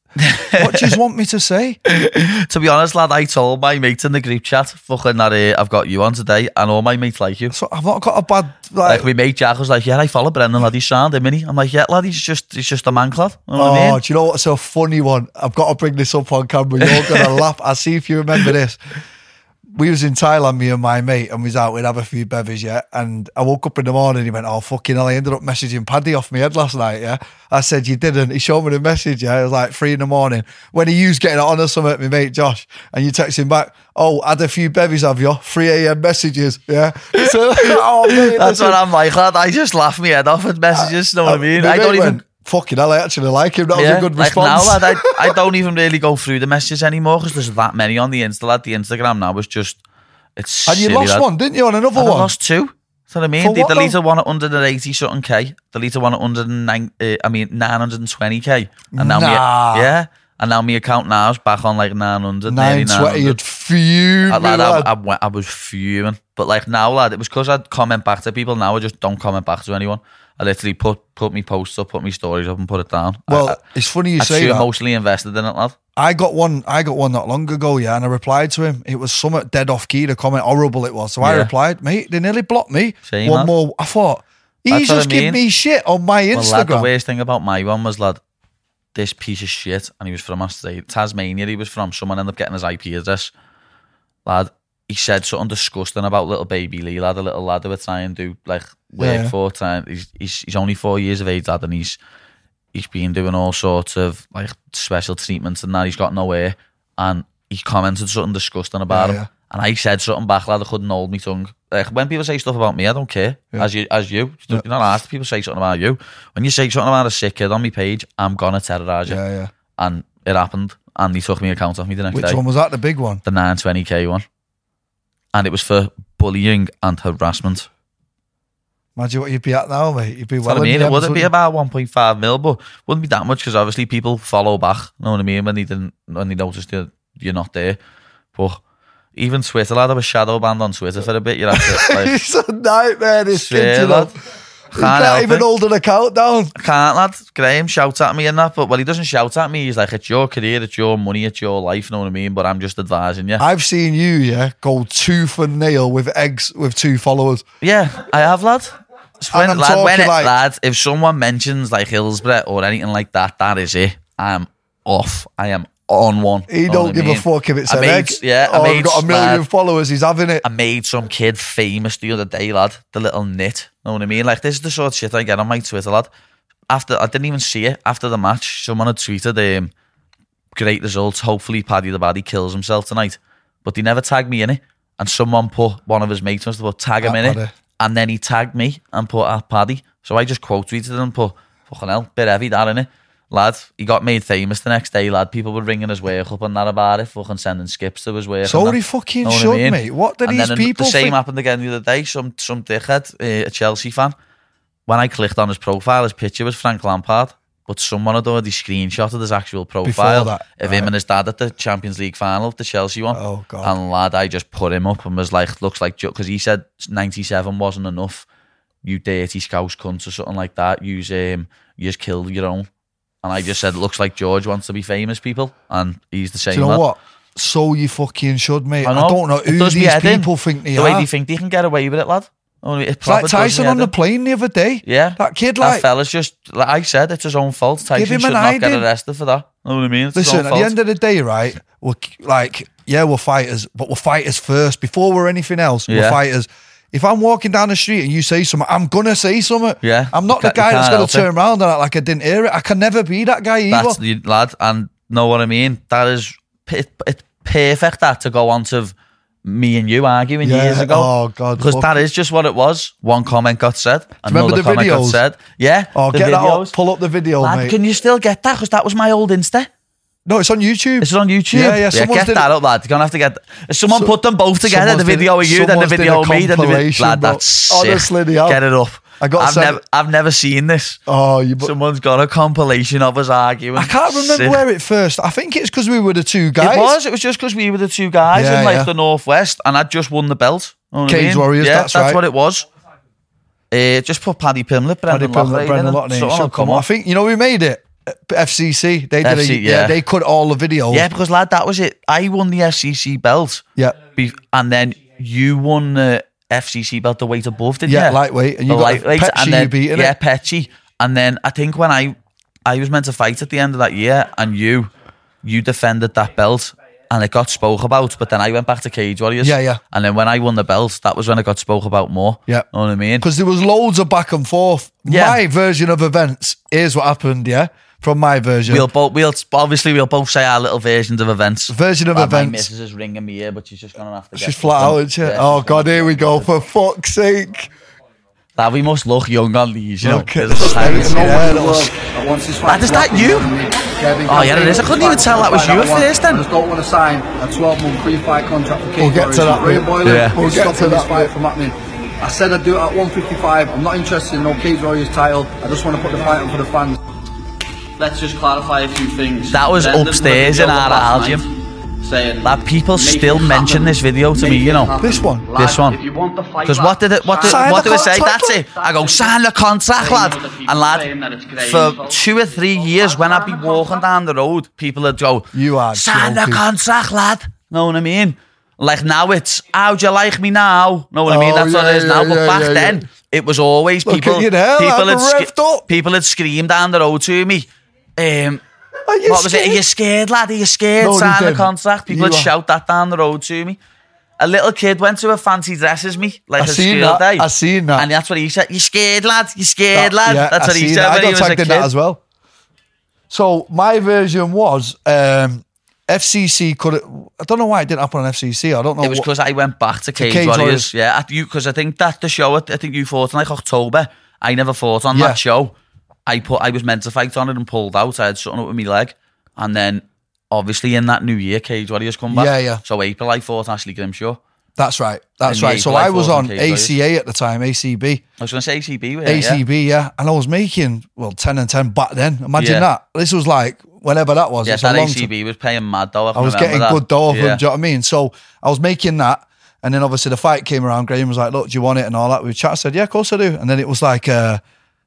B: what do you want me to say?
A: To be honest, lad, I told my mates in the group chat, "Fucking that, uh, I've got you on today, and all my mates like you."
B: So I've not got a bad, like,
A: Like we mate Jack was like, "Yeah, I follow Brendan, lad. He's sound, isn't he?" I'm like, "Yeah, lad, he's just he's just a man, lad." You know
B: oh,
A: what I mean?
B: do you know what's a funny one? I've got to bring this up on camera. You're going to laugh. I see if you remember this. We was in Thailand, me and my mate, and we was out. We'd have a few bevvies, yeah. And I woke up in the morning. He went, "Oh fucking hell!" I ended up messaging Paddy off my head last night. Yeah, I said you didn't. He showed me the message. Yeah, it was like three in the morning when he was getting on or something. My mate Josh, and you text him back, "Oh, had a few bevvies, have you? Three a.m. messages, yeah." So, oh, mate,
A: That's
B: listen,
A: what I'm like, lad. I just laugh my head off at messages.
B: Ah,
A: nou, You know what I mean?
B: my
A: I don't
B: mate
A: even. nou,
B: went, Fucking hell, I actually like him. That was a good
A: like
B: response.
A: now, lad, I, I don't even really go through the messages anymore because there's that many on the Insta, lad. The Instagram now is just, it's
B: And you
A: silly,
B: lost
A: lad.
B: one, didn't you, on another
A: And I
B: one?
A: lost two. Do you know what I mean?
B: For
A: they
B: what,
A: deleted one at 180 something K, deleted one at 109, uh, I mean 920 K. nou And now
B: Nah.
A: me, yeah. And now my nou account now is back on like 900, nearly
B: 920,
A: 900.
B: you'd fume.
A: I, lad, I,
B: lad.
A: I, went, I was fuming. But like now, lad, it was because I'd comment back to people. Now I just don't comment back to anyone. I literally put put me posts up, put me stories up, and put it down. I-
B: Well,
A: I,
B: it's funny you
A: I
B: say
A: too
B: that.
A: emotionally invested in it, lad.
B: I got one. I got one not long ago, yeah, and I replied to him. It was somewhat dead off key. The comment horrible it was. So I
A: Yeah.
B: replied, mate. They nearly blocked me.
A: Shame,
B: one
A: lad.
B: more. I thought he's
A: That's what I
B: just giving
A: mean.
B: me shit on my
A: Well, lad, the
B: Instagram.
A: worst thing about my one was, lad, this piece of shit, and he was from Australia, Tasmania, he was from. Someone ended up getting his IP address. Lad, he said something disgusting about little baby Lee, lad, a little lad who were trying to do, like, work
B: Yeah.
A: for, trying, he's, he's, he's only four years of age, lad, and he's he's been doing all sorts of, like, special treatments and that. He's got nowhere, and he commented something disgusting about
B: Yeah,
A: him.
B: yeah.
A: And I said something back, lad. I couldn't hold my tongue. Like when people say stuff about me, I don't care. As you, as you, you're not asked. People say something about you. When you say something about a sick kid on my page, I'm gonna terrorise you.
B: yeah, yeah.
A: And it happened. And he took me account off me the next
B: Which
A: day.
B: one was that? The big one.
A: The 920k one. And it was for bullying and harassment.
B: Imagine what you'd be at now, mate. You'd be
A: Well,
B: well.
A: I
B: in
A: mean,
B: the
A: it
B: M's,
A: wouldn't be
B: wouldn't
A: about 1.5 mil, but wouldn't be that much because obviously people follow back. You know what I mean? When they didn't, when they noticed you're, you're not there. But even Twitter, lad, I was shadow banned on Twitter for a bit. You're to,
B: you?
A: like,
B: it's a nightmare. This kid,
A: Swear,
B: you know.
A: lad.
B: He
A: Can't help
B: can't even
A: it.
B: hold an account down.
A: can't, lad. Graham shouts at me and that, but well, he doesn't shout at me. He's like, it's your career, it's your money, it's your life. You know what I mean? But I'm just advising you.
B: I've seen you, yeah, go tooth and nail with eggs with two followers.
A: yeah, I have, lad. It's
B: And
A: When,
B: I'm
A: lad, when
B: talking
A: it,
B: like-
A: lad, if someone mentions like Hillsborough or anything like that, that is it. I am off. I am on one. Know
B: He
A: what
B: don't
A: I
B: give
A: mean?
B: a fuck if it's
A: I
B: an
A: made-
B: egg.
A: yeah, I
B: or
A: made
B: got a million
A: lad.
B: followers. He's having it.
A: I made some kid famous the other day, lad. The little nit. Know what I mean? Like this is the sort of shit I get on my Twitter, lad. After I didn't even see it after the match. Someone had tweeted, um, "Great results. Hopefully, Paddy the Baddy kills himself tonight." But they never tagged me in it. And someone put one of his mates must have put tag him
B: Ah,
A: in it,
B: Paddy.
A: and then he tagged me and put at Paddy. So I just quote tweeted him and put fucking hell, bit heavy that in it. Lad, he got made famous the next day, lad. People were ringing his work up and that about it, fucking sending skips to his work. and
B: So
A: that.
B: he fucking
A: Know what I
B: should,
A: mean?
B: mate. What do
A: And
B: these
A: then an-
B: people
A: the same
B: think?
A: happened again the other day. Some some dickhead, uh, a Chelsea fan. When I clicked on his profile, his picture was Frank Lampard, but someone had already screenshotted his actual profile
B: that,
A: of
B: right.
A: him and his dad at the Champions League final, the Chelsea one.
B: Oh, God.
A: And lad, I just put him up and was like, "Looks like," because he said ninety-seven wasn't enough. You dirty scouse cunt or something like that. You um, you just killed your own. And I just said, "Looks like George wants to be famous, people," and he's the same.
B: Do you know
A: lad.
B: what? So you fucking should, mate. I,
A: I know.
B: don't know
A: It
B: who
A: does me
B: these
A: head in.
B: people think they
A: the way
B: are.
A: they think they can get away with it, lad. Only it
B: it's like
A: proper does me
B: Tyson
A: head
B: on the
A: in.
B: plane the other day.
A: yeah.
B: That kid,
A: that
B: like,
A: fella's just like I said, it's his own fault. Tyson
B: him an
A: should not get
B: hiding.
A: arrested for that. Know what I mean? It's
B: listen,
A: his
B: at
A: own fault.
B: the end of the day, right? We're c- like, yeah, we're fighters, but we're fighters first. Before we're anything else, we're
A: Yeah.
B: fighters. If I'm walking down the street and you say something, I'm gonna say something.
A: Yeah.
B: I'm not
A: You
B: the
A: ca- you
B: guy that's
A: can't
B: gonna
A: help it.
B: turn around and act like I didn't hear it. I can never be that guy either.
A: That's the lad, and know what I mean. That is it, it's perfect that to go on to me and you arguing
B: Yeah,
A: years ago.
B: oh, God,
A: because
B: fuck.
A: that is just what it was. One comment got said,
B: remember
A: another
B: the
A: comment got
B: videos?
A: said. Yeah,
B: oh,
A: the
B: get that
A: videos.
B: up. Pull up the video,
A: Lad,
B: mate.
A: can you still get that? Because that was my old Insta.
B: no, it's on YouTube.
A: This is on YouTube.
B: Yeah, yeah, someone's
A: get
B: did
A: that up, lad. You're gonna have to get. If someone
B: So-
A: put them both together, the
B: someone's did-
A: video of you, then the
B: someone's did
A: video
B: a
A: of me, then the video.
B: compilation,
A: Lad,
B: bro.
A: that's sick.
B: Honestly, they have.
A: get it up.
B: I got
A: I've
B: sent-
A: never, I've never seen this.
B: oh, you. But
A: Someone's got a compilation of us arguing.
B: I can't remember
A: Sick.
B: where it first. I think it's because we were the two guys.
A: It was. It was just because we were the two guys
B: Yeah,
A: in like
B: yeah.
A: the northwest, and I'd just won the belt. Know what I
B: Cage
A: mean?
B: Warriors,
A: Yeah,
B: that's right.
A: what it was. Uh, just put Paddy Pimlet,
B: Paddy
A: Brendan
B: Pimlet,
A: Lochley,
B: Brendan
A: in,
B: Lockney,
A: someone will
B: should come on. I think you know we made it. Uh, FCC. They did. a,
A: FC,
B: yeah.
A: yeah.
B: they cut all the videos.
A: Yeah, because lad, that was it. I won the FCC belt,
B: Yeah.
A: be- and then you won the FCC belt the weight above, didn't
B: Yeah,
A: you?
B: lightweight, and you
A: the
B: got
A: lightweight,
B: Petchy
A: and
B: you
A: then
B: beat, innit?
A: yeah, Petchy, and then I think when I I was meant to fight at the end of that year, and you you defended that belt, and it got spoke about, but then I went back to Cage Warriors,
B: Yeah, yeah.
A: and then when I won the belt, that was when I got spoke about more,
B: Yeah.
A: know what I mean?
B: because there was loads of back and forth.
A: Yeah.
B: My version of events is what happened, yeah, from my version.
A: We'll both we'll obviously we'll both say our little versions of events.
B: version of
A: Like, my
B: events.
A: missus is ringing me here, but she's just gonna have to.
B: She's flat out, isn't she? oh, God, here we go, for fuck's sake.
A: That we must look young on these, you know.
B: Look at
A: 'cause it's like-
B: this. Yeah, that was-
C: That,
A: is that you? Oh, yeah, it is. I couldn't even tell that was you at first then.
C: I just don't want to sign a 12 month pre fight contract for Cage
B: We'll get to that
C: Warriors.
B: bit.
C: Ray Boylan
A: Yeah.
C: is
B: We'll get to
C: stopping this
B: that
C: fight
B: bit.
C: from happening. I said I'd do it at 155. I'm not interested in no Cage Warriors title. I just want to put the fight on for the fans.
D: Let's just clarify a few things.
A: That was
D: Brendan
A: upstairs in
D: put a video
A: our
D: up last
A: Albion.
D: night Saying
A: That people
D: "Make
A: still
D: it happen.
A: mention this video to me,
D: Make
A: you
D: it
A: know.
D: happen."
B: This one?
D: Lad,
A: This one.
D: If you want the fight,
A: Because what did it? What did?
B: Sign
A: What
B: the
A: did it say?
B: contract,
A: That's it. I go sign the contract, lad. And lad, for two or three years, when I'd be walking down the road, people would go,
B: You are
A: sign the
B: joking."
A: contract, lad." Know what I mean? Like now, it's how do you like me now? Know what I mean?
B: Oh,
A: That's what it
B: yeah,
A: is now.
B: yeah,
A: but
B: yeah,
A: back
B: yeah,
A: then, it was always
B: Look
A: people.
B: at you now,
A: people
B: I'm
A: had sc-
B: revved up.
A: people had screamed down the road to me. Um,
B: Are you
A: what was it? Are
B: scared?
A: you scared, lad? Are you scared?
B: No, they
A: Sign the
B: didn't.
A: contract. People
B: You
A: would
B: are-
A: shout that down the road to me. A little kid went to a fancy dresses me like
B: I
A: a
B: seen
A: school
B: that.
A: day.
B: I seen that.
A: and that's what he said. You scared, lad? You scared,
B: That-
A: lad?
B: yeah,
A: that's
B: I
A: what he
B: seen
A: said
B: that.
A: when
B: I
A: he
B: got
A: was a
B: tagged
A: kid.
B: in that as well. So my version was um, FCC could. I don't know why it didn't happen on FCC. I don't know.
A: It was
B: what-
A: because I went back to Cage,
B: Cage
A: Warriors.
B: Warriors.
A: Yeah, at you because I think that the show. I think you fought in like October. I never fought on
B: Yeah.
A: that show. I put. I was meant to fight on it and pulled out. I had something up with my leg, and then obviously in that new year, Cage Warriors come back.
B: Yeah, yeah.
A: So April, I fought Ashley Grimshaw.
B: that's right. That's
A: In
B: right.
A: the
B: So
A: April,
B: I was
A: I thought,
B: on
A: in Cage
B: ACA at the time, ACB.
A: I was going to say ACB. were you? Yeah.
B: ACB, yeah. And I was making, well, 10 and 10 back then. Imagine
A: Yeah.
B: that. This was like, whenever that was.
A: Yeah,
B: it's a
A: that
B: long
A: ACB
B: time.
A: was paying mad though. I,
B: I
A: can
B: was
A: remember
B: getting
A: that.
B: good dough from,
A: Yeah.
B: do you know what I mean? So I was making that. And then obviously the fight came around. Graham was like, look, do you want it? And all that. We chat. I said, yeah, of course I do. And then it was like, uh,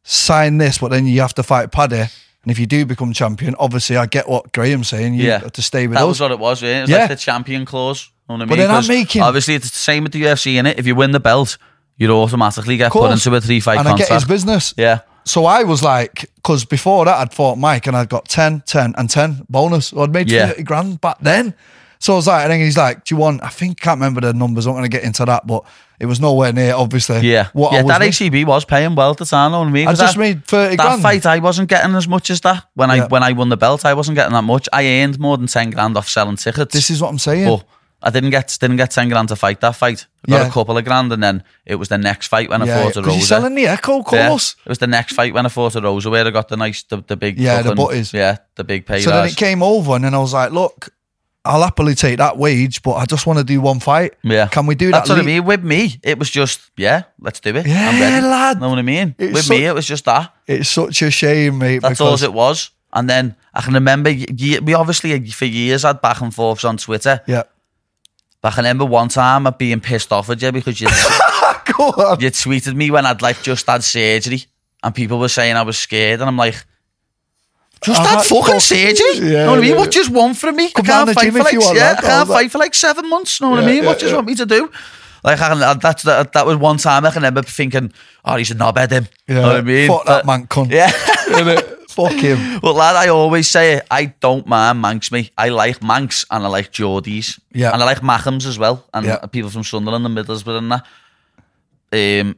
B: sign this, but then you have to fight Paddy. And if you do become champion, obviously I get what Graham's saying. You
A: Yeah.
B: have to stay with
A: That
B: us.
A: was what it was, yeah. It was
B: Yeah.
A: like the champion clause. You know what I mean?
B: But they're not
A: 'Cause
B: making-
A: Obviously, it's the same with the UFC, innit? If you win the belt, you'd automatically get
B: Of course.
A: put into a three fight
B: And
A: contract.
B: I get his business.
A: yeah.
B: So I was like, because before that I'd fought Mike and I'd got 10, 10 and 10 bonus. So I'd made
A: Yeah.
B: 30 grand back then. So I was like, and then he's like, do you want, I think, can't remember the numbers. I'm going to get into that, but it was nowhere near, obviously.
A: Yeah.
B: What
A: yeah,
B: I was
A: that
B: ma-
A: ACB was paying well at the time, you know what I mean?
B: I
A: 'Cause
B: just
A: that-
B: made 30
A: that
B: grand.
A: fight I wasn't getting as much as that. When I
B: Yeah.
A: when I won the belt, I wasn't getting that much. I earned more than ten grand off selling tickets.
B: This is what I'm saying.
A: But I didn't get didn't get ten grand to fight that fight. I got
B: Yeah.
A: a couple of grand and then it was the next fight when I
B: yeah,
A: fought a
B: 'cause
A: Rosa.
B: you're selling the Echo, of
A: Yeah,
B: course.
A: It was the next fight when I fought a Rosa where I got the nice, the, the big.
B: Yeah, the
A: fucking-
B: butties.
A: Yeah, the big pay
B: So then it came over, and then I was like, look, I'll happily take that wage, but I just want to do one fight.
A: Yeah.
B: Can we do that?
A: That's what I
B: league?
A: mean. With me, it was just, yeah, let's do it.
B: Yeah,
A: I'm ready.
B: lad.
A: Know what I mean?
B: It's
A: With
B: so-
A: me, it was just that.
B: It's such a shame, mate.
A: That's all
B: because,
A: it was. And then I can remember, y- ye- we obviously uh, for years had back and forths on Twitter.
B: Yeah.
A: But I can remember one time of being pissed off at you because you
B: Go on.
A: you tweeted me when I'd like just had surgery and people were saying I was scared and I'm like just
B: I've
A: had
B: had
A: fucking
B: Uh-huh. fuck-
A: surgery. you
B: Yeah,
A: know what I mean?
B: yeah,
A: What just want from me? I
B: down
A: can't
B: the
A: fight
B: gym
A: for
B: if
A: like
B: you want,
A: yeah,
B: lad,
A: I
B: all
A: can't
B: that.
A: fight for like seven months. You know what I
B: Yeah,
A: mean?
B: yeah,
A: what just
B: yeah.
A: want me to do? Like I can, uh, that's that, that was one time I can remember thinking, oh, he's a knobhead him.
B: Yeah.
A: You know what I mean?
B: Fuck
A: But-
B: that man, cunt.
A: Yeah.
B: Innit? Fuck him.
A: Well, lad, I always say it. I don't mind Manx, me. I like Manx and I like Geordies.
B: Yeah.
A: And I like Machams as well. And
B: Yeah.
A: people from Sunderland and Middlesbrough and that. um,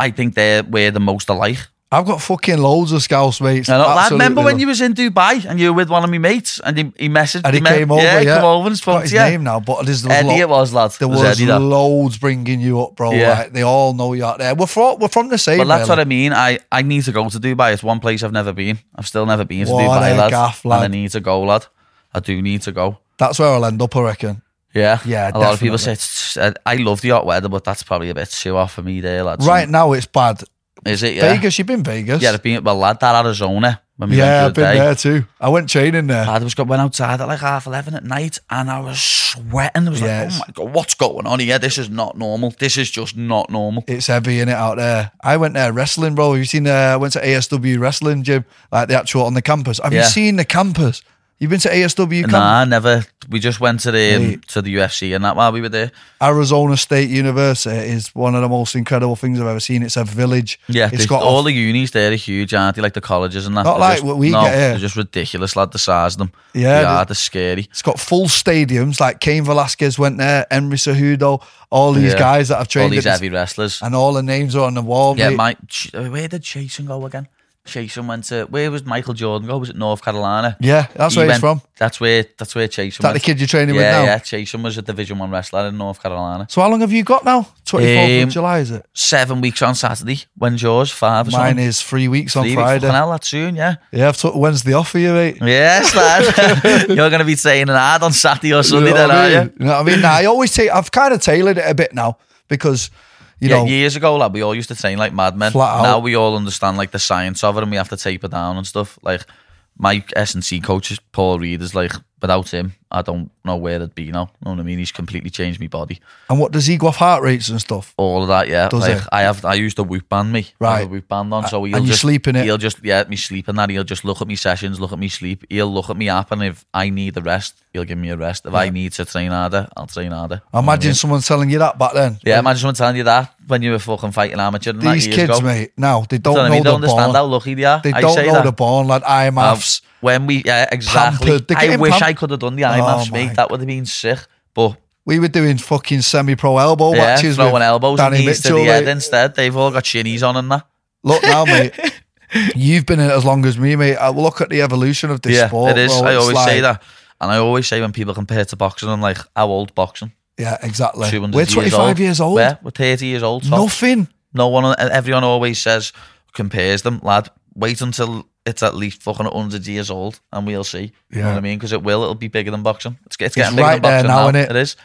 A: I think they're where the most alike.
B: I've got fucking loads of Scouse mates.
A: And I
B: Absolutely
A: remember when
B: love-
A: you was in Dubai and you were with one of my mates and he, he messaged
B: and he
A: me-
B: came over.
A: yeah,
B: Yeah,
A: he come over and
B: Got
A: spoke
B: his
A: to you.
B: name now, but there's, there's
A: Eddie, it was lad.
B: There
A: It
B: was,
A: was Eddie, that.
B: loads bringing you up, bro.
A: Yeah.
B: Like, they all know you out there. We're from, we're from the same.
A: But that's
B: really.
A: what I mean. I, I need to go to Dubai. It's one place I've never been. I've still never been to
B: What
A: Dubai,
B: a
A: lad.
B: gaff,
A: And I
B: lad.
A: need to go, lad. I do need to go.
B: That's where I'll end up, I reckon.
A: Yeah,
B: Yeah,
A: A lot of people
B: definitely.
A: say it's, I I love the hot weather, but that's probably a bit too off for me, there, lad. So-
B: Right now, it's bad.
A: is it? Yeah,
B: Vegas, you've been Vegas.
A: yeah. I've been well, lad, that Arizona when we
B: yeah, I've
A: went the
B: been
A: other day.
B: there too. I went training there.
A: I was got went outside at like half eleven at night, and I was sweating. I was
B: Yes.
A: like, "Oh my god, what's going on here? This is not normal. This is just not normal."
B: It's heavy in it out there. I went there wrestling, bro. Have you seen? Uh, I went to ASW wrestling gym, like the actual on the campus. Have you
A: Yeah.
B: seen the campus? You've been to ASW campus?
A: Nah, never. We just went to the um,
B: Mate.
A: to the UFC and that while we were there.
B: Arizona State University is one of the most incredible things I've ever seen. It's a village.
A: Yeah,
B: it's
A: there's-
B: got
A: all
B: all
A: the unis there are huge, aren't they? Like the colleges and that.
B: Not
A: They're
B: like
A: just-
B: what we
A: no,
B: get here.
A: They're just ridiculous, lad. The size of them.
B: Yeah,
A: they
B: they-
A: are. They're scary.
B: it's got full stadiums. Like Cain Velasquez went there, Emery Cejudo, all these
A: Yeah.
B: guys that have trained,
A: all these
B: at this-
A: heavy wrestlers.
B: and all the names are on the wall.
A: Yeah,
B: mate.
A: Mike. Ch- uh, Where did Jason go again? Jason went to where was Michael Jordan go? Was it North Carolina?
B: yeah, that's
A: He
B: where he's
A: went-
B: from.
A: That's where. That's where Jason.
B: Is that the
A: went.
B: kid you're training
A: yeah,
B: with now?
A: yeah. Jason was a Division One wrestler in North Carolina.
B: So how long have you got now? Twenty fourth
A: Um,
B: of July is it?
A: Seven weeks on Saturday. When's yours? Five. Or
B: Mine
A: something?
B: is three weeks on
A: Three weeks.
B: Friday.
A: Fucking hell, that's soon. Yeah.
B: Yeah, I've took Wednesday off for you, mate.
A: Yes, lad. You're going to be saying an ad on Saturday or Sunday,
B: you
A: then,
B: know what I
A: are
B: mean?
A: you?
B: You know what I mean? Nah, I always take. I've kind of tailored it a bit now because you
A: Yeah,
B: know.
A: years ago, lad, we all used to train like madmen.
B: Flat out.
A: Now we all understand like the science of it, and we have to taper down and stuff. Like my S and C coach is Paul Reed. Is like without him, I don't know where I'd be now. You know what I mean? He's completely changed my body.
B: And what does he go off heart rates and stuff?
A: All of that, yeah.
B: Does
A: like
B: he?
A: I have, I used a whoop band me. I have
B: Right.
A: a whoop band on, so he'll
B: and you
A: just
B: sleep in it?
A: He'll just yeah, me sleep in that. He'll just look at me sessions, look at me sleep. He'll look at me app, and if I need a rest, he'll give me a rest. If I need to train harder, I'll train harder.
B: Imagine someone telling you that back then.
A: Yeah, imagine someone telling you that when you were fucking fighting amateur. and that
B: These
A: years
B: kids,
A: ago.
B: mate, now they don't
A: Do you know what I mean?
B: know
A: They
B: the
A: don't understand how
B: born.
A: lucky they are.
B: They
A: I
B: don't
A: say
B: know
A: that.
B: the born, like
A: Um,
B: IMFs.
A: when we, yeah, exactly.
B: Pampered. They're
A: I
B: getting
A: wish
B: pam-
A: I could have done the
B: Oh
A: IMAFs,
B: my
A: mate. That would have been sick. But
B: we were doing fucking semi-pro elbow
A: yeah,
B: matches
A: throwing
B: with
A: elbows and
B: Danny
A: knees
B: Mitchell.
A: to the head
B: mate.
A: instead. They've all got chinnies on and that.
B: Look now, mate. You've been in it as long as me, mate. I look at the evolution of this
A: yeah,
B: sport.
A: it is.
B: bro.
A: I
B: It's
A: always say
B: like-
A: that. And I always say when people compare it to boxing, I'm like, how old boxing?
B: Yeah, exactly.
A: 200
B: We're
A: years
B: 25 years old.
A: Yeah, we're 30 years old. so
B: Nothing.
A: No one, everyone always says, compares them, lad. Wait until it's at least fucking 100 years old and we'll see. You know
B: Yeah.
A: what I mean? Because it will, it'll be bigger than boxing. It's, it's getting
B: It's
A: bigger
B: right
A: than boxing
B: there now,
A: now.
B: innit?
A: It is.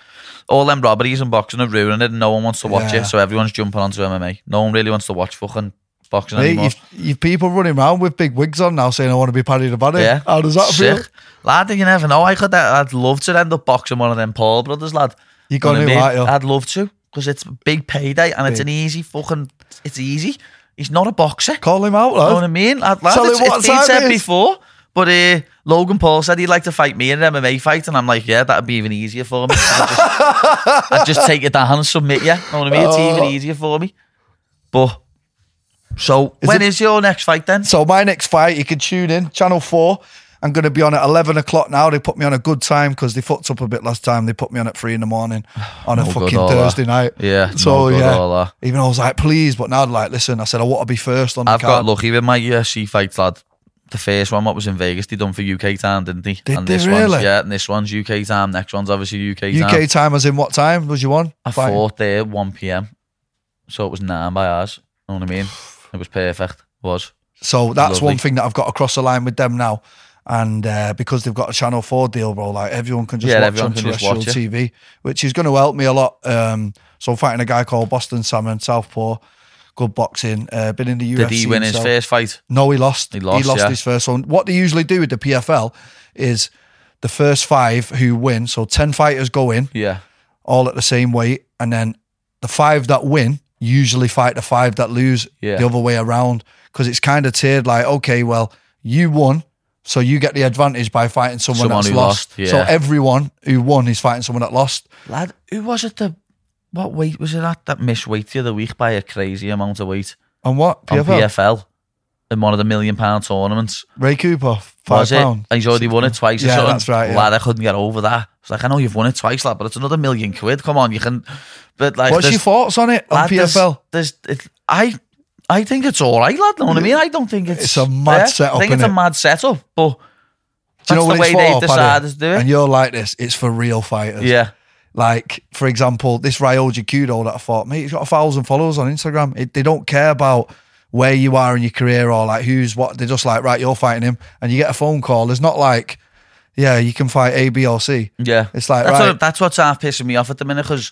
A: All them robberies and boxing are ruining it and no one wants to watch
B: Yeah.
A: it. So everyone's jumping onto MMA. No one really wants to watch fucking boxing
B: Mate,
A: anymore.
B: you've, you've people running around with big wigs on now saying, I want to be Paddy the Baddy.
A: Yeah.
B: How does that feel?
A: Sick. Lad, you never know. I could, uh, I'd love to end up boxing one of them Paul brothers, lad.
B: You
A: You know
B: gonna
A: what I mean?
B: like you?
A: I'd love to because it's a big payday and it's
B: Big.
A: an easy fucking, it's easy. He's not a boxer.
B: Call him out, lad.
A: know what I mean? Lad, lad,
B: Tell
A: it's,
B: him what
A: it's been
B: time
A: said
B: it is.
A: before, but uh, Logan Paul said he'd like to fight me in an MMA fight, and I'm like, yeah, that'd be even easier for me. I'd just, I'd just take it down and submit you. Know what I mean? It's even
B: Oh.
A: easier for me. But so, when is
B: it-
A: your next fight then?
B: So my next fight, you can tune in, Channel 4. I'm going to be on at 11 o'clock now. They put me on a good time because they fucked up a bit last time. They put me on at 3 in the morning on a
A: No good,
B: fucking
A: all that.
B: Thursday night.
A: Yeah, no
B: So,
A: good,
B: yeah.
A: all that.
B: Even I was like, please. But now, like, listen, I said, I want to be first on the
A: I've
B: card.
A: got lucky with my UFC fights, lad. The first one, what was in Vegas, they done for UK time, didn't they?
B: Did
A: and
B: they
A: this one's,
B: really?
A: yeah, and this one's UK time. Next one's obviously UK time.
B: UK time as in what time was you on?
A: I
B: Fighting?
A: fought there 1 p.m. So it was nine by ours. You know what I mean? It was perfect. Was
B: So that's
A: Lovely.
B: one thing that I've got across the line with them now. And uh, because they've got a Channel 4 deal, bro, like everyone can just
A: Yeah,
B: watch
A: everyone
B: on
A: can just
B: terrestrial
A: watch
B: TV, which is going to help me a lot. Um, so I'm fighting a guy called Boston Salmon, Southpaw, good boxing, uh, been in the UFC.
A: did he win his
B: himself.
A: first fight?
B: No, he lost.
A: He lost, yeah.
B: his first one. What they usually do with the PFL is the first five who win, so 10 fighters go in,
A: Yeah,
B: all at the same weight, and then the five that win usually fight the five that lose
A: Yeah.
B: the other way around because it's kind of tiered. Like, okay, well, you won, so you get the advantage by fighting someone,
A: Someone
B: that's
A: who
B: lost.
A: lost,
B: So
A: yeah.
B: everyone who won is fighting someone that lost.
A: lad. Who was it? The what weight was it at that missed weight the other week by a crazy amount of weight
B: And what
A: on
B: PFL?
A: PFL in one of the million pound tournaments?
B: Ray Cooper, five
A: was
B: pound.
A: it? And he's already won it twice. or
B: Yeah,
A: something.
B: that's right, yeah.
A: Lad, I couldn't get over that. It's It's like I know you've won it twice, lad, but it's another million quid. Come on, you can. But like,
B: What's
A: there's-
B: your thoughts on it on
A: lad, there's-
B: PFL?
A: There's, it, I, I think it's all right, lad. Know what I mean? I don't think it's
B: It's a mad
A: fair.
B: setup,
A: I think it's
B: innit?
A: a mad setup, but
B: Do you
A: that's
B: know what
A: the
B: it's
A: way
B: for,
A: they've
B: Paddy?
A: decided to do it.
B: And you're like this. It's for real fighters.
A: yeah,
B: Like, for example, this Ryoji Kudo that I fought, mate, he's got a thousand followers on Instagram. It, they don't care about where you are in your career or like who's what. They're just like, right, you're fighting him. And you get a phone call. There's not like, yeah, you can fight A, B, or C.
A: yeah.
B: It's like,
A: that's
B: right.
A: what, that's what's half pissing me off at the minute because.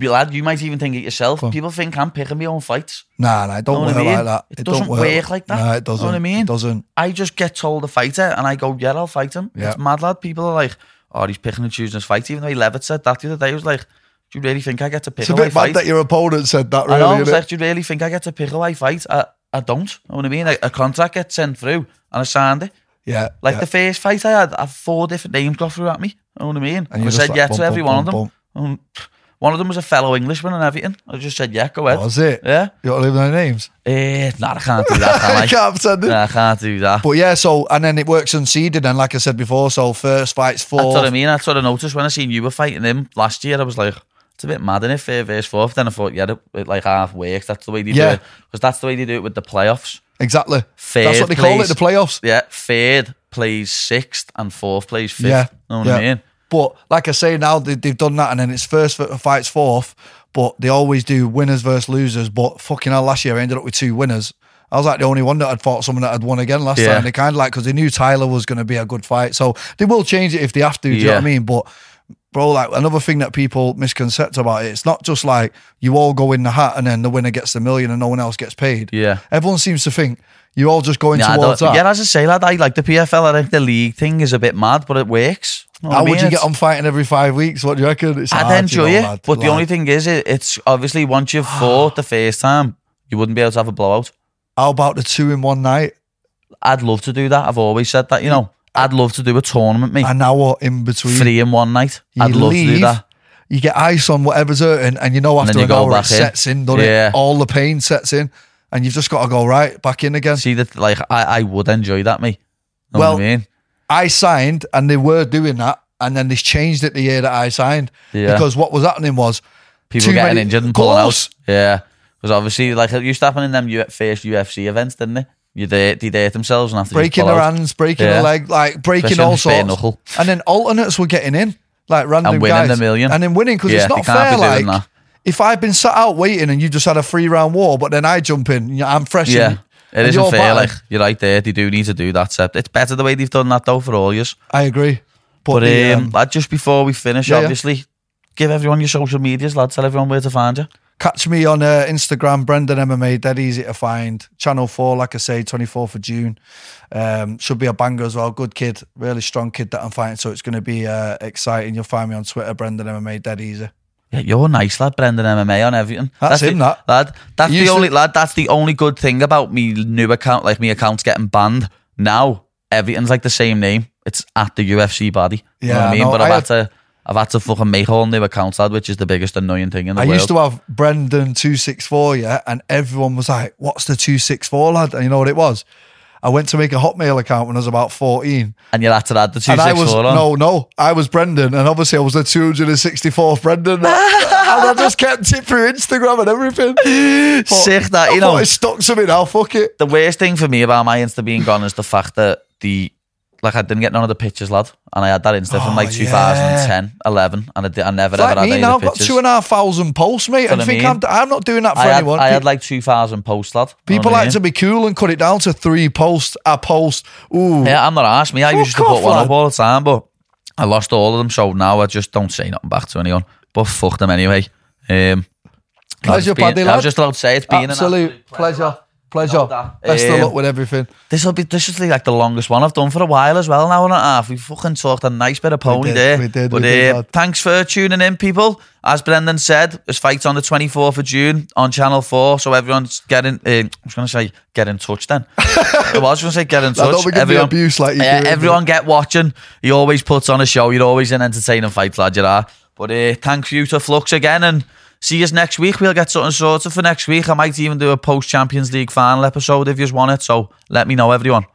A: Lad, you might even think it yourself. People think I'm picking my own fights.
B: Nah, nah, it don't
A: Know what I
B: work
A: mean?
B: like that.
A: It doesn't
B: don't work.
A: work like that.
B: Nah,
A: Know
B: it doesn't.
A: what I mean?
B: It doesn't.
A: I just get told to fight it, and I go, "Yeah, I'll fight him."
B: Yeah.
A: It's mad, lad. People are like, "Oh, he's picking and choosing his fights." Even though he Levitt said that the other day, he was like, "Do you really think I get to pick
B: It's a
A: who I
B: bit
A: fight?"
B: bad that your opponent said that,
A: I
B: really.
A: know. I was
B: innit?
A: like, do you really think I get to pick who I fight? I, I don't. Know what I mean? Like, a contract gets sent through, and I signed it.
B: yeah.
A: Like
B: yeah.
A: the first fight I had, I had four different names got through at me. Know what I mean?
B: And
A: I
B: you're just
A: said
B: like,
A: yeah
B: bum,
A: to every
B: bum,
A: one
B: bum,
A: of them. Um, one of them was a fellow Englishman and everything. I just said yeah, go ahead.
B: was it?
A: Yeah.
B: You don't leave no names.
A: Eh, nah, I can't do that. Can I?
B: I can't pretend it.
A: Nah, I can't do that.
B: But yeah, so and then it works unseeded, and like I said before, so first fight's four.
A: That's what I mean. That's what I noticed when I seen you were fighting him last year. I was like, it's a bit mad in it, fair versus fourth. Then I thought, yeah, it, it like half works. That's the way they
B: Yeah.
A: do it. Because that's the way they do it with the playoffs.
B: Exactly.
A: Third
B: That's what they call
A: place.
B: it, the playoffs.
A: Yeah, third plays sixth and fourth plays fifth.
B: Yeah.
A: Know what
B: yeah.
A: I mean?
B: But like I say, now they, they've done that, and then it's first f- fights fourth. But they always do winners versus losers. But fucking hell, last year I ended up with two winners. I was like the only one that had fought someone that had won again last
A: Yeah.
B: time. They kind of like because they knew Tyler was going to be a good fight, so they will change it if they have to. Do you know what I
A: Yeah.
B: mean? But bro, like another thing that people misconcept about it, it's not just like you all go in the hat and then the winner gets the million and no one else gets paid.
A: Yeah.
B: everyone seems to think you all just going
A: Nah, I
B: towards
A: don't-
B: that.
A: yeah, as I say, lad, I like the PFL. I think the league thing is a bit mad, but it works. Know what I
B: How would
A: mean?
B: you
A: It's-
B: get on fighting every five weeks? What do you reckon? It's hard,
A: I'd enjoy
B: you know,
A: it,
B: lad,
A: but the
B: lad.
A: only thing is, it, it's obviously once you've fought the first time, you wouldn't be able to have a blowout.
B: How about the two in one night?
A: I'd love to do that. I've always said that, you know. I'd love to do a tournament, mate.
B: An hour in between.
A: Three in one night.
B: You
A: I'd love to do
B: leave,
A: that.
B: You get ice on whatever's hurting, and you know
A: then
B: after
A: you
B: an
A: go
B: hour it
A: back in.
B: sets in, doesn't
A: Yeah.
B: it? All the pain sets in, and you've just got to go right back in again.
A: See that, like I, I would enjoy that, mate. Know
B: Well,
A: what I mean?
B: I signed, and they were doing that, and then they changed it the year that I signed
A: Yeah.
B: because what was happening was
A: People
B: too
A: getting
B: many-
A: injured and
B: Of
A: pulling
B: course.
A: out. Yeah, because obviously, like it used to happen in them U- first UFC events, didn't they? You they, they hurt themselves and after
B: breaking
A: pull
B: their
A: out.
B: hands, breaking
A: Yeah.
B: their leg, like breaking
A: Especially on
B: all
A: the bare
B: sorts.
A: knuckle.
B: And then alternates were getting in, like random
A: winning
B: guys,
A: the million.
B: and then winning because
A: Yeah,
B: it's not
A: they can't
B: fair.
A: be doing
B: like
A: that.
B: if I've been sat out waiting and you just had a three round war, but then I jump in, you know, I'm fresh.
A: Yeah,
B: and-
A: it
B: and
A: isn't
B: you're
A: fair.
B: battered.
A: Like you're right there. They do need to do that. Except it's better the way they've done that though for all years.
B: I agree. But,
A: But
B: the,
A: um,
B: um,
A: lad, just before we finish,
B: yeah, yeah.
A: obviously, give everyone your social medias, lad. Tell everyone where to find you.
B: catch me on uh, Instagram, Brendan MMA, dead easy to find. Channel Four, like I say, twenty fourth of June. Um, should be a banger as well. Good kid, really strong kid that I'm fighting, so it's going to be uh, exciting. You'll find me on Twitter, Brendan MMA, dead easy.
A: Yeah, you're nice, lad. Brendan MMA on everything.
B: That's him,
A: the,
B: that.
A: lad. That's
B: You
A: the
B: should-
A: only lad. That's the only good thing about me new account. Like me account's getting banned now. Everything's like the same name. It's at the UFC body. you know
B: Yeah,
A: what I
B: I
A: mean.
B: know.
A: but
B: I
A: I've had
B: had-
A: to. I've had to fucking make all new accounts, lad, which is the biggest annoying thing in the
B: I
A: world.
B: used to have Brendan two six four, yeah, and everyone was like, "What's the two six four lad?" And you know what it was? I went to make a Hotmail account when I was about fourteen,
A: and you had to add the two
B: and I
A: six
B: was
A: four on.
B: no, no, I was Brendan, and obviously I was the two hundred and sixty fourth Brendan, and I just kept it through Instagram and everything. But
A: Sick that,
B: I
A: you
B: thought
A: know.
B: it stuck to me now. Fuck it.
A: the worst thing for me about my Insta being gone is the fact that the like I didn't get none of the pictures, lad, and I had that Insta from
B: Oh,
A: like
B: yeah.
A: 2010, 11, and I, did, I never
B: It's
A: ever
B: like
A: had
B: me
A: any
B: now,
A: of
B: I've
A: the
B: got
A: pictures.
B: two and a half thousand posts, mate, and
A: what I
B: think
A: mean.
B: I'm, I'm not doing that for
A: I had,
B: anyone.
A: I had like 2,000 posts, lad. Know
B: People
A: what I
B: like
A: mean?
B: to be cool and cut it down to three posts, a post. Ooh,
A: Yeah, I'm not asked me. I
B: Fuck
A: used to put
B: off,
A: one
B: lad.
A: up all the time, but I lost all of them, so now I just don't say nothing back to anyone. But fuck them anyway. Um,
B: Pleasure,
A: it's been-
B: buddy,
A: I
B: lad.
A: was just allowed to say it's been an
B: absolute pleasure. Pleasure.
A: that.
B: Best
A: Um,
B: of luck with everything.
A: This will be this is like the longest one I've done for a while as well. An hour and a half. We fucking talked a nice bit of pony
B: did,
A: there.
B: we did,
A: But
B: we did,
A: uh,
B: lad.
A: thanks for tuning in, people. As Brendan said, his fight's on the twenty fourth of June on Channel Four. So everyone's getting. Uh, I was going to say get in touch. Then I was going to say get in
B: don't
A: touch.
B: think it'd be abuse like you
A: Yeah,
B: do, innit?
A: everyone get watching. He always puts on a show. You're always in entertaining fights, lad. You are. But uh, thank you to Flux again and. See us next week. We'll get something sorted for next week. I might even do a post Champions League final episode if you want it. So let me know, everyone.